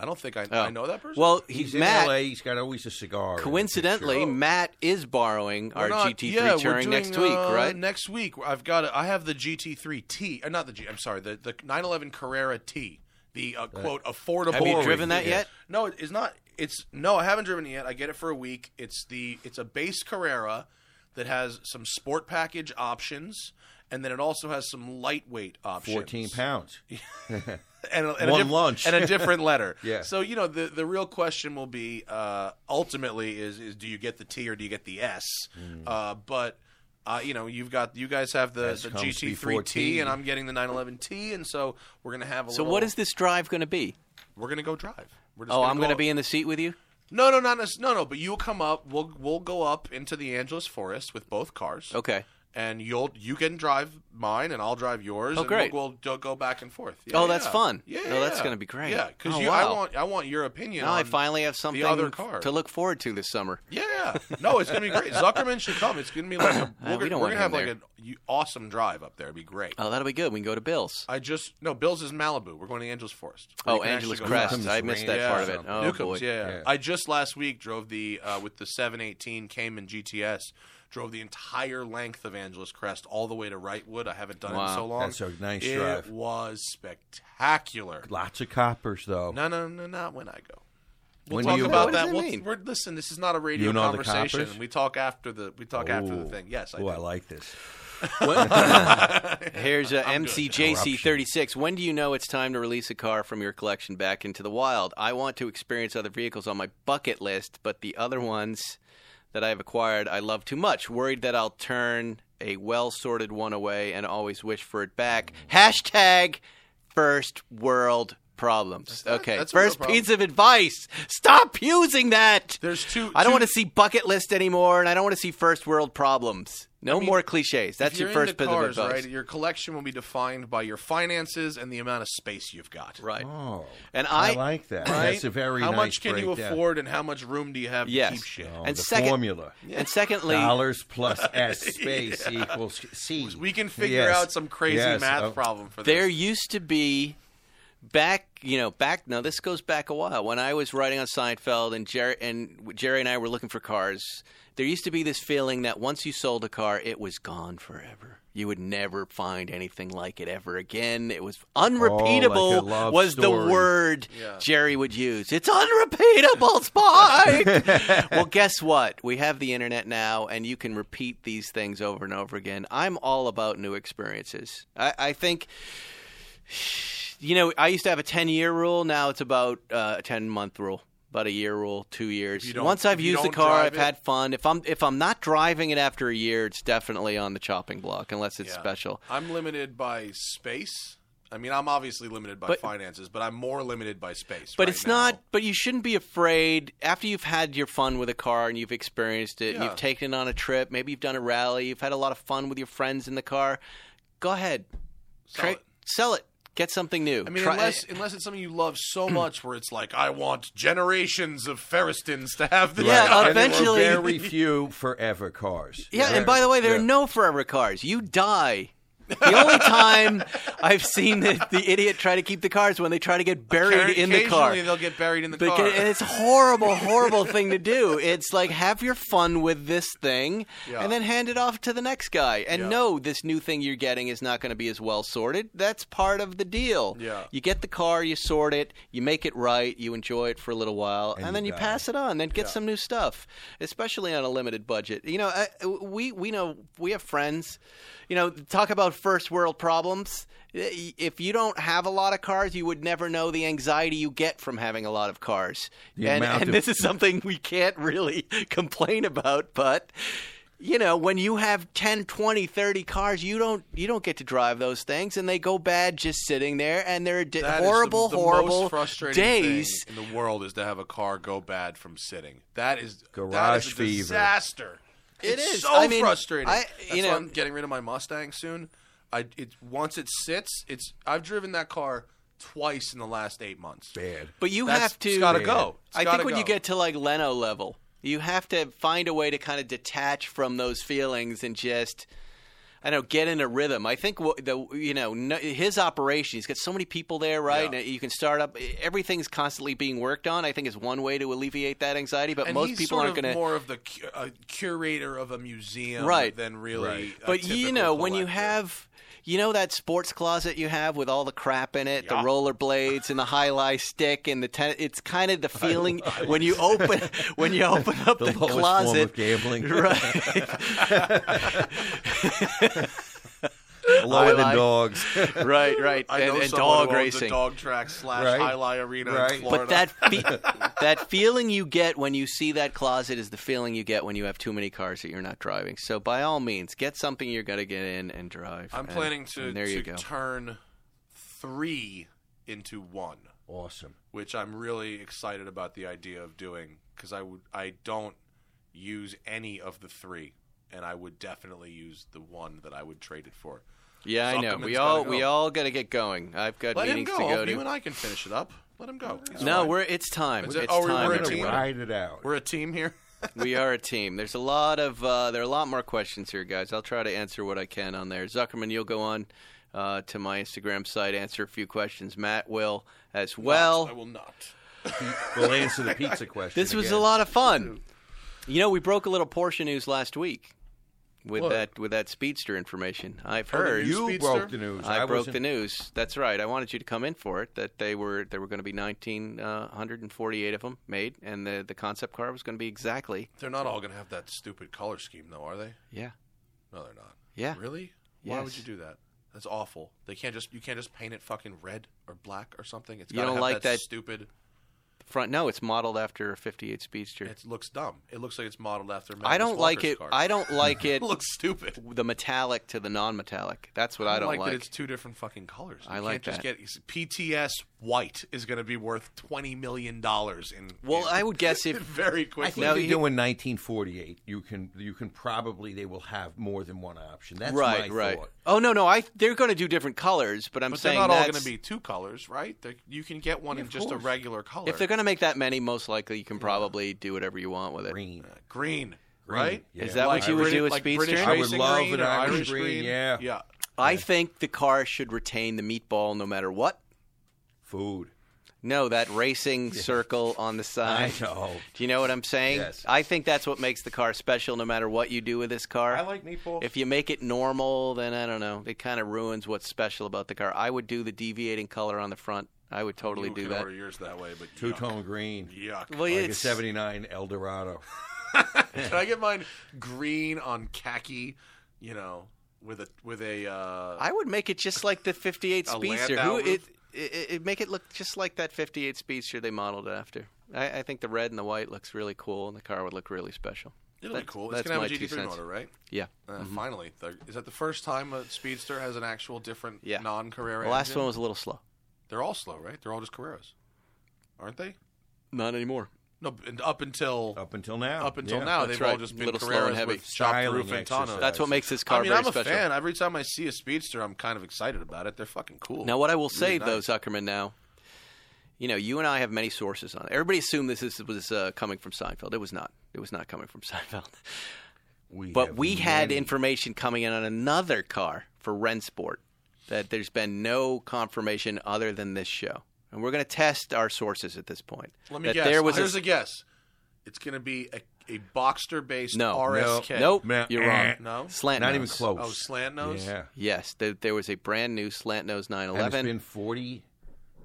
Speaker 3: I don't think I,
Speaker 1: Oh.
Speaker 3: I know that person.
Speaker 1: Well,
Speaker 4: he's
Speaker 1: he's
Speaker 4: in
Speaker 1: Matt.
Speaker 4: LA. He's got always a cigar. in the
Speaker 1: Coincidentally,
Speaker 4: picture.
Speaker 1: Matt is borrowing
Speaker 3: We're
Speaker 1: our
Speaker 3: not-
Speaker 1: GT3
Speaker 3: yeah, we're
Speaker 1: Touring next
Speaker 3: doing,
Speaker 1: week,
Speaker 3: uh,
Speaker 1: right?
Speaker 3: Next week, I've got. A, I have the GT3T, or uh, not the G. I'm sorry, the the 911 Carrera T, the uh, quote affordable.
Speaker 1: Have you
Speaker 4: boring,
Speaker 1: driven that
Speaker 4: yeah.
Speaker 1: yet?
Speaker 3: No, it is not. It's no, I haven't driven it yet. I get it for a week. It's the it's a base Carrera that has some sport package options, and then it also has some lightweight options.
Speaker 4: fourteen pounds.
Speaker 3: and, a, and
Speaker 4: One
Speaker 3: a diff-
Speaker 4: lunch.
Speaker 3: and a different letter.
Speaker 4: Yeah.
Speaker 3: So you know the the real question will be uh, ultimately is is do you get the T or do you get the S? Uh, but uh, you know you've got you guys have the,
Speaker 4: Mm. S
Speaker 3: the
Speaker 4: comes before
Speaker 3: GT3T
Speaker 4: T.
Speaker 3: and I'm getting the 911T and so we're gonna have a
Speaker 1: So,
Speaker 3: little,
Speaker 1: what is this drive going to be?
Speaker 3: we're gonna go drive. We're just
Speaker 1: Oh, I'm
Speaker 3: go
Speaker 1: going to
Speaker 3: up-
Speaker 1: be in the seat with you?
Speaker 3: no no not nec- no no but you'll come up we'll we'll go up into the Angeles Forest with both cars
Speaker 1: Okay.
Speaker 3: and you'll you can drive mine and I'll drive yours.
Speaker 1: Oh,
Speaker 3: and
Speaker 1: great.
Speaker 3: We'll, we'll go back and forth. Yeah,
Speaker 1: Oh, that's
Speaker 3: yeah.
Speaker 1: fun.
Speaker 3: Yeah,
Speaker 1: Oh, that's
Speaker 3: yeah.
Speaker 1: gonna be great.
Speaker 3: Yeah, because
Speaker 1: Oh,
Speaker 3: you,
Speaker 1: wow.
Speaker 3: I want I want your opinion.
Speaker 1: Now I
Speaker 3: on-
Speaker 1: finally have something
Speaker 3: other car.
Speaker 1: to look forward to this summer.
Speaker 3: Yeah, no, it's gonna be great. Zuckerman should come. It's gonna be like a, we're,
Speaker 1: we
Speaker 3: gonna,
Speaker 1: don't
Speaker 3: we're
Speaker 1: want
Speaker 3: gonna
Speaker 1: him
Speaker 3: have like
Speaker 1: there.
Speaker 3: an you- awesome drive up there. It'd be great.
Speaker 1: Oh, that'll be good. We can go to Bill's.
Speaker 3: I just no Bill's is Malibu. We're going to Angeles Forest.
Speaker 1: Oh,
Speaker 3: We can
Speaker 1: Angeles
Speaker 3: actually go
Speaker 1: Crest.
Speaker 3: drive.
Speaker 4: Newcomb's
Speaker 1: I missed that
Speaker 4: Range
Speaker 1: part
Speaker 4: or
Speaker 1: of it.
Speaker 4: something.
Speaker 1: Oh
Speaker 3: Newcombs,
Speaker 1: boy.
Speaker 3: Yeah.
Speaker 4: Yeah.
Speaker 3: I just last week drove the uh, with the 718 Cayman GTS Drove the entire length of Angeles Crest all the way to Wrightwood. I haven't done it in so long.
Speaker 4: That's a nice
Speaker 3: it
Speaker 4: drive.
Speaker 3: was spectacular.
Speaker 4: Lots of coppers, though.
Speaker 3: No, no, no, not when I go. We'll
Speaker 4: When do
Speaker 3: talk
Speaker 4: you-
Speaker 3: about
Speaker 1: What does
Speaker 3: that.
Speaker 1: that
Speaker 3: we'll,
Speaker 1: mean?
Speaker 3: We're, listen, this is not a radio
Speaker 4: You know the
Speaker 3: conversation.
Speaker 4: coppers?
Speaker 3: We talk after the we talk after the thing. Yes, I
Speaker 4: oh,
Speaker 3: do.
Speaker 4: I like this.
Speaker 1: Here's uh, a MCJC36. When do you know it's time to release a car from your collection back into the wild? I want to experience other vehicles on my bucket list, but the other ones that I've acquired I love too much. Worried that I'll turn a well sorted one away and always wish for it back. Hashtag first world problems. okay,
Speaker 3: that's a real
Speaker 1: first
Speaker 3: problem.
Speaker 1: piece of advice. Stop using that.
Speaker 3: There's two-
Speaker 1: I don't
Speaker 3: two-
Speaker 1: want to see bucket list anymore, and I don't want to see first world problems. No more cliches. That's
Speaker 3: If you're
Speaker 1: your first
Speaker 3: into
Speaker 1: piece
Speaker 3: cars,
Speaker 1: of advice.
Speaker 3: right? Your collection will be defined by your finances and the amount of space you've got.
Speaker 1: Right.
Speaker 4: Oh,
Speaker 1: And
Speaker 4: I,
Speaker 1: I-
Speaker 4: like that.
Speaker 3: Right?
Speaker 4: That's a very
Speaker 3: how
Speaker 4: nice
Speaker 3: much can you
Speaker 4: breakdown.
Speaker 3: afford and how much room do you have
Speaker 1: Yes.
Speaker 3: to keep shit?
Speaker 4: Oh,
Speaker 1: And
Speaker 4: the
Speaker 1: second-
Speaker 4: formula.
Speaker 1: And secondly,
Speaker 4: Dollars plus S space equals C.
Speaker 3: We can figure
Speaker 4: Yes.
Speaker 3: out some crazy
Speaker 4: Yes.
Speaker 3: math
Speaker 4: Oh,
Speaker 3: problem for this.
Speaker 1: there used to be back, you know, back. Now this goes back a while. When I was writing on Seinfeld, and Jerry and Jerry and I were looking for cars, there used to be this feeling that once you sold a car, it was gone forever. You would never find anything like it ever again. It was unrepeatable.
Speaker 4: love
Speaker 1: was
Speaker 4: story.
Speaker 1: the word Jerry would use? It's unrepeatable, Spike. well, guess what? We have the internet now, and you can repeat these things over and over again. I'm all about new experiences. I, I think you know, I used to have a 10 year rule. Now it's about uh, a 10 month rule, about a year rule, two years.
Speaker 3: you don't-
Speaker 1: Once I've
Speaker 3: if you
Speaker 1: used the
Speaker 3: don't
Speaker 1: car,
Speaker 3: drive
Speaker 1: I've
Speaker 3: it-
Speaker 1: had fun. If I'm if I'm not driving it after a year, it's definitely on the chopping block unless it's
Speaker 3: Yeah.
Speaker 1: special.
Speaker 3: I'm limited by space. I mean, I'm obviously limited by
Speaker 1: But-
Speaker 3: finances, but I'm more limited by space.
Speaker 1: But
Speaker 3: right
Speaker 1: it's
Speaker 3: now.
Speaker 1: not. But you shouldn't be afraid. After you've had your fun with a car and you've experienced it, and
Speaker 3: Yeah.
Speaker 1: you've taken it on a trip. Maybe you've done a rally. You've had a lot of fun with your friends in the car. Go ahead,
Speaker 3: Sell
Speaker 1: Tra-
Speaker 3: it.
Speaker 1: sell it. Get something new.
Speaker 3: I mean,
Speaker 1: Try-
Speaker 3: unless unless it's something you love so much, where it's like, I want generations of Ferristons to have this.
Speaker 1: Yeah,
Speaker 3: car."
Speaker 4: And there were
Speaker 1: Eventually-
Speaker 4: very few forever cars.
Speaker 1: Yeah, and by the way, there are no forever cars. You die. The only time I've seen the, the idiot try to keep the cars when they try to get buried in the car.
Speaker 3: Occasionally they'll get buried in the
Speaker 1: Beca-
Speaker 3: car.
Speaker 1: and it's a horrible, horrible thing to do. It's like have your fun with this thing
Speaker 3: Yeah.
Speaker 1: and then hand it off to the next guy. And
Speaker 3: Yeah.
Speaker 1: no, this new thing you're getting is not going to be as well sorted. That's part of the deal.
Speaker 3: Yeah.
Speaker 1: You get the car, you sort it, you make it right, you enjoy it for a little while, and, then you
Speaker 4: die.
Speaker 1: pass it on. Then get some new stuff, especially on a limited budget. You know, I, we we know we have friends. You know, talk about first world problems. If you don't have a lot of cars, you would never know the anxiety you get from having a lot of cars.
Speaker 4: The
Speaker 1: and
Speaker 4: amount
Speaker 1: and
Speaker 4: of-
Speaker 1: this is something we can't really complain about, but you know, when you have 10, 20, 30 cars, you don't you don't get to drive those things and they go bad just sitting there and they're di-
Speaker 3: That is
Speaker 1: horrible
Speaker 3: the, the
Speaker 1: horrible
Speaker 3: most frustrating
Speaker 1: days.
Speaker 3: thing in the world is to have a car go bad from sitting. That is that
Speaker 4: Garage
Speaker 3: is a
Speaker 4: fever.
Speaker 3: disaster.
Speaker 1: It
Speaker 3: it's
Speaker 1: is.
Speaker 3: so
Speaker 1: I mean,
Speaker 3: frustrating.
Speaker 1: I-
Speaker 3: That's
Speaker 1: you know-
Speaker 3: why I'm getting rid of my Mustang soon. I it once it sits, it's I've driven that car twice in the last eight months.
Speaker 4: Bad.
Speaker 1: But you
Speaker 3: That's-
Speaker 1: have to
Speaker 3: it's gotta go. It's
Speaker 1: I
Speaker 3: gotta
Speaker 1: think when you
Speaker 3: go.
Speaker 1: get to like Leno level, you have to find a way to kind of detach from those feelings and just I don't know, get in a rhythm. I think what the you know no, his operation. He's got so many people there, right?
Speaker 3: Yeah.
Speaker 1: And you can start up. Everything's constantly being worked on. I think is one way to alleviate that anxiety. But
Speaker 3: And
Speaker 1: most
Speaker 3: he's
Speaker 1: people
Speaker 3: sort
Speaker 1: aren't
Speaker 3: of
Speaker 1: going to.
Speaker 3: more of the cu- uh, curator of a museum
Speaker 1: Right.
Speaker 3: than really.
Speaker 4: Right.
Speaker 3: a
Speaker 1: but you
Speaker 3: typical
Speaker 1: know when you
Speaker 3: collector.
Speaker 1: have you know that sports closet you have with all the crap in it
Speaker 3: Yeah.
Speaker 1: the roller blades and the high lie stick and the ten- it's kind of the feeling when you open when you open up the,
Speaker 4: The lowest
Speaker 1: closet
Speaker 4: form of gambling.
Speaker 1: right
Speaker 4: Lower than
Speaker 1: like-
Speaker 4: dogs.
Speaker 1: right right
Speaker 3: I know
Speaker 1: and, and
Speaker 3: someone who
Speaker 1: dog
Speaker 3: owns
Speaker 1: racing
Speaker 3: a dog track slash
Speaker 4: Right.
Speaker 3: high lie arena in
Speaker 4: Right.
Speaker 3: Florida.
Speaker 1: but that fe- that feeling you get when you see that closet is the feeling you get when you have too many cars that you're not driving. So by all means, get something you're gonna get in and drive.
Speaker 3: I'm
Speaker 1: And-
Speaker 3: planning to,
Speaker 1: and there you
Speaker 3: to
Speaker 1: go.
Speaker 3: turn three into one,
Speaker 4: awesome.
Speaker 3: which I'm really excited about the idea of doing because I would I don't use any of the three, and I would definitely use the one that I would trade it for.
Speaker 1: yeah, I know.
Speaker 3: Zuckerman's
Speaker 1: We
Speaker 3: gotta
Speaker 1: all
Speaker 3: go.
Speaker 1: we all gotta get going. I've got
Speaker 3: Let him
Speaker 1: meetings
Speaker 3: go.
Speaker 1: to go
Speaker 3: You and
Speaker 1: to.
Speaker 3: I can finish it up. Let him go. He's
Speaker 1: No,
Speaker 3: fine.
Speaker 1: we're it's time.
Speaker 3: Is
Speaker 1: It's
Speaker 3: it- oh, we're-
Speaker 1: time.
Speaker 3: we're a
Speaker 4: We're gonna
Speaker 3: team.
Speaker 1: everyone.
Speaker 4: ride it out.
Speaker 3: we're a team here.
Speaker 1: We are a team. There's a lot of uh, there are a lot more questions here, guys. I'll try to answer what I can on there. Zuckerman, you'll go on uh, to my Instagram site, answer a few questions. Matt will as well.
Speaker 3: I will not.
Speaker 4: we'll answer the pizza question.
Speaker 1: This was a
Speaker 4: again.
Speaker 1: lot of fun. You know, we broke a little Porsche news last week. with that with that speedster information. I've heard
Speaker 3: news
Speaker 4: You
Speaker 3: Oh, speedster?
Speaker 4: broke the news.
Speaker 1: I, broke
Speaker 4: wasn't-
Speaker 1: the news. That's right. I wanted you to come in for it. That they were there were going to be uh, 1948 of them made, and the the concept car was going to be exactly
Speaker 3: They're not all going to have that stupid color scheme, though, are they?
Speaker 1: yeah
Speaker 3: No, they're not.
Speaker 1: Yeah.
Speaker 3: Really? Why would
Speaker 1: Yes.
Speaker 3: you do that? That's awful. They can't just you can't just paint it fucking red or black or something. It's
Speaker 1: You
Speaker 3: gotta
Speaker 1: don't
Speaker 3: have
Speaker 1: like that-
Speaker 3: stupid.
Speaker 1: front. No, it's modeled after a 58 speedster.
Speaker 3: It looks dumb. It looks like it's modeled after. Magnus
Speaker 1: I don't like
Speaker 3: Walker's
Speaker 1: it.
Speaker 3: car.
Speaker 1: I don't like it.
Speaker 3: It looks stupid.
Speaker 1: the metallic to the non-metallic. That's what I don't like.
Speaker 3: that it's two different fucking colors. You
Speaker 1: I like
Speaker 3: can't
Speaker 1: that.
Speaker 3: Just get PTS white is going to be worth twenty million dollars in.
Speaker 1: well,
Speaker 3: in-
Speaker 1: I would guess if
Speaker 3: very
Speaker 4: I
Speaker 3: quickly.
Speaker 4: think
Speaker 1: No,
Speaker 4: if you
Speaker 1: you-
Speaker 4: do in 1948, you can you can probably they will have more than one option. That's
Speaker 1: right,
Speaker 4: my
Speaker 1: right.
Speaker 4: thought.
Speaker 1: Oh no, no, I they're going to do different colors, but I'm
Speaker 3: But they're
Speaker 1: saying
Speaker 3: not all
Speaker 1: that's-
Speaker 3: going to be two colors, right? They're, you can get one in
Speaker 4: of
Speaker 3: just
Speaker 4: course.
Speaker 3: a regular color.
Speaker 1: If they're going to make that many, most likely you can probably do whatever you want with it.
Speaker 4: Green.
Speaker 3: green, right?
Speaker 4: yeah.
Speaker 1: Is that what you would
Speaker 3: Briti-
Speaker 1: do with
Speaker 3: like
Speaker 1: Speedster?
Speaker 3: British
Speaker 1: I would
Speaker 3: racing
Speaker 4: love
Speaker 3: green
Speaker 4: an
Speaker 3: or
Speaker 4: Irish
Speaker 3: Irish
Speaker 4: green, yeah.
Speaker 3: yeah.
Speaker 1: I think the car should retain the meatball no matter what.
Speaker 4: Food.
Speaker 1: No, that racing circle on the side.
Speaker 4: I know.
Speaker 1: Do you know what I'm saying?
Speaker 4: Yes.
Speaker 1: I think that's what makes the car special no matter what you do with this car.
Speaker 4: I like meatballs.
Speaker 1: If you make it normal, then I don't know. It kind of ruins what's special about the car. I would do the deviating color on the front. I would totally
Speaker 3: You
Speaker 1: do
Speaker 3: can
Speaker 1: that.
Speaker 3: order yours that way, but
Speaker 4: Two
Speaker 3: yuck.
Speaker 4: tone green.
Speaker 3: Yuck.
Speaker 1: Well,
Speaker 4: Like a
Speaker 1: it's
Speaker 4: 79 Eldorado.
Speaker 3: Can I get mine green on khaki? You know, with a with a. Uh,
Speaker 1: I would make it just like the 58
Speaker 3: A
Speaker 1: Speedster.
Speaker 3: Landau
Speaker 1: Who it,
Speaker 3: roof?
Speaker 1: it, it make it look just like that 58 Speedster they modeled it after. I, I think the red and the white looks really cool, and the car would look really special.
Speaker 3: it'll be
Speaker 1: that's-
Speaker 3: cool.
Speaker 1: that's
Speaker 3: It's gonna
Speaker 1: my
Speaker 3: have a
Speaker 1: two
Speaker 3: GT3
Speaker 1: cents. Mm-hmm.
Speaker 3: motor, right?
Speaker 1: Yeah.
Speaker 3: Uh, Finally, The- is that the first time a Speedster has an actual different
Speaker 1: Yeah.
Speaker 3: non-Carrera?
Speaker 1: The last
Speaker 3: engine?
Speaker 1: one was a little slow.
Speaker 3: They're all slow, right? They're all just Carreras, aren't they?
Speaker 1: Not anymore.
Speaker 3: No, b- and up until up,
Speaker 4: Up until now.
Speaker 3: until
Speaker 4: Yeah.
Speaker 3: now,
Speaker 1: That's
Speaker 3: they've
Speaker 1: right.
Speaker 3: all just been
Speaker 1: Little slow and
Speaker 3: Carreras
Speaker 1: heavy.
Speaker 3: with shop
Speaker 4: Styling
Speaker 3: roof and tonneau.
Speaker 4: exercise.
Speaker 1: That's what makes this car
Speaker 3: I mean,
Speaker 1: very
Speaker 3: I'm a
Speaker 1: special.
Speaker 3: fan. Every time I see a Speedster, I'm kind of excited about it. They're fucking cool.
Speaker 1: Now, what I will say,
Speaker 3: Really
Speaker 1: though,
Speaker 3: nice.
Speaker 1: Zuckerman, now, you know, you and I have many sources on it. Everybody assumed this is, was uh, coming from Seinfeld. It was not. It was not coming from Seinfeld.
Speaker 4: We
Speaker 1: But
Speaker 4: have
Speaker 1: we had
Speaker 4: many.
Speaker 1: information coming in on another car for Rensport that there's been no confirmation other than this show. And we're going to test our sources at this point.
Speaker 3: Let me
Speaker 1: that
Speaker 3: guess.
Speaker 1: There was
Speaker 3: Here's
Speaker 1: a,
Speaker 3: a, guess. It's going to be a, a Boxster-based
Speaker 1: No. No.
Speaker 3: RSK.
Speaker 1: nope,
Speaker 4: Man,
Speaker 1: you're
Speaker 4: eh.
Speaker 1: wrong.
Speaker 3: No?
Speaker 1: Slant nose.
Speaker 4: Not even close.
Speaker 3: Oh, slant nose.
Speaker 4: Yeah.
Speaker 1: Yes, there, there was a brand new slant nose
Speaker 4: And it's
Speaker 1: 911.
Speaker 4: been 40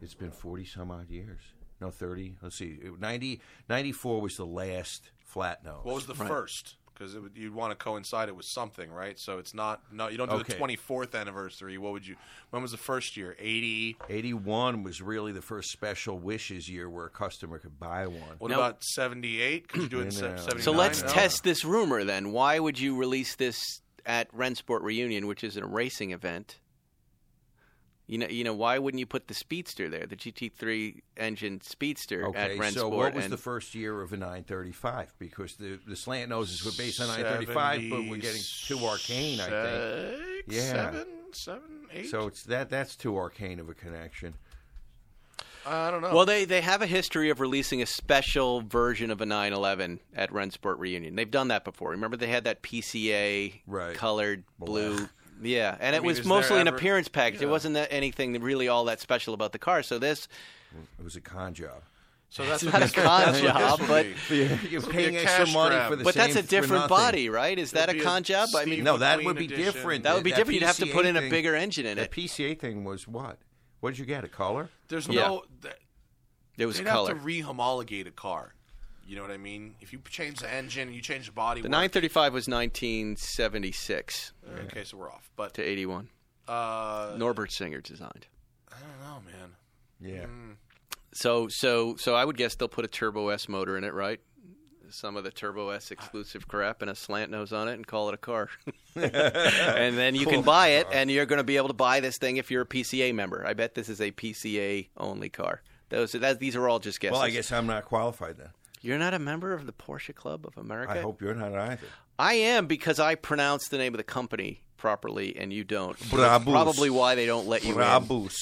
Speaker 4: it's been 40 some odd years no 30 let's see 90 94 was the last flat nose
Speaker 3: What was the first? Because you'd want to coincide it with something, right? So it's not. No, you don't do
Speaker 4: Okay.
Speaker 3: the 24th anniversary. What would you? When was the first year? 80.
Speaker 4: 81 was really the first special wishes year where a customer could buy one
Speaker 3: What
Speaker 1: No.
Speaker 3: about 78? Could you do it in
Speaker 4: No, no, no.
Speaker 3: 79?
Speaker 1: so let's
Speaker 3: No.
Speaker 1: test this rumor then. Why would you release this at Rensport Reunion, which is a racing event? You know, you know, why wouldn't you put the Speedster there, the GT3 engine Speedster at
Speaker 4: okay
Speaker 1: Rensport?
Speaker 4: so what was
Speaker 1: and-
Speaker 4: the first year of a 935 because the, the slant noses were based on 935 but we're getting too arcane i think
Speaker 3: Six,
Speaker 4: Yeah.
Speaker 3: Seven, seven, eight.
Speaker 4: so it's that that's too arcane of a connection
Speaker 3: I don't know.
Speaker 1: Well, they, they have a history of releasing a special version of a 911 at Rensport Reunion. They've done that before. Remember, they had that PCA
Speaker 4: Right.
Speaker 1: colored blue. Yeah, and it
Speaker 3: mean,
Speaker 1: was
Speaker 3: is there
Speaker 1: mostly an
Speaker 3: ever-
Speaker 1: appearance package. It
Speaker 3: Yeah.
Speaker 1: wasn't that anything really all that special about the car. So this
Speaker 4: it was a con job
Speaker 3: so that's
Speaker 1: not a con job, but
Speaker 4: you're paying extra
Speaker 3: cash
Speaker 4: money
Speaker 3: grab.
Speaker 4: for the
Speaker 1: but that's
Speaker 4: same
Speaker 1: a
Speaker 4: for
Speaker 1: different
Speaker 4: nothing.
Speaker 1: body, right? Is that
Speaker 3: It'll
Speaker 1: a
Speaker 3: be a
Speaker 1: con job? I mean,
Speaker 3: Steve-
Speaker 4: No, that
Speaker 3: McQueen
Speaker 4: would be
Speaker 3: edition.
Speaker 4: different.
Speaker 1: That would be different. You'd have to
Speaker 4: PCA
Speaker 1: put in a
Speaker 4: thing-
Speaker 1: bigger engine in
Speaker 4: The
Speaker 1: it.
Speaker 4: PCA thing was what? What did you get? A color?
Speaker 3: There's
Speaker 1: Yeah.
Speaker 3: no. th-
Speaker 1: it was
Speaker 3: They'd
Speaker 1: color.
Speaker 3: have to rehomologate a car. You know what I mean? If you change the engine, you change the body.
Speaker 1: the
Speaker 3: work-
Speaker 1: 935 was 1976
Speaker 3: Okay, so we're off. But
Speaker 1: to 81.
Speaker 3: uh,
Speaker 1: Norbert Singer designed.
Speaker 3: I don't know, man.
Speaker 4: Yeah.
Speaker 3: Mm.
Speaker 1: So so so I would guess they'll put a Turbo S motor in it, right? Some of the Turbo S exclusive crap and a slant nose on it and call it a car. and then you can buy it and you're going to be able to buy this thing if you're a PCA member. I bet this is a PCA only car. Those that, these are all just guesses.
Speaker 4: Well, I guess I'm not qualified then.
Speaker 1: you're not a member of the Porsche Club of America.
Speaker 4: I hope you're not either.
Speaker 1: I am because I pronounce the name of the company properly and you don't. That's
Speaker 4: Brabus.
Speaker 1: Probably why they don't let you in.
Speaker 4: Brabus.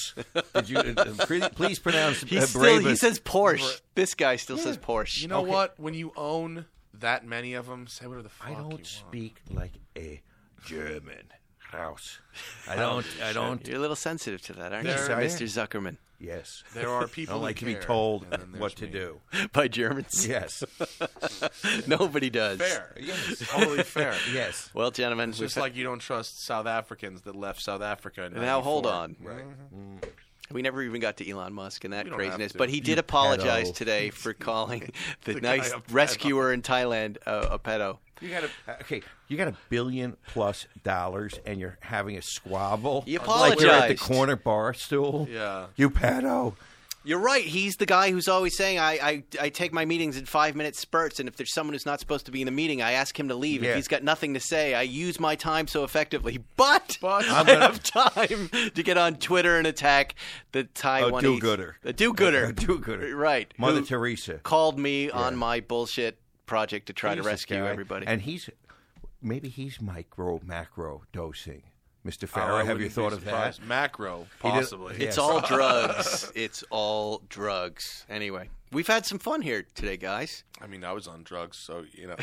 Speaker 4: Did you uh, pre- please pronounce
Speaker 1: He
Speaker 4: uh,
Speaker 1: still he
Speaker 4: Brabus.
Speaker 1: says Porsche. This guy still says Porsche.
Speaker 3: You know what? When you own that many of them, say whatever the fuck
Speaker 4: I
Speaker 3: you
Speaker 4: don't
Speaker 3: want.
Speaker 4: speak like a German. house. I don't. I don't.
Speaker 1: You're a little sensitive to that, aren't you,
Speaker 4: Yes, I am.
Speaker 1: Mr. Zuckerman?
Speaker 4: Yes,
Speaker 3: There are
Speaker 4: I
Speaker 3: people
Speaker 4: don't
Speaker 3: who
Speaker 4: like to be
Speaker 3: care,
Speaker 4: told
Speaker 3: and then there's
Speaker 4: what to
Speaker 3: me.
Speaker 4: do.
Speaker 1: By Germans?
Speaker 4: Yes,
Speaker 1: Nobody does.
Speaker 3: Fair, totally fair.
Speaker 4: yes.
Speaker 1: Well, gentlemen, we've
Speaker 3: Just like you don't trust South Africans that left South Africa. In
Speaker 1: now hold
Speaker 3: 94.
Speaker 1: on. Right. We never even got to Elon Musk and that
Speaker 3: We don't have
Speaker 1: craziness,
Speaker 3: to.
Speaker 1: but he did apologize today for calling the,
Speaker 3: guy
Speaker 1: nice
Speaker 3: a pedo.
Speaker 1: rescuer in Thailand uh, a pedo.
Speaker 4: You got a Uh, okay. You got a billion plus dollars, and you're having a squabble.
Speaker 1: You
Speaker 4: Like we're at the
Speaker 1: apologized.
Speaker 4: corner bar stool.
Speaker 3: Yeah.
Speaker 4: you pedo.
Speaker 1: You're right. He's the guy who's always saying, I, I, I take my meetings in five minute spurts, and if there's someone who's not supposed to be in the meeting, I ask him to leave. If
Speaker 4: Yeah.
Speaker 1: he's got nothing to say, I use my time so effectively. But,
Speaker 3: But-
Speaker 1: I
Speaker 3: I'm
Speaker 4: gonna-
Speaker 1: have time to get on Twitter and attack the Taiwanese.
Speaker 4: do-gooder.
Speaker 1: A do gooder.
Speaker 4: A do-gooder.
Speaker 1: Right.
Speaker 4: Mother
Speaker 1: who
Speaker 4: Teresa.
Speaker 1: Called me on my bullshit project to try to
Speaker 4: Jesus,
Speaker 1: rescue
Speaker 4: guy.
Speaker 1: everybody.
Speaker 4: And he's maybe he's micro macro dosing. Mr.
Speaker 3: Oh, I
Speaker 4: Farrow, have
Speaker 3: wouldn't
Speaker 4: you
Speaker 3: be
Speaker 4: thought of that?
Speaker 3: surprised. Macro,
Speaker 4: does-
Speaker 3: possibly.
Speaker 4: yeah.
Speaker 1: It's
Speaker 4: Yes.
Speaker 1: all drugs. It's all drugs. Anyway, we've had some fun here today, guys.
Speaker 3: I mean, I was on drugs, so you know.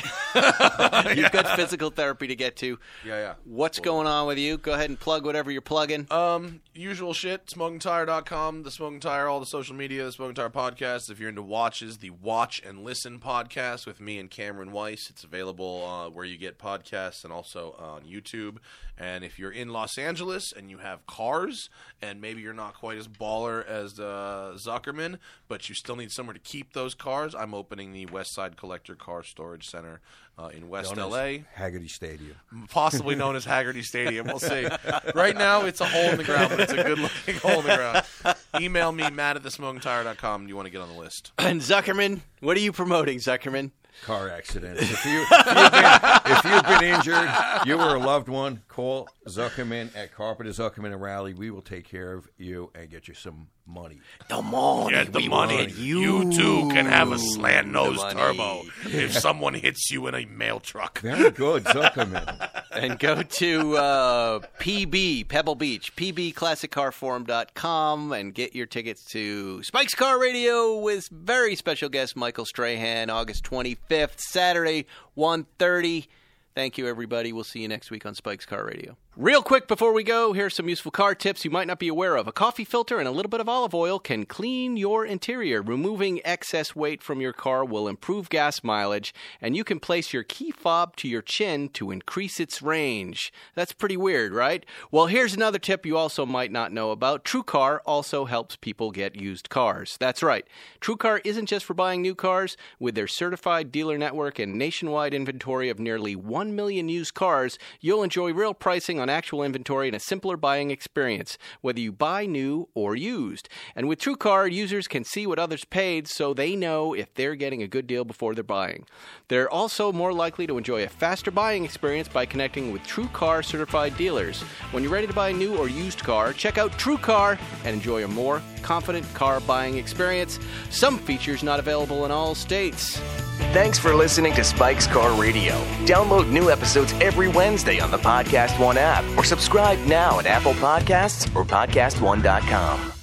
Speaker 1: You've got physical therapy to get to.
Speaker 3: Yeah, yeah.
Speaker 1: What's going on with you? Go ahead and plug whatever you're plugging.
Speaker 3: Um, usual shit, smokingtire.com, the smoking tire, all the social media, the smoking tire podcast. If you're into watches, the watch and listen podcast with me and Cameron Weiss. It's available uh, where you get podcasts and also on YouTube. And if you're in Los Angeles and you have cars and maybe you're not quite as baller as uh, Zuckerman, but you still need somewhere to keep those cars, I'm opening the West Side Collector Car Storage Center uh, in West LA
Speaker 4: Haggerty Stadium.
Speaker 3: possibly known as Haggerty Stadium. We'll see. Right now, it's a hole in the ground, but it's a good looking hole in the ground. Email me, matt at thesmokingtire.com. You want to get on the list.
Speaker 1: and Zuckerman, what are you promoting, Zuckerman?
Speaker 4: Car accident. If, you, if, you've been, if you've been injured, you were a loved one, call Zuckerman at Carpenter Zuckerman and Rally. We will take care of you and get you some money.
Speaker 1: The money.
Speaker 3: Get the money. You too can have a slant nose
Speaker 1: money.
Speaker 3: turbo if someone hits you in a mail truck.
Speaker 4: Very good, Zuckerman.
Speaker 1: and go to uh, PB, Pebble Beach, pbclassiccarforum.com and get your tickets to Spike's Car Radio with very special guest Michael Strahan, August 25th, Saturday, 1.30. Thank you, everybody. We'll see you next week on Spike's Car Radio. Real quick before we go, here's some useful car tips you might not be aware of. A coffee filter and a little bit of olive oil can clean your interior. Removing excess weight from your car will improve gas mileage, and you can place your key fob to your chin to increase its range. That's pretty weird, right? Well, here's another tip you also might not know about. TrueCar also helps people get used cars. That's right. TrueCar isn't just for buying new cars. With their certified dealer network and nationwide inventory of nearly 1 million used cars, you'll enjoy real pricing on actual inventory and a simpler buying experience, whether you buy new or used. And with TrueCar, users can see what others paid so they know if they're getting a good deal before they're buying. They're also more likely to enjoy a faster buying experience by connecting with TrueCar certified dealers. When you're ready to buy a new or used car, check out TrueCar and enjoy a more confident car buying experience. Some features not available in all states.
Speaker 2: Thanks for listening to Spike's Car Radio. Download new episodes every Wednesday on the Podcast One app or subscribe now at Apple Podcasts or PodcastOne.com.